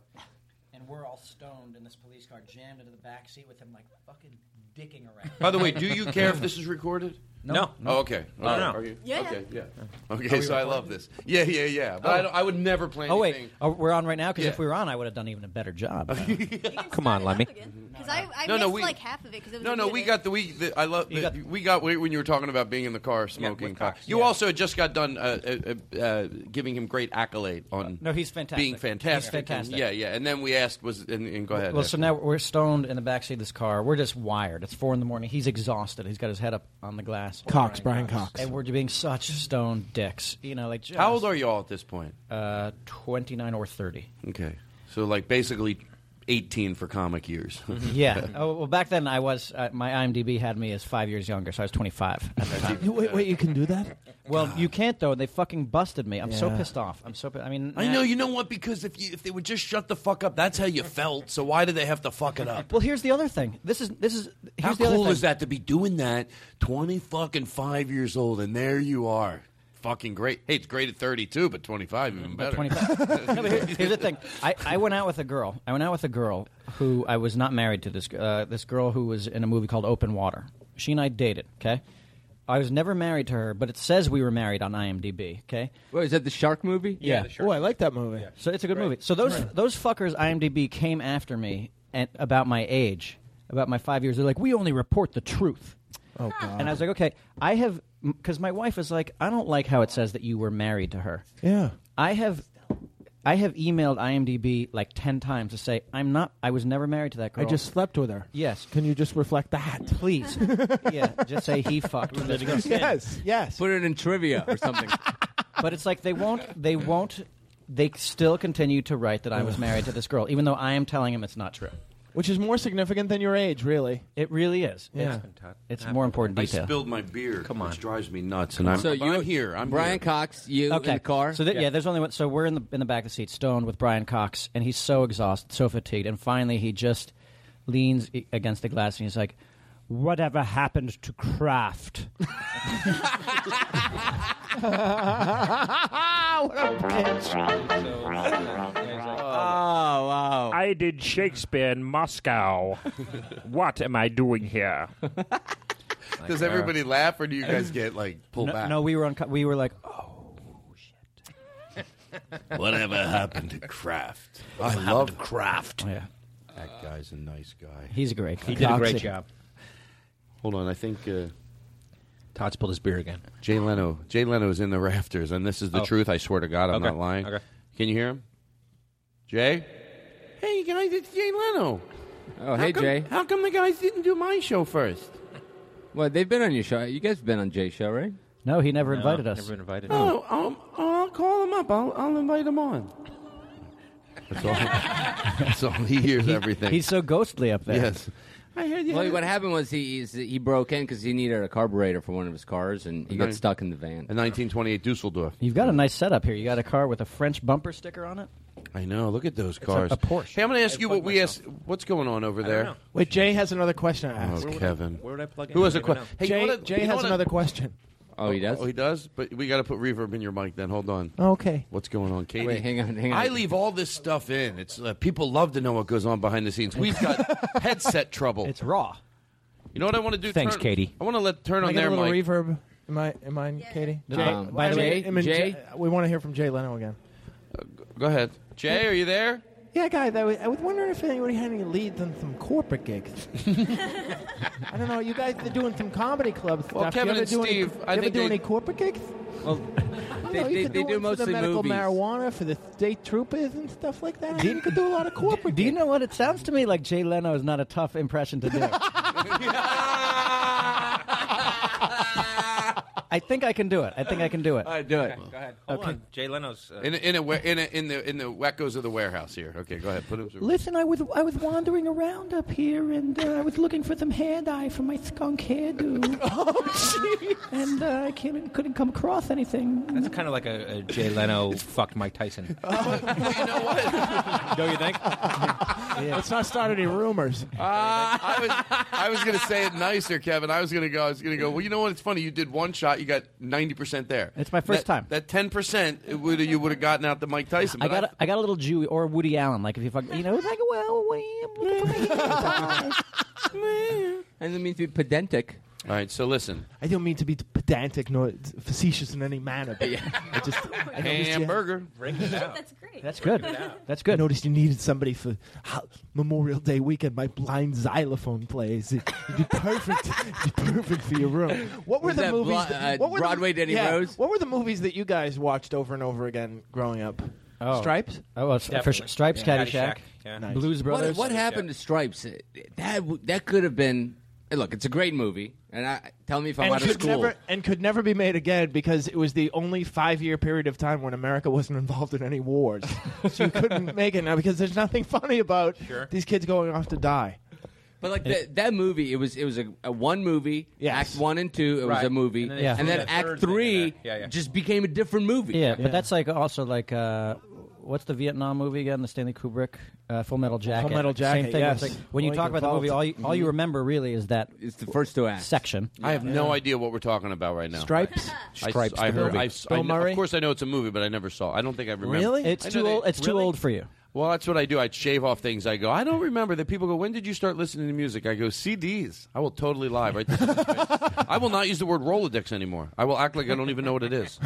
Speaker 12: and we're all stoned in this police car, jammed into the back seat with him, like fucking dicking around.
Speaker 7: By the way, do you care if this is recorded?
Speaker 12: No. No.
Speaker 7: Oh, okay.
Speaker 12: No,
Speaker 7: Okay.
Speaker 12: no.
Speaker 7: Are you-
Speaker 12: Yeah, yeah.
Speaker 7: Okay. Yeah.
Speaker 12: Are
Speaker 7: Okay.
Speaker 12: we
Speaker 7: So I love this. Yeah. Yeah. Yeah. But I, don't, I would never play.
Speaker 12: Oh
Speaker 7: anything.
Speaker 12: wait, oh, we're on right now because
Speaker 7: Yeah.
Speaker 12: if we were on, I would have done even a better job.
Speaker 13: Come on, Lemmy.
Speaker 15: Because I, I
Speaker 7: Mm-hmm. No,
Speaker 15: missed
Speaker 7: no, we-
Speaker 15: like half of it because it was
Speaker 7: No, no, we got the we. The, I love the, we got when you were talking about being in the car smoking. pot. You also had just got done uh, uh, uh, giving him great accolade on.
Speaker 12: Uh, No, he's fantastic.
Speaker 7: Being fantastic.
Speaker 12: He's fantastic.
Speaker 7: And, yeah, yeah. And then we asked was and, and go ahead.
Speaker 12: Well, so now we're stoned in the backseat of this car. We're just wired. It's four in the morning. He's exhausted. He's got his head up on the glass.
Speaker 8: Cox, Brian Cox.
Speaker 12: And we're being such stoned dicks. You know, like just,
Speaker 7: how old are you all at this point?
Speaker 12: Uh, twenty nine or thirty.
Speaker 7: Okay, so like basically eighteen for comic years.
Speaker 12: yeah. Oh, well, back then I was. Uh, my IMDb had me as five years younger, so I was twenty five at the time.
Speaker 8: You- wait, wait, you can do that?
Speaker 12: Well, you can't though. They fucking busted me. I'm so
Speaker 8: Yeah.
Speaker 12: pissed off. I'm so. pi- I mean, eh.
Speaker 7: I know. You know what? Because if you, if they would just shut the fuck up, that's how you felt. So why do they have to fuck it up?
Speaker 12: Well, here's the other thing. This is this is here's
Speaker 7: How
Speaker 12: the other
Speaker 7: cool
Speaker 12: thing.
Speaker 7: is that to be doing that? Twenty fucking five years old, and there you are. fucking great. Hey, it's great at 32, but 25
Speaker 12: Mm,
Speaker 7: even better.
Speaker 12: 25. No, but here- here's the thing. I, I went out with a girl. I went out with a girl who I was not married to. This g- uh, this girl who was in a movie called Open Water. She and I dated. Okay, I was never married to her, but it says we were married on IMDb. Okay,
Speaker 4: Wait, is that the shark movie?
Speaker 12: Yeah.
Speaker 8: Oh, I like that movie.
Speaker 12: so it's a good movie. So those those fuckers IMDb came after me and about my age, about my five years. They're like, we only report the truth.
Speaker 8: Oh god.
Speaker 12: And I was like, okay, I have because my wife is like, I don't like how it says that you were married to her.
Speaker 8: Yeah.
Speaker 12: I have I have emailed IMDb like 10 times to say I'm not I was never married to that
Speaker 8: I
Speaker 12: girl.
Speaker 8: just slept with her.
Speaker 12: Yes.
Speaker 8: Can you just reflect that?
Speaker 12: Please. yeah, just say he fucked with this girl.
Speaker 8: Yes, yes.
Speaker 4: Put it in trivia or something.
Speaker 12: But it's like they won't they won't they still continue to write that I was married to this girl even though I am telling him it's not true.
Speaker 8: Which is more significant than your age, really.
Speaker 12: It really is. It's- It's, more important
Speaker 7: I
Speaker 12: detail.
Speaker 7: spilled my beer. Come on. Which drives me nuts. And I'm, so you, I'm here. I'm
Speaker 4: Brian
Speaker 7: here.
Speaker 4: Cox, you
Speaker 12: okay.
Speaker 4: in the car.
Speaker 12: So that, yeah. there's only one. So we're in the in the back of the seat, stoned with Brian Cox, and he's so exhausted, so fatigued, and finally he just leans i- against the glass and he's like, "Whatever happened to Kraft?"
Speaker 8: what a bitch.
Speaker 17: Oh, wow. I did Shakespeare in Moscow. what am I doing here?
Speaker 7: Does everybody laugh, or do you guys get like pulled
Speaker 12: no,
Speaker 7: back?
Speaker 12: no, we were on. We were like, oh,
Speaker 7: Whatever happened to Kraft? I
Speaker 12: Whatever
Speaker 7: love
Speaker 12: happened to
Speaker 7: Kraft.
Speaker 13: Oh,
Speaker 12: Yeah.
Speaker 7: That guy's a nice guy.
Speaker 12: He's a great guy.
Speaker 13: He did a great
Speaker 12: Coxy.
Speaker 13: job.
Speaker 7: Hold on, I think uh,
Speaker 13: Todd spilled his beer again.
Speaker 7: Jay Leno. Jay Leno is in the rafters, and this is the
Speaker 13: Oh.
Speaker 7: truth. I swear to God, I'm
Speaker 13: Okay,
Speaker 7: not lying.
Speaker 13: okay.
Speaker 7: Can you hear him, Jay? Hey, guys, it's Jay Leno.
Speaker 4: Oh, hey, Jay.
Speaker 7: How come the guys didn't do my show first?
Speaker 4: Well, they've been on your show. You guys have been on Jay's show, right?
Speaker 12: No, he never invited us.
Speaker 13: Never invited.
Speaker 7: Oh, um, I'll call him up. I'll, I'll invite him on. That's all. That's all. He hears everything.
Speaker 12: He's so ghostly up there.
Speaker 7: Yes. I heard you.
Speaker 4: Well, what happened was he he's, he broke in because he needed a carburetor for one of his cars, and he got
Speaker 7: Okay.
Speaker 4: stuck in the van.
Speaker 7: In 1928 Dusseldorf.
Speaker 12: You've got a nice setup here. You got a car with a French bumper sticker on it.
Speaker 7: I know. Look at those
Speaker 12: a-
Speaker 7: cars.
Speaker 12: a Porsche.
Speaker 7: Hey, I'm going to ask you what we asked. What's going on over there?
Speaker 8: Wait, Jay has another question to ask.
Speaker 7: Oh, Kevin.
Speaker 13: where would I plug in?
Speaker 7: Who has
Speaker 13: I
Speaker 7: a
Speaker 13: don't even
Speaker 7: question?
Speaker 13: know.
Speaker 8: Jay, Jay has another question.
Speaker 4: Oh, he does.
Speaker 7: Oh, he does. But we got to put reverb in your mic. Then hold on.
Speaker 8: Oh, Okay.
Speaker 7: What's going on, Katie?
Speaker 4: Wait, hang on, hang on.
Speaker 7: I leave all this stuff in. It's uh, people love to know what goes on behind the scenes. We've got headset trouble.
Speaker 12: It's raw.
Speaker 7: You know what I want to do?
Speaker 13: Thanks,
Speaker 7: Turn-
Speaker 13: Katie.
Speaker 7: I want to let turn
Speaker 8: Can I
Speaker 7: on
Speaker 8: get
Speaker 7: their
Speaker 8: a little
Speaker 7: mic.
Speaker 8: reverb. Am I? Am I, Katie?
Speaker 12: Jay, Um, by the way,
Speaker 8: I mean,
Speaker 12: Jay-
Speaker 8: we want to hear from Jay Leno again.
Speaker 7: Go ahead, Jay. Are you there?
Speaker 8: Yeah, guys, I was, I was wondering if anybody had any leads on some corporate gigs. I don't know. You guys are doing some comedy clubs.
Speaker 7: Well,
Speaker 8: stuff.
Speaker 7: Kevin
Speaker 8: you ever
Speaker 7: and
Speaker 8: do any,
Speaker 7: Steve,
Speaker 8: you
Speaker 7: I
Speaker 8: ever
Speaker 7: think
Speaker 8: do
Speaker 7: they-
Speaker 8: any corporate gigs?
Speaker 4: Well,
Speaker 8: I
Speaker 4: they,
Speaker 8: don't know,
Speaker 4: they,
Speaker 8: you could
Speaker 4: they
Speaker 8: do,
Speaker 4: do
Speaker 8: one for
Speaker 4: mostly
Speaker 8: the medical
Speaker 4: movies.
Speaker 8: marijuana for the state troopers and stuff like that. you could do a lot of corporate.
Speaker 12: Do you know what it sounds to me like? Jay Leno is not a tough impression to do. I think I can do it. I think I can do it.
Speaker 4: I do it.
Speaker 13: Go ahead. Hold on. Jay Leno's. Uh,
Speaker 7: In a, in a, wa- in a in the in the wackos of the warehouse here. Okay, go ahead. Put him. through.
Speaker 12: Listen, I was I was wandering around up here, and uh, I was looking for some hair dye for my skunk hairdo. oh, jeez! And uh, I can't, couldn't come across anything.
Speaker 13: that's kind of like a, a Jay Leno fucked Mike Tyson.
Speaker 7: Oh, you know what?
Speaker 13: Don't you think?
Speaker 8: Let's not start any rumors.
Speaker 7: I was I was gonna say it nicer, Kevin. I was gonna go. I was gonna go. Well, you know what? It's funny. You did one shot. You got ninety percent there.
Speaker 12: It's my first
Speaker 7: That-
Speaker 12: time.
Speaker 7: That ten percent would you would have gotten out the Mike Tyson.
Speaker 12: I
Speaker 7: but
Speaker 12: got a, I got a little Jew or Woody Allen, like if you fuck, you know, it's like well, wham, look at my hair dye.
Speaker 4: And it means to be pedantic.
Speaker 7: All right. So listen.
Speaker 8: I don't mean to be pedantic nor facetious in any manner, but I just I noticed you-
Speaker 7: Hamburger.
Speaker 15: That's great.
Speaker 12: That's good.
Speaker 8: I
Speaker 12: That's good.
Speaker 8: noticed you needed somebody for ho- Memorial Day weekend. My blind xylophone plays. It, would be perfect. it'd be perfect for your room. What were
Speaker 4: Was
Speaker 8: the
Speaker 4: that
Speaker 8: movies?
Speaker 4: Bla-
Speaker 8: that-
Speaker 4: uh,
Speaker 8: what were the-
Speaker 4: Broadway Danny
Speaker 8: yeah,
Speaker 4: Rose?
Speaker 8: What were the movies that you guys watched over and over again growing up?
Speaker 12: Oh.
Speaker 8: Stripes.
Speaker 12: Oh, well, for sure. Stripes, Caddyshack,
Speaker 8: Nice.
Speaker 12: Blues Brothers.
Speaker 4: What, what happened to Stripes? It- it- That w- that could have been. hey, Look, it's a great movie, and I tell me if I'm
Speaker 8: And
Speaker 4: out of
Speaker 8: could,
Speaker 4: school.
Speaker 8: never, and could never be made again because it was the only five year period of time when America wasn't involved in any wars. so you couldn't make it now because there's nothing funny about these kids going off to die.
Speaker 4: But like that that movie, it was it was a, a one movie.
Speaker 8: Yes.
Speaker 4: Act one and two, it was
Speaker 13: Right.
Speaker 4: a movie,
Speaker 13: And
Speaker 4: and then,
Speaker 13: then they threw that
Speaker 4: Act
Speaker 13: third thing in
Speaker 4: three
Speaker 13: there. Yeah, yeah.
Speaker 4: just became a different movie.
Speaker 12: Yeah, but that's like also like uh, what's the Vietnam movie again? The Stanley Kubrick uh, Full Metal Jacket.
Speaker 8: Metal Jacket,
Speaker 12: Same thing.
Speaker 8: yes.
Speaker 12: It's like, when you
Speaker 8: Like
Speaker 12: talk about the
Speaker 8: Revolt.
Speaker 12: movie, all you, all you
Speaker 8: Mhm.
Speaker 12: remember really is that
Speaker 4: it's the first two acts
Speaker 12: section.
Speaker 7: I have no idea what we're talking about right now.
Speaker 12: Stripes?
Speaker 7: I,
Speaker 12: Stripes,
Speaker 7: I
Speaker 12: the
Speaker 7: heard.
Speaker 12: movie.
Speaker 7: I,
Speaker 12: Bill
Speaker 7: I,
Speaker 12: Murray?
Speaker 7: Of course, I know it's a movie, but I never saw. it. I don't think I remember.
Speaker 12: It's
Speaker 7: I know
Speaker 12: too
Speaker 7: they-
Speaker 12: old. It's too old for you.
Speaker 7: Well, that's what I do. I shave off things. I go. I don't remember that. People go. When did you start listening to music? I go. CDs. I will totally lie. Right. this minute. I will not use the word Rolodex anymore. I will act like I don't even know what it is.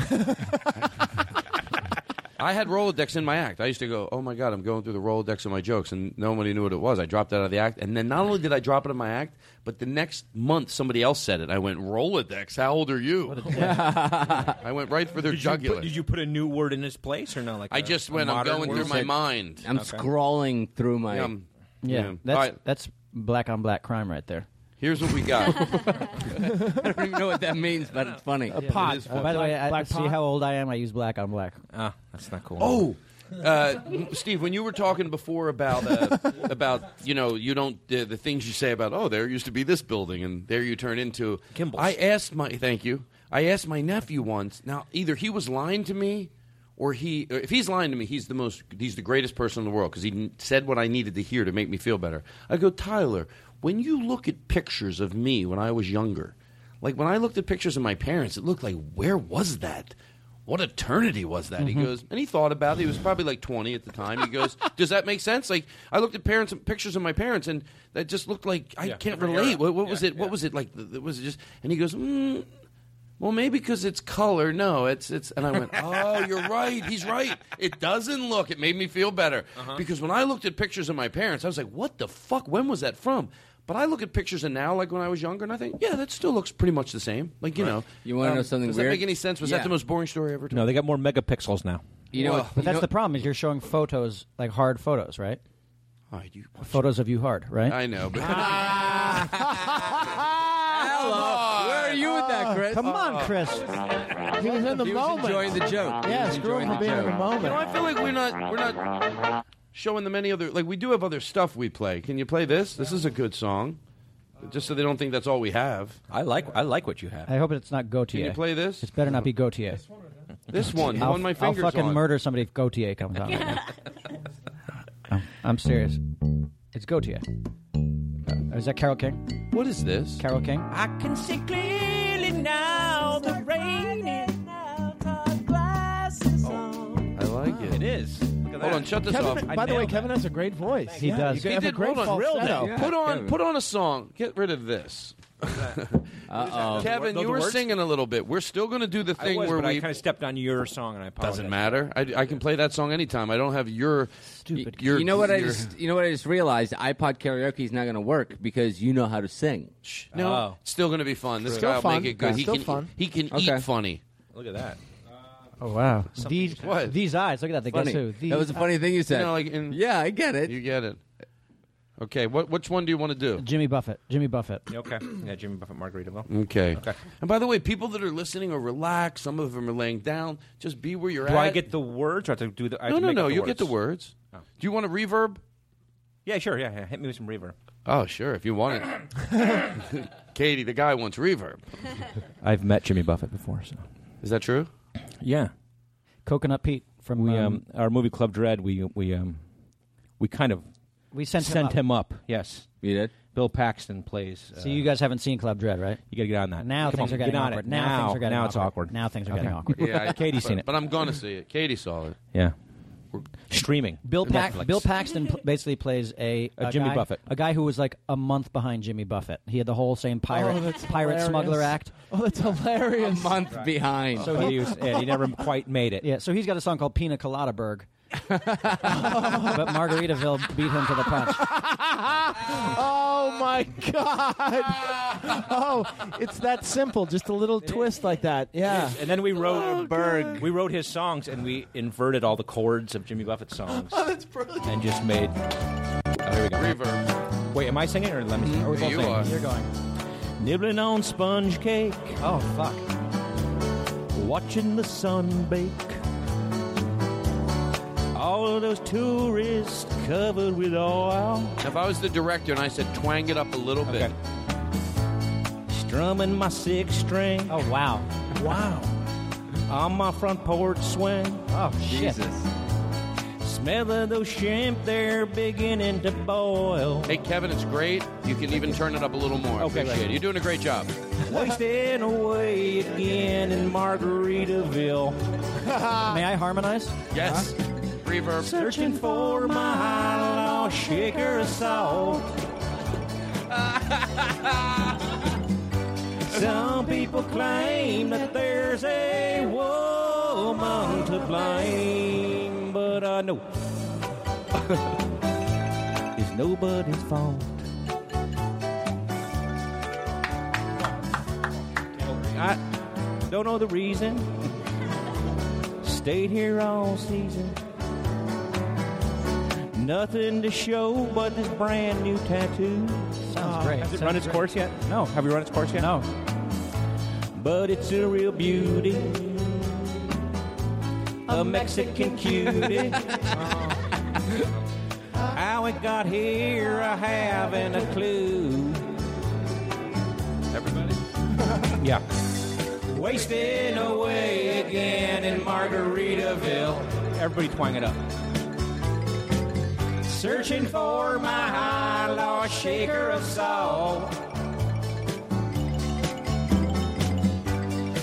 Speaker 7: I had Rolodex in my act. I used to go, "Oh my god, I'm going through the Rolodex of my jokes," and nobody knew what it was. I dropped it out of the act, and then not only did I drop it in my act, but the next month somebody else said it. I went, "Rolodex, how old are you?" I went right for their
Speaker 13: did You
Speaker 7: jugular.
Speaker 13: put, did you put a new word in its place or no? Like
Speaker 7: I
Speaker 13: a-
Speaker 7: just
Speaker 13: a
Speaker 7: went, I'm
Speaker 13: modern
Speaker 7: going
Speaker 13: word?
Speaker 7: through my mind.
Speaker 4: I'm
Speaker 13: Okay.
Speaker 4: scrawling through my.
Speaker 7: Yeah, I'm-
Speaker 12: Yeah, that's that's black on black crime right there.
Speaker 7: Here's what we got.
Speaker 4: I don't even know what that means, but it's funny.
Speaker 12: A pot.
Speaker 8: Uh,
Speaker 12: Oh, by the way, I, see how old I am. I use black on black.
Speaker 13: Ah, that's not cool.
Speaker 7: Oh, uh, Steve, when you were talking before about uh, about you know you don't uh, the things you say about oh there used to be this building and there you turn into Kimball. I asked my thank you. I asked my nephew once. Now either he was lying to me. Or he, or if he's lying to me, he's the most, he's the greatest person in the world because he n- said what I needed to hear to make me feel better. I go, Tyler, when you look at pictures of me when I was younger, like when I looked at pictures of my parents, it looked like where was that? What eternity was that? He
Speaker 13: Mhm.
Speaker 7: goes, and he thought about it. He was probably like 20 at the time. He goes, does that make sense? Like I looked at parents pictures of my parents, and that just looked like I
Speaker 13: Yeah,
Speaker 7: can't
Speaker 13: different
Speaker 7: relate.
Speaker 13: era.
Speaker 7: What, what was it? What was it like? Th- th- Was it just? And he goes, mm, well, maybe because it's color. No, it's it's. And I went, oh, you're right. He's right. It doesn't look. It made me feel better
Speaker 13: Uh-huh.
Speaker 7: because when I looked at pictures of my parents, I was like, what the fuck? When was that from? But I look at pictures of now, like when I was younger, and I think, yeah, that still looks pretty much the same. Like you
Speaker 4: Right.
Speaker 7: know, um,
Speaker 4: You wanna know something
Speaker 7: Does
Speaker 4: weird?
Speaker 7: that make any sense? Was
Speaker 4: Yeah.
Speaker 7: that the most boring story ever told?
Speaker 13: No, they got more megapixels now.
Speaker 4: You know
Speaker 12: Well,
Speaker 4: what-
Speaker 12: but
Speaker 4: Oh, you
Speaker 12: that's
Speaker 4: know-
Speaker 12: the problem is you're showing photos like hard photos, right?
Speaker 7: Hard, Oh, you
Speaker 12: photos of you hard, right?
Speaker 7: I know, but
Speaker 4: Hello. Where are you with
Speaker 8: Uh,
Speaker 4: that, Chris?
Speaker 12: Ah,
Speaker 4: Oh.
Speaker 12: Come on, Chris.
Speaker 8: He was in the
Speaker 4: He was
Speaker 8: moment.
Speaker 4: enjoying the
Speaker 7: Ah,
Speaker 4: joke. He
Speaker 8: Yeah,
Speaker 4: was
Speaker 8: screw him
Speaker 4: enjoying
Speaker 8: for
Speaker 4: the
Speaker 8: being in the
Speaker 4: joke.
Speaker 8: moment.
Speaker 7: You know, I feel like we're not we're not showing them any other like we do have other stuff we play. Can you play this? This is a good song. Just so they don't think that's all we have.
Speaker 13: I like I like what you have.
Speaker 12: I hope it's not Gautier.
Speaker 7: Can you play this?
Speaker 12: It's better not be Gautier.
Speaker 7: This one, the
Speaker 12: I'll,
Speaker 7: one my fingers
Speaker 12: I'll fucking
Speaker 7: on.
Speaker 12: murder somebody if Gautier comes on. I'm, I'm serious. It's Gautier. Uh, is that Carol King?
Speaker 7: What is this?
Speaker 12: Carol King.
Speaker 18: I can see clearly now the rain is glasses on.
Speaker 7: I like it. It
Speaker 13: is. Hold
Speaker 7: on, shut this
Speaker 8: Kevin,
Speaker 7: off.
Speaker 8: By the way, Kevin has a great voice.
Speaker 7: He
Speaker 8: Yeah,
Speaker 7: does.
Speaker 8: You
Speaker 7: He
Speaker 8: have
Speaker 7: did.
Speaker 8: a great
Speaker 7: Hold on.
Speaker 8: falsetto.
Speaker 7: put on put on a song. Get rid of this.
Speaker 13: Uh-oh.
Speaker 7: Kevin,
Speaker 13: Those
Speaker 7: you were
Speaker 13: words?
Speaker 7: singing a little bit. We're still going to do the
Speaker 13: I
Speaker 7: thing
Speaker 13: was,
Speaker 7: where
Speaker 13: but I oh,
Speaker 7: we
Speaker 13: kind of stepped on your song, and I apologize.
Speaker 7: doesn't matter. I, I can play that song anytime. I don't have your stupid. Your,
Speaker 4: you know what I
Speaker 7: your-
Speaker 4: just you know what I just realized? iPod karaoke is not going to work because you know how to sing.
Speaker 7: No, it's still going to be fun. This
Speaker 4: Still
Speaker 7: guy will
Speaker 4: fun.
Speaker 7: make it good.
Speaker 4: Yeah.
Speaker 7: He
Speaker 4: Still
Speaker 7: can
Speaker 4: fun.
Speaker 7: he can
Speaker 4: Okay.
Speaker 7: eat funny.
Speaker 13: Look at that.
Speaker 12: Oh wow.
Speaker 13: Something
Speaker 12: These
Speaker 13: you said.
Speaker 12: these eyes. Look at that. They
Speaker 7: Funny.
Speaker 12: guess who? These
Speaker 4: That was a funny
Speaker 12: eyes.
Speaker 4: thing you said.
Speaker 7: You know, like in-
Speaker 4: yeah, I get it.
Speaker 7: You get it. Okay, what which one do you want to do?
Speaker 12: Jimmy Buffett. Jimmy Buffett.
Speaker 13: Okay. Yeah, Jimmy Buffett, Margaritaville.
Speaker 7: Okay.
Speaker 13: Okay.
Speaker 7: And by the way, people that are listening are relaxed. Some of them are laying down. Just be where you're
Speaker 13: Do
Speaker 7: at.
Speaker 13: I get the words, or I have to do the? I have
Speaker 7: no,
Speaker 13: to
Speaker 7: no,
Speaker 13: make
Speaker 7: no.
Speaker 13: up the Oh.
Speaker 7: You'll get the words. Do you want a reverb?
Speaker 13: Yeah, sure. Yeah, yeah. Hit me with some reverb.
Speaker 7: Oh, sure, if you want it. Katie, the guy wants reverb.
Speaker 13: I've met Jimmy Buffett before, so
Speaker 7: is that true?
Speaker 13: Yeah.
Speaker 12: Coconut Pete from
Speaker 13: we um,
Speaker 12: um,
Speaker 13: our movie Club Dread. We we um, we kind of
Speaker 12: We sent him up.
Speaker 13: him up. Yes,
Speaker 4: you did.
Speaker 13: Bill Paxton plays. uh,
Speaker 12: So you guys haven't seen Club Dread, right?
Speaker 13: You got to get on that.
Speaker 12: Now
Speaker 13: Come
Speaker 12: things
Speaker 13: on,
Speaker 12: are getting
Speaker 13: get on
Speaker 12: awkward.
Speaker 13: It.
Speaker 12: Now,
Speaker 13: Now,
Speaker 12: things are getting
Speaker 13: now
Speaker 12: awkward.
Speaker 13: it's awkward.
Speaker 12: Now things are getting
Speaker 13: Okay.
Speaker 12: awkward.
Speaker 7: I-
Speaker 13: Katie's
Speaker 7: but-
Speaker 13: seen it.
Speaker 7: But I'm going to see it. Katie saw it.
Speaker 13: yeah, streaming.
Speaker 12: Bill,
Speaker 13: Netflix.
Speaker 12: Pax- Bill Paxton pl- basically plays a,
Speaker 13: A Jimmy
Speaker 12: guy,
Speaker 13: Buffett.
Speaker 12: a guy who was like a month behind Jimmy Buffett. He had the whole same pirate
Speaker 8: Oh, that's
Speaker 12: pirate
Speaker 8: hilarious.
Speaker 12: smuggler act.
Speaker 8: Oh, that's hilarious.
Speaker 4: A month behind.
Speaker 12: So
Speaker 13: But
Speaker 12: he
Speaker 13: Oh. he was. Yeah, he never quite made it.
Speaker 12: yeah, so he's got a song called Pina Colada Berg. but Margaritaville beat him to the punch.
Speaker 8: Oh my god! Oh, it's that simple. Just a little twist like that. Yeah.
Speaker 13: And then we
Speaker 7: Oh,
Speaker 13: wrote Berg. We wrote his songs, and we inverted all the chords of Jimmy Buffett's songs,
Speaker 7: Oh,
Speaker 8: that's brilliant.
Speaker 13: and just made. Oh, here we go.
Speaker 7: Reverb.
Speaker 13: Wait, am I singing or let me? Sing? Are we both
Speaker 7: You
Speaker 13: singing?
Speaker 7: are.
Speaker 12: You're going.
Speaker 13: Nibbling on sponge cake,
Speaker 12: Oh fuck.
Speaker 13: watching the sun bake. All of those tourists covered with oil,
Speaker 7: If I was the director and I said twang it up a little bit,
Speaker 13: Okay. strumming my six string
Speaker 12: Oh wow.
Speaker 13: on my front porch swing.
Speaker 12: Oh shit.
Speaker 4: Jesus.
Speaker 13: Smell of those shrimp, they're beginning to boil.
Speaker 7: Hey, Kevin, it's great. You can even turn it up a little more.
Speaker 13: Okay,
Speaker 7: Appreciate
Speaker 13: right.
Speaker 7: it. You're doing a great job.
Speaker 13: Wasting away again in Margaritaville.
Speaker 12: May I harmonize?
Speaker 7: Yes.
Speaker 13: Uh-huh.
Speaker 7: Reverb.
Speaker 13: Searching for my lost shaker of salt. Some people claim that there's a woman to blame, but I know it's nobody's fault. I don't know the reason. Stayed here all season. Nothing to show but this brand new tattoo. Oh,
Speaker 12: Sounds great.
Speaker 13: Has it
Speaker 12: Sounds
Speaker 13: run its
Speaker 12: great.
Speaker 13: course yet? No. Have you run its course yet?
Speaker 12: No.
Speaker 13: But it's a real beauty. A Mexican cutie. Uh-huh. How it got here, I haven't a clue.
Speaker 7: Everybody?
Speaker 13: yeah. Wasting away again in Margaritaville. Everybody twang it up. Searching for my high lost shaker of salt.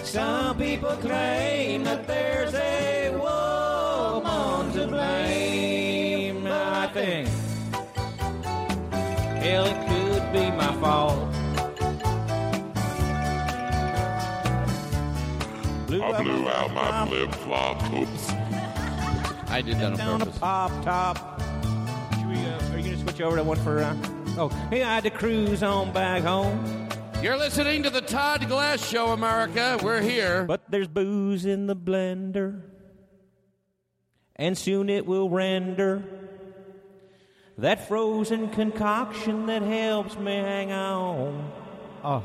Speaker 13: Some people claim that there's a woman to blame. I think, hell, it could be my fault.
Speaker 19: I blew out my flip flop. Oops.
Speaker 7: I did that
Speaker 13: down a pop top. Should we, uh, are you going to switch over to one for? Uh, oh, hey, I had to cruise on back home.
Speaker 7: You're listening to the Todd Glass Show, America. We're here.
Speaker 13: But there's booze in the blender, and soon it will render that frozen concoction that helps me hang on. Oh.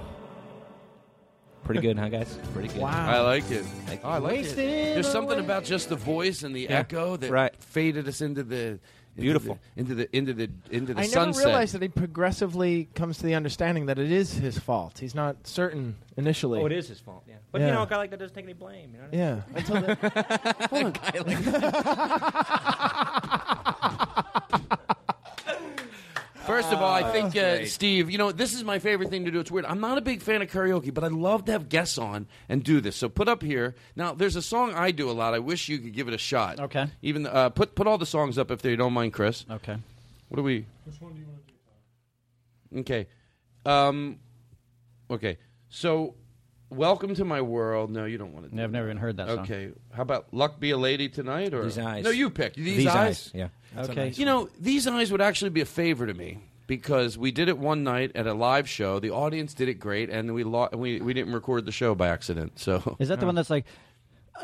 Speaker 13: Pretty good, huh, guys? Pretty good.
Speaker 7: I like it. Oh, I like it.
Speaker 13: Wasted
Speaker 7: There's something
Speaker 13: away.
Speaker 7: about just the voice and the
Speaker 13: Yeah.
Speaker 7: echo that
Speaker 13: Right.
Speaker 7: faded us into the into
Speaker 13: Beautiful.
Speaker 7: the- into the into the into the
Speaker 8: I
Speaker 7: sunset.
Speaker 8: never realized that he progressively comes to the understanding that it is his fault. He's not certain initially.
Speaker 13: Oh, it is his fault. Yeah, but you know, a guy like that doesn't take any blame. You know what I
Speaker 8: Yeah.
Speaker 13: mean?
Speaker 8: Until the- Hold on.
Speaker 13: Guy like that.
Speaker 7: First of all, I
Speaker 13: Ah,
Speaker 7: think
Speaker 13: that's
Speaker 7: uh,
Speaker 13: great.
Speaker 7: Steve, you know this is my favorite thing to do. It's weird. I'm not a big fan of karaoke, but I love to have guests on and do this. So put up here now. There's a song I do a lot. I wish you could give it a shot.
Speaker 12: Okay.
Speaker 7: Even uh, put put all the songs up if they don't mind, Chris.
Speaker 12: Okay.
Speaker 7: What do we? Okay. Um, okay. So, welcome to my world. No, you don't want to. Do
Speaker 12: I've never even heard that song.
Speaker 7: Okay. How about luck be a lady tonight? Or
Speaker 12: These Eyes.
Speaker 7: No, you picked these,
Speaker 12: These
Speaker 7: eyes.
Speaker 12: Eyes, yeah. That's a
Speaker 7: okay.
Speaker 12: nice
Speaker 7: you know, these eyes would actually be a favor to me because we did it one night at a live show. The audience did it great, and we lo- we we didn't record the show by accident. So
Speaker 12: Is that the one that's like,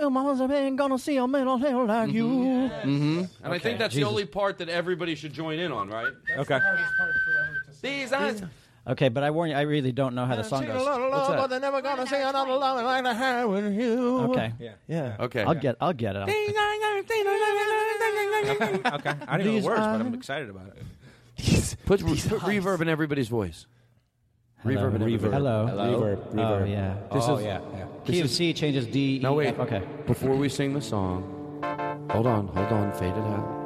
Speaker 12: oh, mama's a man gonna see a man on hell like you?
Speaker 7: Mm-hmm. And I
Speaker 12: Okay.
Speaker 7: think that's
Speaker 12: Jesus.
Speaker 7: the only part that everybody should join in on, right?
Speaker 12: Okay.
Speaker 7: These eyes.
Speaker 12: Okay, but I warn you, I really don't know how the song
Speaker 8: Sing a
Speaker 12: goes.
Speaker 8: lot of love, but
Speaker 12: What's
Speaker 8: they're never gonna sing another love like I had with you.
Speaker 12: that? Okay.
Speaker 8: Yeah.
Speaker 7: Okay.
Speaker 12: I'll get. I'll get it. I'll-
Speaker 13: okay. I didn't know
Speaker 12: These
Speaker 13: the words, but
Speaker 12: eyes.
Speaker 13: I'm excited about it.
Speaker 7: Put, put reverb in everybody's voice.
Speaker 12: Hello,
Speaker 7: Reverb in everybody's
Speaker 12: reverb. Hello.
Speaker 7: Reverb.
Speaker 12: Oh yeah.
Speaker 7: This
Speaker 12: oh
Speaker 7: is-
Speaker 12: yeah.
Speaker 7: this
Speaker 12: Key of
Speaker 7: is-
Speaker 12: C changes D.
Speaker 7: Now
Speaker 12: E,
Speaker 7: wait.
Speaker 12: F. Okay.
Speaker 7: Before we sing the song, hold on, hold on, fade it out.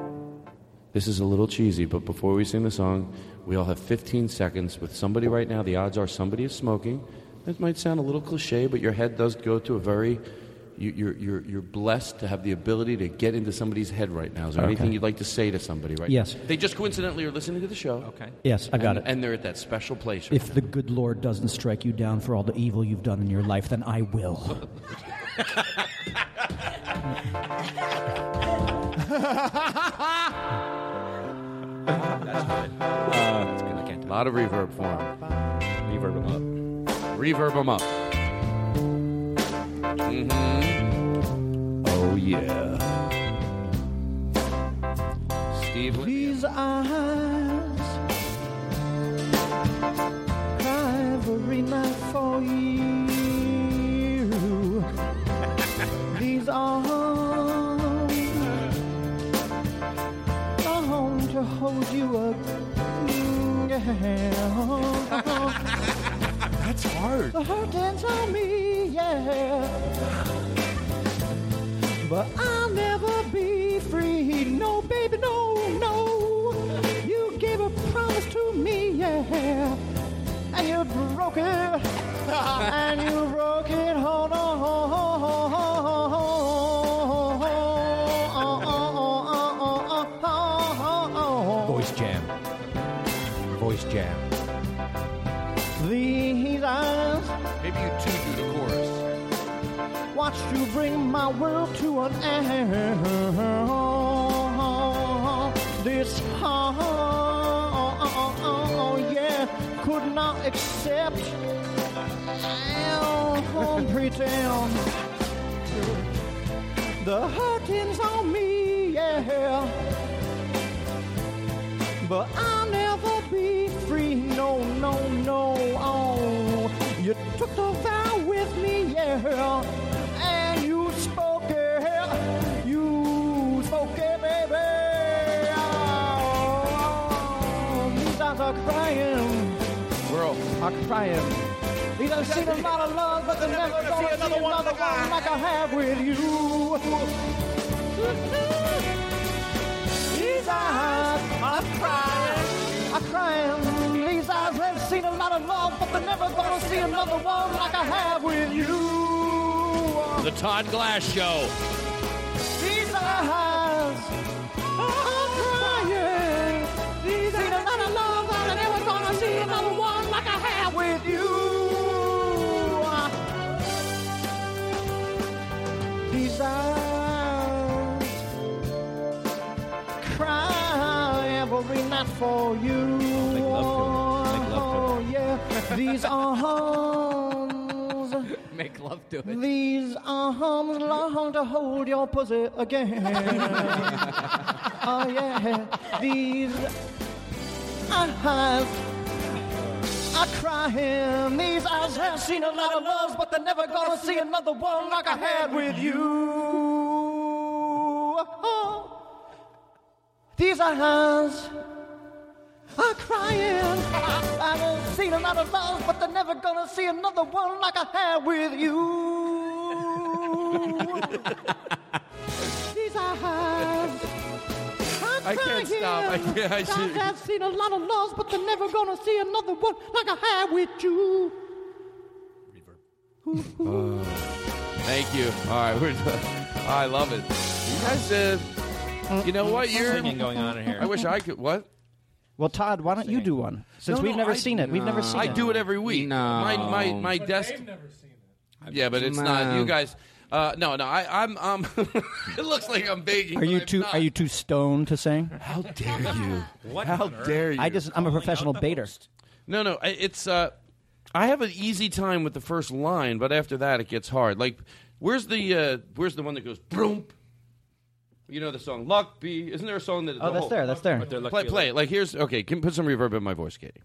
Speaker 7: This is a little cheesy, but before we sing the song, we all have 15 seconds with somebody right now. The odds are somebody is smoking. That might sound a little cliche, but your head does go to a very. You, you're, you're, you're blessed to have the ability to get into somebody's head right now. Is there
Speaker 12: Okay.
Speaker 7: anything you'd like to say to somebody right
Speaker 12: Yes.
Speaker 7: now? They just coincidentally are listening to the show. Okay.
Speaker 12: Yes, I got
Speaker 7: and,
Speaker 12: it.
Speaker 7: And they're at that special place. right
Speaker 12: If the good Lord doesn't strike you down for all the evil you've done in your life, then I will.
Speaker 7: That's good. I can't A lot of reverb for him. Reverb him up. Reverb him up. Mm-hmm. Oh yeah. Steve.
Speaker 12: These eyes cry every night for you. These arms long to hold you up. That's hard. The hurt dance on me, yeah. But I'll never be free. No, baby, these eyes.
Speaker 7: Maybe you two do the chorus.
Speaker 12: Watch you bring my world to an end. This heart, yeah, could not accept and pretend. The hurting's on me, yeah. But I'll never be free, no, no, no. Oh, you took the vow with me, yeah. And you spoke it, you spoke it, baby. Oh, these eyes are crying.
Speaker 20: World.
Speaker 12: I'm crying. These I've seen a lot of love, but they're never gonna see another one like I have with you. These eyes are crying, are crying. These eyes have seen a lot of love, but they're never gonna see another one like I have with you.
Speaker 7: The Todd Glass Show.
Speaker 12: These eyes are Oh, crying. These ain't another love that I never gonna see another one like I have with you. These eyes cry every night for you. Oh, yeah. These arms.
Speaker 4: Make love to it.
Speaker 12: These arms long to hold your pussy again. oh yeah, these eyes are crying. These eyes have seen a lot of loves, but they're never gonna see another one like I had with you. These eyes are crying. I have seen a lot of love, but they're never gonna see another one like I had with you. These eyes.
Speaker 7: I can't stop. I can't- I see-
Speaker 12: have seen a lot of loves, but they're never gonna see another one like I had with you.
Speaker 7: Thank you. All right, we're done. I love it. You guys, uh, you know what? You're
Speaker 13: Singing going on in here.
Speaker 7: I wish I could. What?
Speaker 8: Well, Todd, why don't you do one? Since
Speaker 7: No,
Speaker 8: we've
Speaker 7: no,
Speaker 8: never
Speaker 7: I-
Speaker 8: seen it, we've never seen
Speaker 7: I
Speaker 8: it.
Speaker 7: do it every week.
Speaker 8: No.
Speaker 7: My my my desk. Yeah, but it's not
Speaker 8: No.
Speaker 7: you guys. Uh, no, no, I, I'm. I'm it looks like I'm begging.
Speaker 8: Are you too? Are you too stoned to sing?
Speaker 7: How dare you?
Speaker 13: What
Speaker 7: How dare you?
Speaker 8: I just I'm a professional baiter.
Speaker 7: No, no, I- it's. Uh, I have an easy time with the first line, but after that it gets hard. Like, where's the uh, where's the one that goes broom? You know the song "Luck Be." Isn't there a song that?
Speaker 8: Oh,
Speaker 7: the
Speaker 8: that's
Speaker 7: whole-
Speaker 8: there, that's there. But they're
Speaker 7: Play,
Speaker 8: lucky-
Speaker 7: play it. Like here's okay. Can put some reverb in my voice, Katie.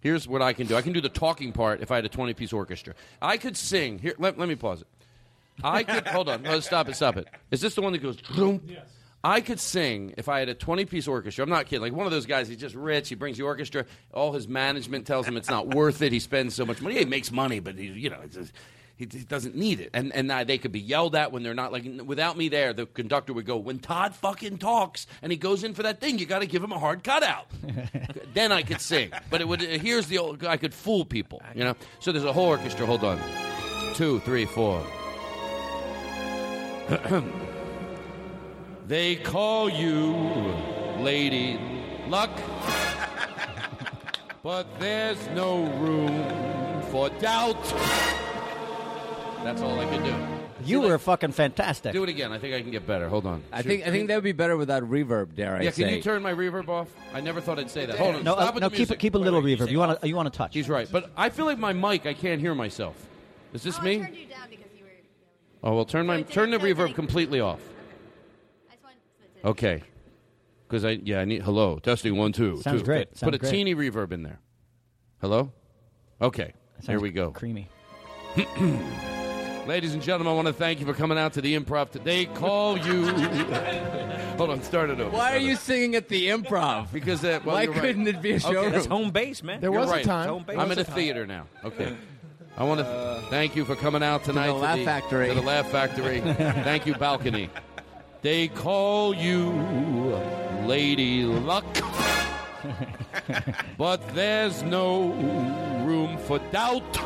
Speaker 7: Here's what I can do. I can do the talking part if I had a twenty piece orchestra. I could sing. Here, let, let me pause it. I could hold on. No, stop it. Stop it. Is this the one that goes? Yes. I could sing if I had a twenty-piece orchestra. I'm not kidding. Like one of those guys, he's just rich. He brings the orchestra. All his management tells him it's not worth it. He spends so much money. He makes money, but he, you know, it's just, he, he doesn't need it. And and uh, they could be yelled at when they're not. Like without me there, the conductor would go. When Todd fucking talks and he goes in for that thing, you got to give him a hard cutout. then I could sing. But it would. uh, Here's the old. I could fool people. You know. So there's a whole orchestra. Hold on. Two, three, four. they call you Lady Luck, but there's no room for doubt. That's all I can do.
Speaker 8: You were fucking fantastic.
Speaker 7: Do it again. I think I can get better. Hold on.
Speaker 4: I think I think that would be better without reverb, dare I
Speaker 7: yeah,
Speaker 4: say.
Speaker 7: can you turn my reverb off? I never thought I'd say that. Hold on.
Speaker 8: No,
Speaker 7: Stop
Speaker 8: uh,
Speaker 7: with
Speaker 8: no,
Speaker 7: the
Speaker 8: keep
Speaker 7: music.
Speaker 8: it, keep a little reverb. You want to, you want to touch.
Speaker 7: He's right, but I feel like my mic. I can't hear myself. Is this me? Oh well, turn my turn the reverb completely off. Okay, because I yeah I need hello testing one two
Speaker 8: Sounds
Speaker 7: two.
Speaker 8: great,
Speaker 7: Put,
Speaker 8: sounds
Speaker 7: a
Speaker 8: great.
Speaker 7: teeny reverb in there. Hello. Okay, here
Speaker 8: sounds
Speaker 7: we go.
Speaker 8: Creamy.
Speaker 7: Ladies and gentlemen, I want to thank you for coming out to the improv today. Call you. Hold on, start it over.
Speaker 4: Why are
Speaker 7: Start it
Speaker 4: you singing at the improv?
Speaker 7: Because uh, well,
Speaker 4: why
Speaker 7: you're right.
Speaker 4: couldn't it be a
Speaker 7: Okay,
Speaker 4: show?
Speaker 7: that's home
Speaker 13: base, man.
Speaker 7: You're right.
Speaker 4: right.
Speaker 7: I'm in a theater now. Okay. I want to thank you for coming out
Speaker 4: the
Speaker 7: tonight.
Speaker 4: Laugh Factory.
Speaker 7: To the Laugh Factory. thank you, Balcony. They call you Lady Luck, but there's no room for doubt.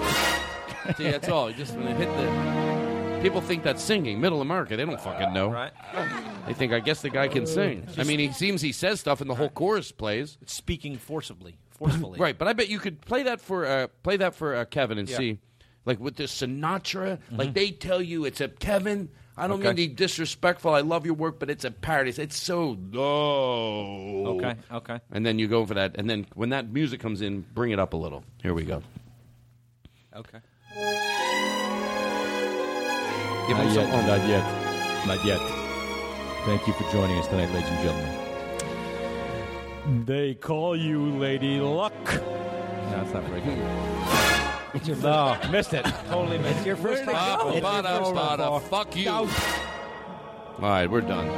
Speaker 7: See, that's all. You just wanna hit the. People think that's singing. Middle America, they don't fucking know. Right. They think, I guess the guy can sing. I mean, he seems he says stuff and the whole chorus plays.
Speaker 13: Speaking forcibly. forcefully.
Speaker 7: Right, but I bet you could play that for uh, play that for uh, Kevin and
Speaker 13: Yeah.
Speaker 7: see, like with this Sinatra.
Speaker 13: Mhm.
Speaker 7: Like they tell you, it's a Kevin. I don't
Speaker 13: Okay.
Speaker 7: mean to be disrespectful. I love your work, but it's a parody. It's so low.
Speaker 13: Okay, okay.
Speaker 7: And then you go for that, and then when that music comes in, bring it up a little. Here we go.
Speaker 13: Okay.
Speaker 7: Give him
Speaker 21: not
Speaker 7: some
Speaker 21: yet,
Speaker 7: oomph.
Speaker 21: not yet, not yet. Thank you for joining us tonight, ladies and gentlemen. They call you Lady Luck. No, it's not very good.
Speaker 13: no, missed it. Totally missed your first.
Speaker 7: Ba-da, ba-da, ba-da, Fuck you. All right, we're done.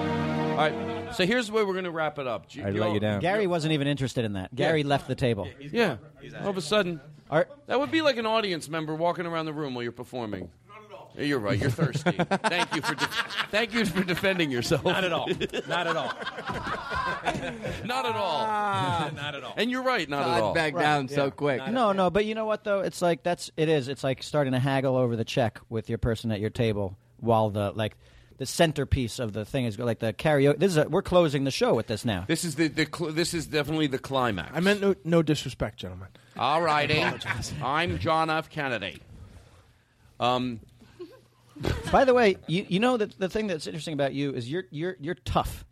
Speaker 7: All right, so here's the way we're going to wrap it up. Do
Speaker 12: I
Speaker 7: do all-
Speaker 12: Gary wasn't even interested in that. Gary left the table.
Speaker 7: Yeah. All of a sudden, that would be like an audience member walking around the room while you're performing. Not at all. You're right. You're thirsty. thank you for de- thank you for defending yourself.
Speaker 13: Not at all. Not at all. Ah.
Speaker 7: not at all.
Speaker 13: not at all.
Speaker 7: And you're right. Not
Speaker 4: Todd
Speaker 7: at all.
Speaker 4: backed down so quick.
Speaker 12: No, no, but you know what though? It's like that's it is. It's like starting to haggle over the check with your person at your table while the like the centerpiece of the thing is like the karaoke. This is a, we're closing the show with this now.
Speaker 7: This is the, the cl- this is definitely the climax.
Speaker 8: I meant no, no disrespect, gentlemen.
Speaker 7: All righty. I'm John F. Kennedy. Um,
Speaker 12: By the way, you you know that the thing that's interesting about you is you're you're you're tough.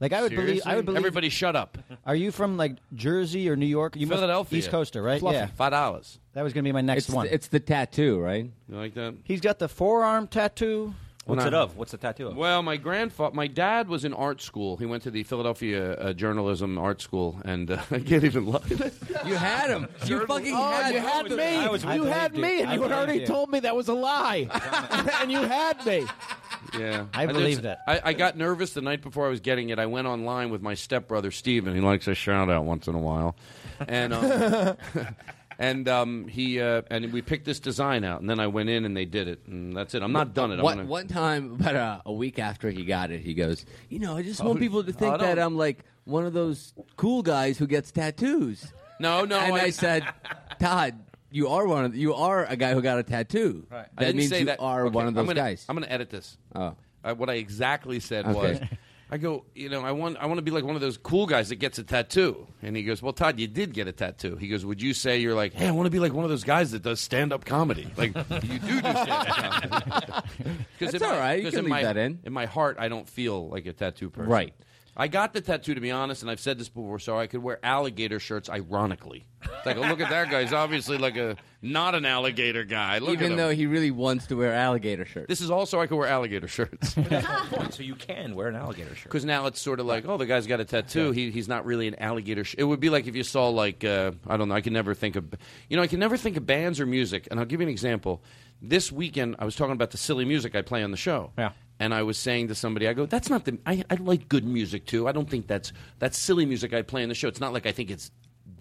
Speaker 12: Like I would believe I
Speaker 7: seriously?
Speaker 12: would believe
Speaker 7: Everybody, shut up.
Speaker 12: Are you from like Jersey or New York? You must-
Speaker 7: Philadelphia.
Speaker 12: East Coaster, right?
Speaker 7: Fluffy.
Speaker 12: Yeah.
Speaker 7: Five dollars.
Speaker 12: That was going to be my next
Speaker 4: It's the-
Speaker 12: one.
Speaker 4: it's the tattoo, right?
Speaker 7: You like that?
Speaker 12: He's got the forearm tattoo.
Speaker 7: What's
Speaker 13: What's
Speaker 7: Nah.
Speaker 13: it of? What's the tattoo of?
Speaker 7: Well, my grandfather, my dad was in art school. He went to the Philadelphia uh, Journalism Art School, and uh, I can't even lie.
Speaker 4: You had him. Oh, You fucking
Speaker 7: Oh,
Speaker 4: had
Speaker 8: you had me. you had me, and you had already told me that was a lie. and you had me.
Speaker 7: Yeah,
Speaker 12: I
Speaker 7: just-
Speaker 12: believe that.
Speaker 7: I, I got nervous the night before I was getting it. I went online with my stepbrother Steven. He likes a shout out once in a while, and um, and um, he uh, and we picked this design out, and then I went in and they did it, and that's it. I'm not done it. I'm
Speaker 4: One,
Speaker 7: gonna-
Speaker 4: one time, about uh, a week after he got it, he goes, "You know, I just want
Speaker 7: Oh,
Speaker 4: people to think
Speaker 7: hold
Speaker 4: that
Speaker 7: on.
Speaker 4: I'm like one of those cool guys who gets tattoos."
Speaker 7: No, no,
Speaker 4: And I,
Speaker 7: I-
Speaker 4: said, "Todd, you are one of you are a guy who got a tattoo.
Speaker 7: Right. I
Speaker 4: That
Speaker 7: didn't
Speaker 4: means
Speaker 7: say
Speaker 4: you
Speaker 7: that.
Speaker 4: are
Speaker 7: Okay,
Speaker 4: one of those
Speaker 7: I'm gonna,
Speaker 4: guys."
Speaker 7: I'm going to edit this.
Speaker 4: Oh.
Speaker 7: Uh, what I exactly said
Speaker 4: Okay.
Speaker 7: was, I go, you know, I want, I want to be like one of those cool guys that gets a tattoo. And he goes, well, Todd, you did get a tattoo. He goes, would you say you're like, hey, I want to be like one of those guys that does stand up comedy? Like you do do stand up comedy.
Speaker 4: That's
Speaker 7: in my-
Speaker 4: all right. You
Speaker 7: 'cause
Speaker 4: can
Speaker 7: in
Speaker 4: leave
Speaker 7: my,
Speaker 4: that in.
Speaker 7: In my heart, I don't feel like a tattoo person.
Speaker 4: Right.
Speaker 7: I got the tattoo to be honest, and I've said this before, so I could wear alligator shirts ironically. It's like, oh, look at that guy. He's obviously like a not an alligator guy. Look at
Speaker 4: Even
Speaker 7: him.
Speaker 4: though he really wants to wear alligator shirts.
Speaker 7: This is also I could wear alligator shirts
Speaker 13: so you can wear an alligator shirt.
Speaker 7: because now it's sort of like, oh, the guy's got a tattoo. He, he's not really an alligator. Sh-. It would be like if you saw like uh, I don't know. I can never think of you know I can never think of bands or music. And I'll give you an example. This weekend I was talking about the silly music I play on the show. Yeah. And I was saying to somebody, I go, that's not the. I, I like good music too. I don't think that's that's silly music I play on the show. It's not like I think it's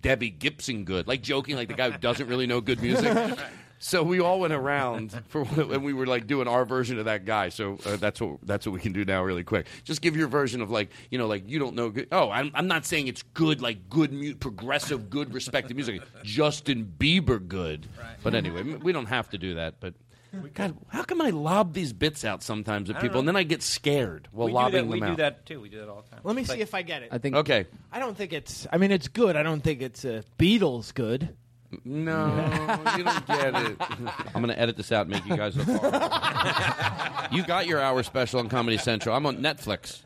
Speaker 7: Debbie Gibson good. Like joking, like the guy who doesn't really know good music. So we all went around for and we were like doing our version of that guy. So uh, that's what that's what we can do now, really quick. Just give your version of like you know, like you don't know. Good, oh, I'm, I'm not saying it's good, like good, mu- progressive, good, respected music. Justin Bieber, good. But anyway, m- we don't have to do that. But God, how come I lob these bits out sometimes at
Speaker 13: I don't
Speaker 7: people and
Speaker 13: know.
Speaker 7: then I get scared while
Speaker 13: we do
Speaker 7: lobbing
Speaker 13: that, we
Speaker 7: them out?
Speaker 13: do that too. We do that all the time.
Speaker 8: Let me
Speaker 13: It's
Speaker 8: see
Speaker 13: like-
Speaker 8: if I get it.
Speaker 7: okay.
Speaker 8: I don't think it's. I mean, it's good. I don't think it's uh, Beatles good.
Speaker 7: No, you don't get it. I'm going to edit this out and make you guys look horrible. you got your hour special on Comedy Central. I'm on Netflix.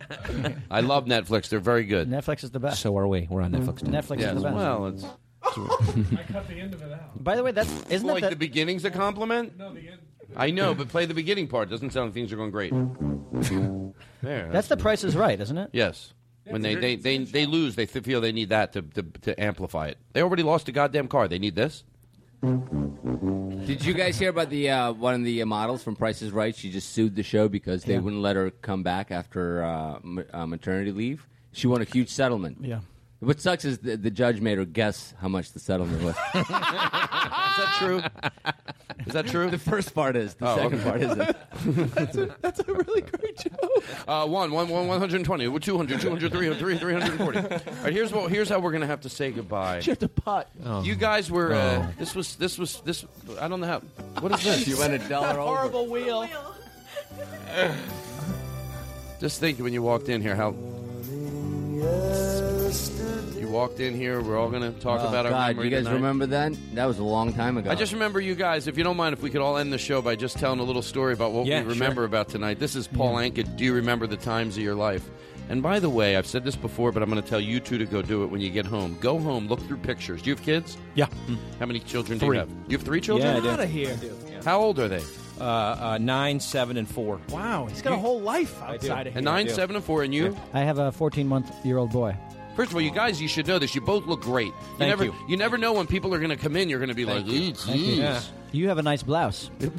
Speaker 7: I love Netflix. They're very good.
Speaker 12: Netflix is the best.
Speaker 13: So are we. We're on Netflix.
Speaker 12: Netflix
Speaker 7: Yeah,
Speaker 12: is the best.
Speaker 7: well, it's.
Speaker 12: I cut the end of it out. By the way, that's isn't
Speaker 7: like
Speaker 12: that
Speaker 7: the beginning's a compliment? No, the end. I know, but play the beginning part. Doesn't sound like things are going great. There.
Speaker 12: That's the Price is Right, isn't it?
Speaker 7: Yes. When they, they, they, they lose, they th- feel they need that to, to, to amplify it. They already lost a goddamn car. They need this.
Speaker 4: Did you guys hear about the uh, one of the uh, models from Price is Right? She just sued the show because they
Speaker 12: Yeah.
Speaker 4: wouldn't let her come back after uh, ma- uh, maternity leave. She won a huge settlement.
Speaker 12: Yeah.
Speaker 4: What sucks is the, the judge made her guess how much the settlement was. is that
Speaker 7: true? Is that true?
Speaker 4: The first part is. The
Speaker 7: Oh,
Speaker 4: second
Speaker 7: okay.
Speaker 4: part isn't.
Speaker 7: Uh, one, one, one, 120, 200, 200, 300, 340. All right, here's, what, here's how we're going to have to say goodbye.
Speaker 8: You have to putt.
Speaker 4: Oh.
Speaker 7: You guys were. Uh, This was. This was. This. I don't know how. What is this?
Speaker 4: You went a dollar
Speaker 8: That horrible wheel.
Speaker 7: Just think when you walked in here how you walked in here. We're all going to talk about our
Speaker 4: Oh, God,
Speaker 7: memory
Speaker 4: Uh, you guys
Speaker 7: tonight.
Speaker 4: remember that? That was a long time ago.
Speaker 7: I just remember you guys. If you don't mind, if we could all end the show by just telling a little story about what
Speaker 4: Yeah,
Speaker 7: we remember about tonight. This is Paul Anka. Do you remember the times of your life? And by the way, I've said this before, but I'm going to tell you two to go do it when you get home. Go home, look through pictures. Do you have kids?
Speaker 13: Yeah.
Speaker 7: How many children do
Speaker 13: Three.
Speaker 7: you have? You have three children?
Speaker 13: Yeah, I do. Outta
Speaker 8: here.
Speaker 7: How old are they?
Speaker 13: Uh, uh, nine, seven, and four.
Speaker 8: Wow, he's got a whole life
Speaker 13: do.
Speaker 8: outside of
Speaker 7: A
Speaker 8: here.
Speaker 7: nine, seven, and four, and you?
Speaker 12: I have a 14 month year old boy.
Speaker 7: First of all, you guys, you should know this. You both look great. You
Speaker 12: Thank
Speaker 7: never,
Speaker 12: you.
Speaker 7: never know when people are going to come in. You're going to be like, "Ooh,
Speaker 12: Thank you.
Speaker 7: geez."
Speaker 12: You have a nice blouse.
Speaker 7: There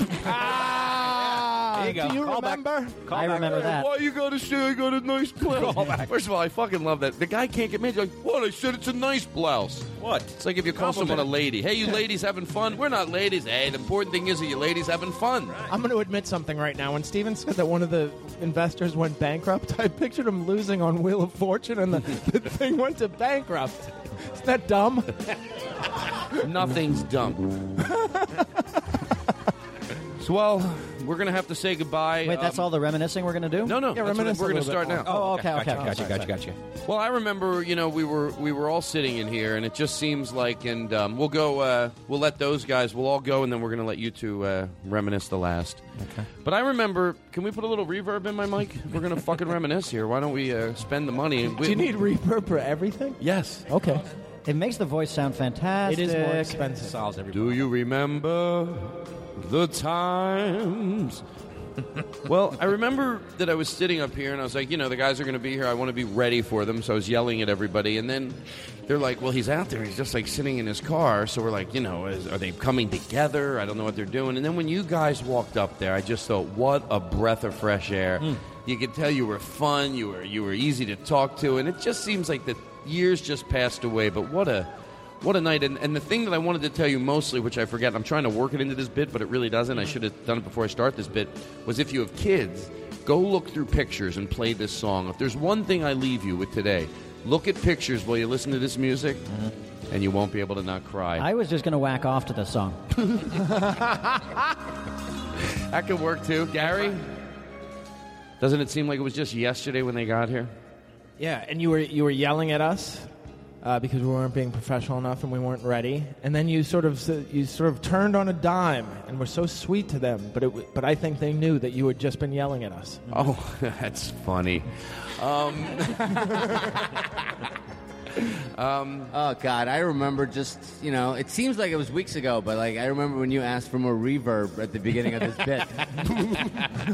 Speaker 7: you go.
Speaker 8: Do you
Speaker 7: Call back.
Speaker 8: remember?
Speaker 12: I remember that.
Speaker 7: Why you gotta say I got a nice blouse? First of all, I fucking love that. The guy can't get mad. You're like, what? I said it's a nice blouse.
Speaker 13: What?
Speaker 7: It's like if you call someone a
Speaker 8: Compliment.
Speaker 7: lady. Hey, you ladies having fun? We're not ladies. Hey, the important thing is that you ladies having fun.
Speaker 8: I'm going to admit something right now. When Steven said that one of the investors went bankrupt, I pictured him losing on Wheel of Fortune and the, the thing went to bankrupt. Isn't that dumb?
Speaker 7: Nothing's dumb. so, well, we're gonna have to say goodbye.
Speaker 12: Wait, that's
Speaker 7: Um,
Speaker 12: all the reminiscing we're going to do?
Speaker 7: No, no, Yeah, that's what reminisce we're a gonna little bit start more. now.
Speaker 12: Oh, okay, okay.
Speaker 7: Gotcha, gotcha, gotcha, Well, I remember, you know, we were we were all sitting in here, and it just seems like, and um, we'll go, uh, we'll let those guys, we'll all go, and then we're going to let you two uh, reminisce the last. Okay. But I remember, can we put a little reverb in my mic? We're going to fucking reminisce here. Why don't we uh, spend the money? And we,
Speaker 8: Do you need reverb for everything?
Speaker 7: Yes.
Speaker 8: Okay.
Speaker 12: It makes the voice sound fantastic.
Speaker 13: Solves every
Speaker 7: Do you remember the times? well, I remember that I was sitting up here and I was like, you know, the guys are going to be here. I want to be ready for them. So I was yelling at everybody. And then they're like, well, he's out there. He's just like sitting in his car. So we're like, you know, is, are they coming together? I don't know what they're doing. And then when you guys walked up there, I just thought, what a breath of fresh air. You could tell you were fun. You were, you were easy to talk to. And it just seems like the years just passed away. But what a. What a night. And, and the thing that I wanted to tell you mostly, which I forget, I'm trying to work it into this bit, but it really doesn't. I should have done it before I start this bit, was if you have kids, go look through pictures and play this song. If there's one thing I leave you with today, look at pictures while you listen to this music, and you won't be able to not cry.
Speaker 12: I was just going to whack off to the song.
Speaker 7: That could work too. Gary? Doesn't it seem like it was just yesterday when they got here?
Speaker 8: Yeah, and you were you were yelling at us uh, because we weren't being professional enough and we weren't ready. And then you sort of s- you sort of turned on a dime and were so sweet to them. But it, w- but I think they knew that you had just been yelling at us.
Speaker 7: Oh, that's funny. Um,
Speaker 4: Um, oh God, I remember just you know. It seems like it was weeks ago, but like I remember when you asked for more reverb at the beginning of this bit.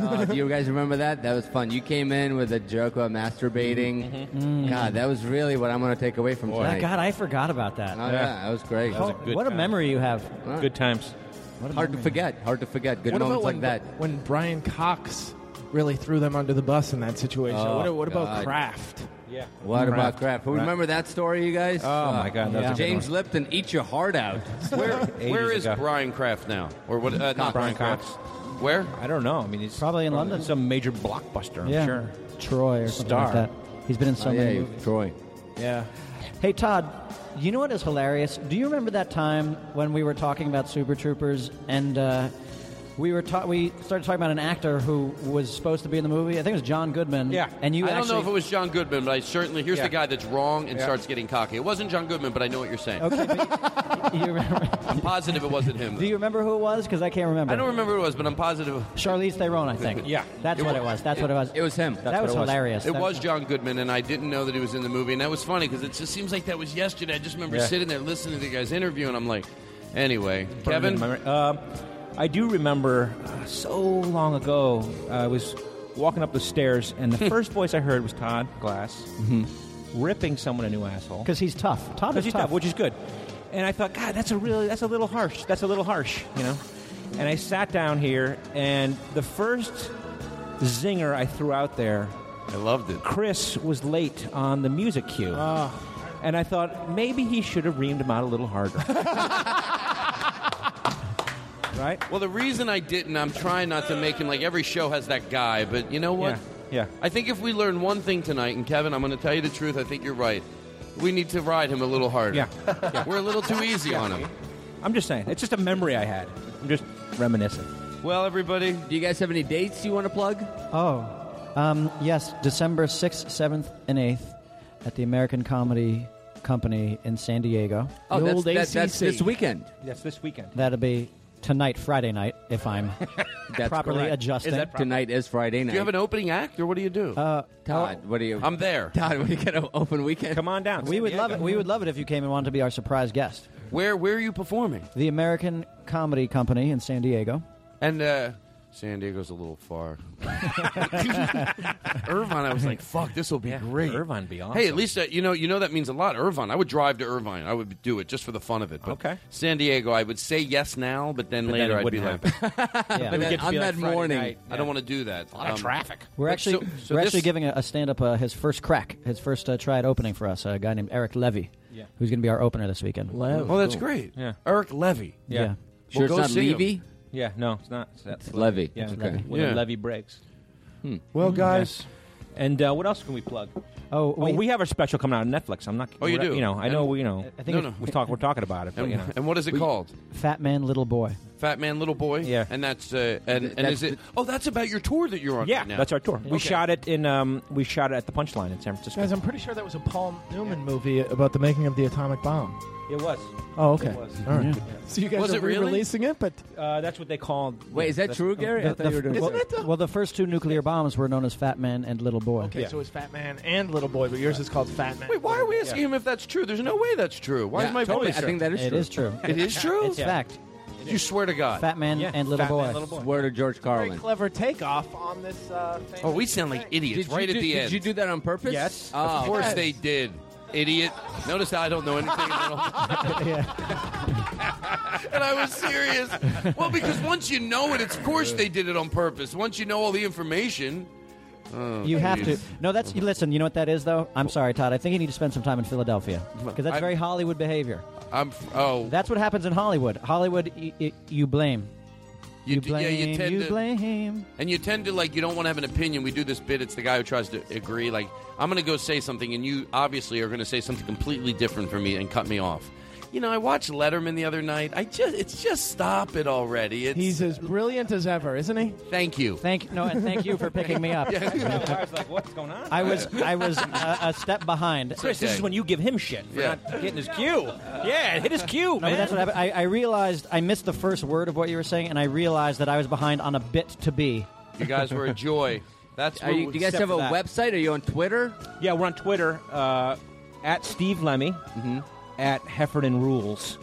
Speaker 4: uh, do you guys remember that? That was fun. You came in with a joke about masturbating.
Speaker 12: Mm.
Speaker 4: God, that was really what I'm going to take away from tonight.
Speaker 12: God, I forgot about that.
Speaker 4: Oh, yeah. that was great.
Speaker 12: That was a good What a time. memory you have.
Speaker 13: Good times.
Speaker 12: What a
Speaker 4: Hard to
Speaker 12: memory.
Speaker 4: forget. Hard to forget. Good
Speaker 8: what about
Speaker 4: moments like
Speaker 8: when,
Speaker 4: that.
Speaker 8: When Brian Cox really threw them under the bus in that situation.
Speaker 4: Oh,
Speaker 8: what what about
Speaker 4: God.
Speaker 8: Kraft? Yeah.
Speaker 4: What about crap? But remember that story, you guys? Oh
Speaker 13: my God, that was a good
Speaker 4: James Lipton, eat your heart out.
Speaker 7: where where is Brian Kraft now? Or what? Uh, not
Speaker 13: Brian
Speaker 7: Brian Kraft.
Speaker 13: Cox.
Speaker 7: Where?
Speaker 13: I don't know. I mean, he's
Speaker 12: probably in London.
Speaker 13: Some major blockbuster, I'm
Speaker 12: yeah.
Speaker 13: sure.
Speaker 12: Troy or something like
Speaker 13: Star.
Speaker 12: that. He's been in so
Speaker 13: Oh, yeah,
Speaker 12: many
Speaker 13: you-
Speaker 12: movies.
Speaker 4: Troy.
Speaker 8: Yeah.
Speaker 12: Hey, Todd, you know what is hilarious? Do you remember that time when we were talking about Super Troopers and uh, we were ta- we started talking about an actor who was supposed to be in the movie? I think it was John Goodman. Yeah. And you
Speaker 7: I don't
Speaker 12: actually
Speaker 7: know if it was John Goodman, but I certainly here's the guy that's wrong and
Speaker 12: Yeah.
Speaker 7: starts getting cocky. It wasn't John Goodman, but I know what you're saying.
Speaker 12: Okay, you remember?
Speaker 7: I'm positive it wasn't him.
Speaker 12: Do you remember who it was? Because I can't remember.
Speaker 7: I don't remember who it was, but I'm positive.
Speaker 12: Charlize Theron, I think. That's what it was. That's what it was.
Speaker 4: It was him.
Speaker 12: that was hilarious.
Speaker 7: It
Speaker 12: That-
Speaker 7: was John Goodman, and I didn't know that he was in the movie, and that was funny because it just seems like that was yesterday. I just remember
Speaker 13: Yeah.
Speaker 7: sitting there listening to the guy's interview, and I'm like, anyway, Kevin.
Speaker 13: Um, I do remember uh, so long ago, I was walking up the stairs, and the first voice I heard was Todd Glass ripping someone a new asshole.
Speaker 12: Because he's tough. Todd
Speaker 13: Mm-hmm. 'Cause
Speaker 12: is
Speaker 13: he's tough, which is good. And I thought, God, that's a really, that's a little harsh. That's a little harsh, you know. And I sat down here, and the first zinger I threw out there,
Speaker 7: I loved it.
Speaker 13: Chris was late on the music cue,
Speaker 7: Ah.
Speaker 13: and I thought maybe he should have reamed him out a little harder. right?
Speaker 7: Well, the reason I didn't, I'm trying not to make him like every show has that guy, but you know what?
Speaker 13: Yeah.
Speaker 7: I think if we learn one thing tonight, and Kevin, I'm going to tell you the truth. I think you're right. We need to ride him a little harder.
Speaker 13: Yeah.
Speaker 7: We're a little too easy on him.
Speaker 13: I'm just saying, it's just a memory I had. I'm just reminiscing.
Speaker 7: Well, everybody,
Speaker 4: do you guys have any dates you want to plug?
Speaker 12: Oh, um, yes, December 6th, 7th, and 8th at the American Comedy company in San Diego.
Speaker 4: Oh, that's, that, that's this weekend.
Speaker 13: That's this weekend.
Speaker 12: That'll be tonight, Friday night, if I'm
Speaker 4: That's
Speaker 12: properly
Speaker 4: correct.
Speaker 12: adjusting.
Speaker 4: Is that proper? Tonight is Friday night.
Speaker 7: Do you have an opening act, or what do you do?
Speaker 12: Uh,
Speaker 4: Todd, what do you?
Speaker 7: I'm there.
Speaker 4: Todd, what do you got? An open weekend?
Speaker 13: Come on down.
Speaker 12: we would love it. We would love it if you came and wanted to be our surprise guest.
Speaker 7: Where Where are you performing?
Speaker 12: The American Comedy Company in San Diego.
Speaker 7: And uh, San Diego's a little far. Irvine, I was like, "Fuck, this will be great."
Speaker 13: Irvine, be
Speaker 7: Hey, at least uh, you know you know that means a lot. Irvine, I would drive to Irvine. I would do it just for the fun of it. But
Speaker 13: Okay.
Speaker 7: San Diego, I would say yes now, but then
Speaker 13: But then
Speaker 7: later
Speaker 13: it
Speaker 7: I'd be
Speaker 13: wouldn't
Speaker 7: like,
Speaker 12: Yeah.
Speaker 7: But
Speaker 12: It would
Speaker 7: then
Speaker 12: get to
Speaker 7: on
Speaker 12: be like
Speaker 7: that
Speaker 12: Friday
Speaker 7: morning,
Speaker 12: night.
Speaker 7: I don't want to do that. Um, A lot of traffic.
Speaker 12: We're actually
Speaker 7: so
Speaker 12: we're
Speaker 7: this-
Speaker 12: actually giving a, a stand up uh, his first crack, his first uh, try at opening for us. A guy named Eric Levy,
Speaker 7: Yeah.
Speaker 12: who's going to be our opener this weekend.
Speaker 7: Oh, that's great. Eric Levy.
Speaker 12: Yeah. Yeah.
Speaker 7: Well,
Speaker 12: Sure it's
Speaker 7: go
Speaker 12: not
Speaker 7: see him.
Speaker 12: Levy?
Speaker 13: Yeah, no, it's not. That's
Speaker 4: It's Levy.
Speaker 13: Yeah,
Speaker 4: It's Hmm. Levy.
Speaker 13: when the
Speaker 4: Yeah.
Speaker 13: levy breaks.
Speaker 12: Well,
Speaker 13: Yeah.
Speaker 12: guys-
Speaker 13: and uh, what else can we plug?
Speaker 12: Oh,
Speaker 13: we, have a special coming out on Netflix. I'm not.
Speaker 7: Oh, you
Speaker 13: we're-
Speaker 7: do?
Speaker 13: You know, I
Speaker 7: And-
Speaker 13: know. We, you know,
Speaker 7: I think No, it's-
Speaker 13: we talk. We're talking about it. But,
Speaker 7: And,
Speaker 13: you know.
Speaker 7: and what is it called?
Speaker 12: Fat man, little boy.
Speaker 7: Fat Man, Little Boy. Yeah. And that's uh, and, and is
Speaker 13: That's
Speaker 7: it? Oh, that's about your tour that you're on.
Speaker 13: Yeah,
Speaker 7: right now.
Speaker 13: that's our tour. We
Speaker 7: Okay.
Speaker 13: shot it in. Um, we shot it at the Punchline in San Francisco.
Speaker 8: Guys, I'm pretty sure that was a Paul Newman movie about the making of the atomic bomb.
Speaker 13: It was.
Speaker 8: Oh, okay.
Speaker 13: It was.
Speaker 8: All right.
Speaker 13: Yeah.
Speaker 8: So you guys
Speaker 13: Was
Speaker 8: are
Speaker 13: it really?
Speaker 8: re-releasing it, but
Speaker 13: Uh, that's what they called.
Speaker 4: Wait, is that
Speaker 13: That's-
Speaker 4: true, Gary?
Speaker 12: The- the- well, well, the first two nuclear bombs were known as Fat Man and Little Boy.
Speaker 8: okay, so it's Fat Man and Little Boy, but yours is called Fat Man.
Speaker 7: Wait, why are we asking him if that's true? There's no way that's true. Why
Speaker 8: Yeah,
Speaker 7: is my
Speaker 8: totally.
Speaker 7: voice?
Speaker 8: I think that is It true. is true.
Speaker 7: It is true.
Speaker 8: It's Yeah. fact.
Speaker 7: You swear to God.
Speaker 12: Fat Man Yeah, and Little Fat Man, Boy. Little Boy.
Speaker 4: Word of George
Speaker 8: Very
Speaker 4: Carlin.
Speaker 8: clever takeoff on this. Uh,
Speaker 7: Oh, we sound like idiots
Speaker 4: Did you
Speaker 7: right
Speaker 4: do-
Speaker 7: at the
Speaker 4: did
Speaker 7: end.
Speaker 4: you do that on purpose? Yes.
Speaker 7: of
Speaker 4: Oh,
Speaker 7: course
Speaker 4: yes.
Speaker 7: they did. Idiot. Notice how I don't know anything. At all. and I was serious. Well, because once you know it, it's of course they did it on purpose. Once you know all the information, oh,
Speaker 12: You have to.
Speaker 7: geez.
Speaker 12: No, that's. you Listen, you know what that is, though? I'm sorry, Todd. I think you need to spend some time in Philadelphia. Because that's
Speaker 7: I-
Speaker 12: very Hollywood behavior.
Speaker 7: I'm. f- Oh,
Speaker 12: That's what happens in Hollywood. Hollywood, y- y- you blame.
Speaker 7: You, d-
Speaker 12: blame.
Speaker 7: yeah, you tend to-
Speaker 12: blame.
Speaker 7: And you tend to like you don't want to have an opinion. We do this bit. It's the guy who tries to agree. Like I'm going to go say something, and you obviously are going to say something completely different from me and cut me off. You know, I watched Letterman the other night. I just it's just stop it already. It's,
Speaker 8: He's as brilliant as ever, isn't he?
Speaker 7: thank you.
Speaker 12: Thank no, and thank you for picking me up.
Speaker 13: I was like, what's going on?
Speaker 12: I was I was uh, a, a step behind.
Speaker 13: Chris, this is when you give him shit for
Speaker 12: Yeah.
Speaker 13: not getting his cue. Yeah, hit his cue,
Speaker 12: No,
Speaker 13: man.
Speaker 12: but that's what happened. I, I realized I missed the first word of what you were saying, and I realized that I was behind on a bit to be.
Speaker 7: You guys were a joy. That's
Speaker 4: Are you, do you guys have a website? Are you on Twitter?
Speaker 13: Yeah, we're on Twitter uh, at Steve Lemmy mm-hmm, at Heffernan Rules.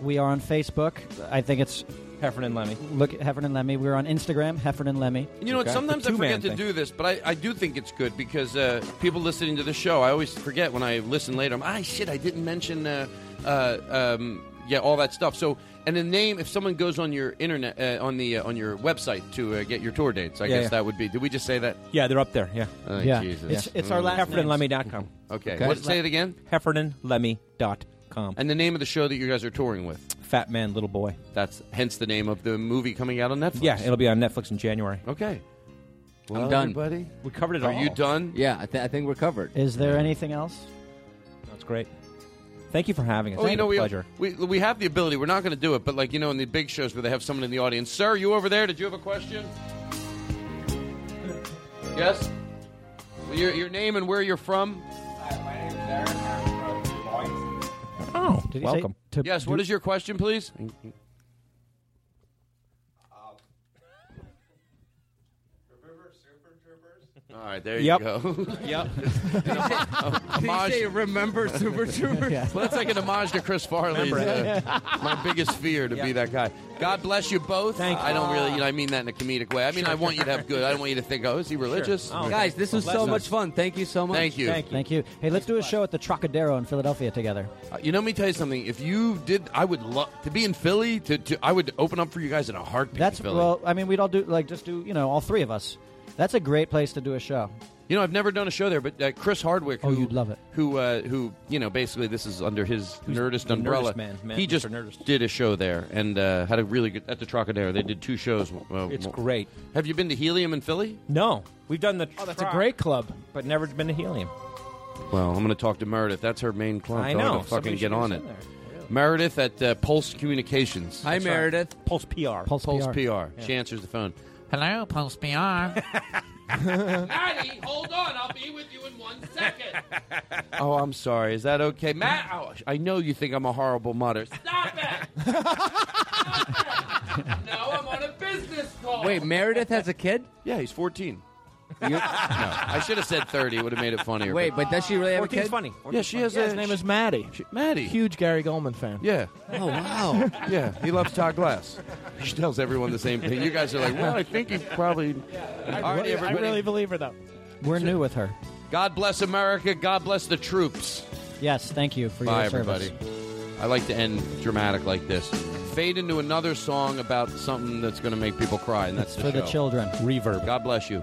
Speaker 12: We are on Facebook. I think it's
Speaker 13: Heffernan Lemmy.
Speaker 12: Look, Heffernan Lemmy. We're on Instagram, Heffernan Lemmy.
Speaker 7: You know what? Sometimes I forget to do this, but I, I do think it's good because uh, people listening to the show, I always forget when I listen later. I'm, ah, shit, I didn't mention, uh, uh, um, yeah, all that stuff. So, and the name, if someone goes on your internet, uh, on the uh, on your website to uh, get your tour dates, I
Speaker 13: Yeah,
Speaker 7: guess
Speaker 13: yeah.
Speaker 7: that would be. Did we just say that?
Speaker 13: Yeah, they're up there. Yeah.
Speaker 7: Oh, Yeah. Jesus. It's- it's our last
Speaker 13: HeffernanLemmy.com.
Speaker 7: Okay. What- say it again?
Speaker 13: HeffernanLemmy.com.
Speaker 7: And the name of the show that you guys are touring with?
Speaker 13: Fat Man, Little Boy.
Speaker 7: That's hence the name of the movie coming out on Netflix.
Speaker 13: Yeah, it'll be on Netflix in January.
Speaker 7: Okay. Uh,
Speaker 4: I'm done.
Speaker 7: buddy.
Speaker 13: We covered it
Speaker 4: Are
Speaker 13: all.
Speaker 4: you
Speaker 7: done?
Speaker 4: Yeah, I, th- I think we're covered.
Speaker 12: Is there anything else?
Speaker 13: That's great. Thank you for having us.
Speaker 7: Oh, you know, we,
Speaker 13: It's a pleasure.
Speaker 7: we we have the ability. We're not going to do it, but like you know, in the big shows where they have someone in the audience, sir, you over there? Did you have a question? Yes. Well, your, your name and where you're from.
Speaker 13: Oh,
Speaker 12: Did he say
Speaker 13: welcome.
Speaker 12: to-
Speaker 7: yes. What
Speaker 12: do-
Speaker 7: is your question, please? All right, there
Speaker 13: Yep.
Speaker 7: you go.
Speaker 13: Yep.
Speaker 7: Homage-
Speaker 4: Did you say remember Super Troopers?
Speaker 7: Well, that's like an homage to Chris Farley.
Speaker 4: Remember
Speaker 7: uh,
Speaker 4: it.
Speaker 7: my biggest fear to be that guy. God bless you both. Thank I don't really, you know, I mean that in a comedic way. I mean, I want you to have good. I don't want you to think, oh, is he religious?
Speaker 4: Guys, this was so much fun. Thank you so much.
Speaker 7: Thank you. Thank you.
Speaker 12: Thank you. Hey, let's do a show at the Trocadero in Philadelphia together.
Speaker 7: Uh, You know, let me tell you something. If you did, I would love to be in Philly. To, to I would open up for you guys in a heartbeat.
Speaker 12: That's
Speaker 7: in Philly.
Speaker 12: well. I mean, we'd all do like just do you know all three of us. That's a great place to do a show.
Speaker 7: You know, I've never done a show there, but uh, Chris Hardwick,
Speaker 13: Oh,
Speaker 7: who
Speaker 12: love it,
Speaker 7: who uh, who you know, basically this is under his Nerdist
Speaker 13: the
Speaker 7: umbrella.
Speaker 13: Nerdist man, man,
Speaker 7: he just
Speaker 13: Mr. Nerdist.
Speaker 7: did a show there and uh, had a really good at the Trocadero. They did two shows. Uh,
Speaker 13: It's
Speaker 7: one-
Speaker 13: great.
Speaker 7: Have you been to Helium in Philly?
Speaker 13: No, we've done the. Oh,
Speaker 8: that's a great club,
Speaker 13: but never been to Helium.
Speaker 7: Well, I'm going to talk to Meredith. That's her main club.
Speaker 13: I
Speaker 7: so
Speaker 13: know.
Speaker 7: gotta fucking
Speaker 13: Somebody should
Speaker 7: get
Speaker 13: get us
Speaker 7: on it.
Speaker 13: in there.
Speaker 7: Meredith at uh, Pulse Communications.
Speaker 4: Hi, Meredith.
Speaker 13: Pulse PR.
Speaker 7: Pulse, PR.
Speaker 13: PR.
Speaker 7: She answers the phone.
Speaker 1: Hello, Pulse PR.
Speaker 7: Maddie, hold on. I'll be with you in one second. oh, I'm sorry. Is that okay, Matt? Oh, I know you think I'm a horrible mother. Stop it! Stop it! No, I'm on a business call.
Speaker 4: Wait, Meredith has a kid?
Speaker 7: Yeah, he's 14. no, I should have said 30. Would have made it funnier.
Speaker 4: Wait, but does she really have a
Speaker 7: 14's
Speaker 4: kid?
Speaker 7: funny. 14's Yeah, she funny. has
Speaker 8: Yeah,
Speaker 7: a-
Speaker 8: his name is Maddie.
Speaker 7: Maddie.
Speaker 8: Huge Gary Goldman fan.
Speaker 7: Yeah.
Speaker 4: Oh wow.
Speaker 7: yeah, he loves Todd Glass. He tells everyone the same thing. You guys are like, well, I think he's probably.
Speaker 8: I, really, I really believe her though.
Speaker 12: We're new with her.
Speaker 7: God bless America. God bless the troops.
Speaker 12: Yes, thank you for
Speaker 7: Bye,
Speaker 12: your service.
Speaker 7: everybody. I like to end dramatic like this. Fade into another song about something that's going to make people cry, and that's
Speaker 12: for the
Speaker 7: show.
Speaker 12: children.
Speaker 7: Reverb. God bless you.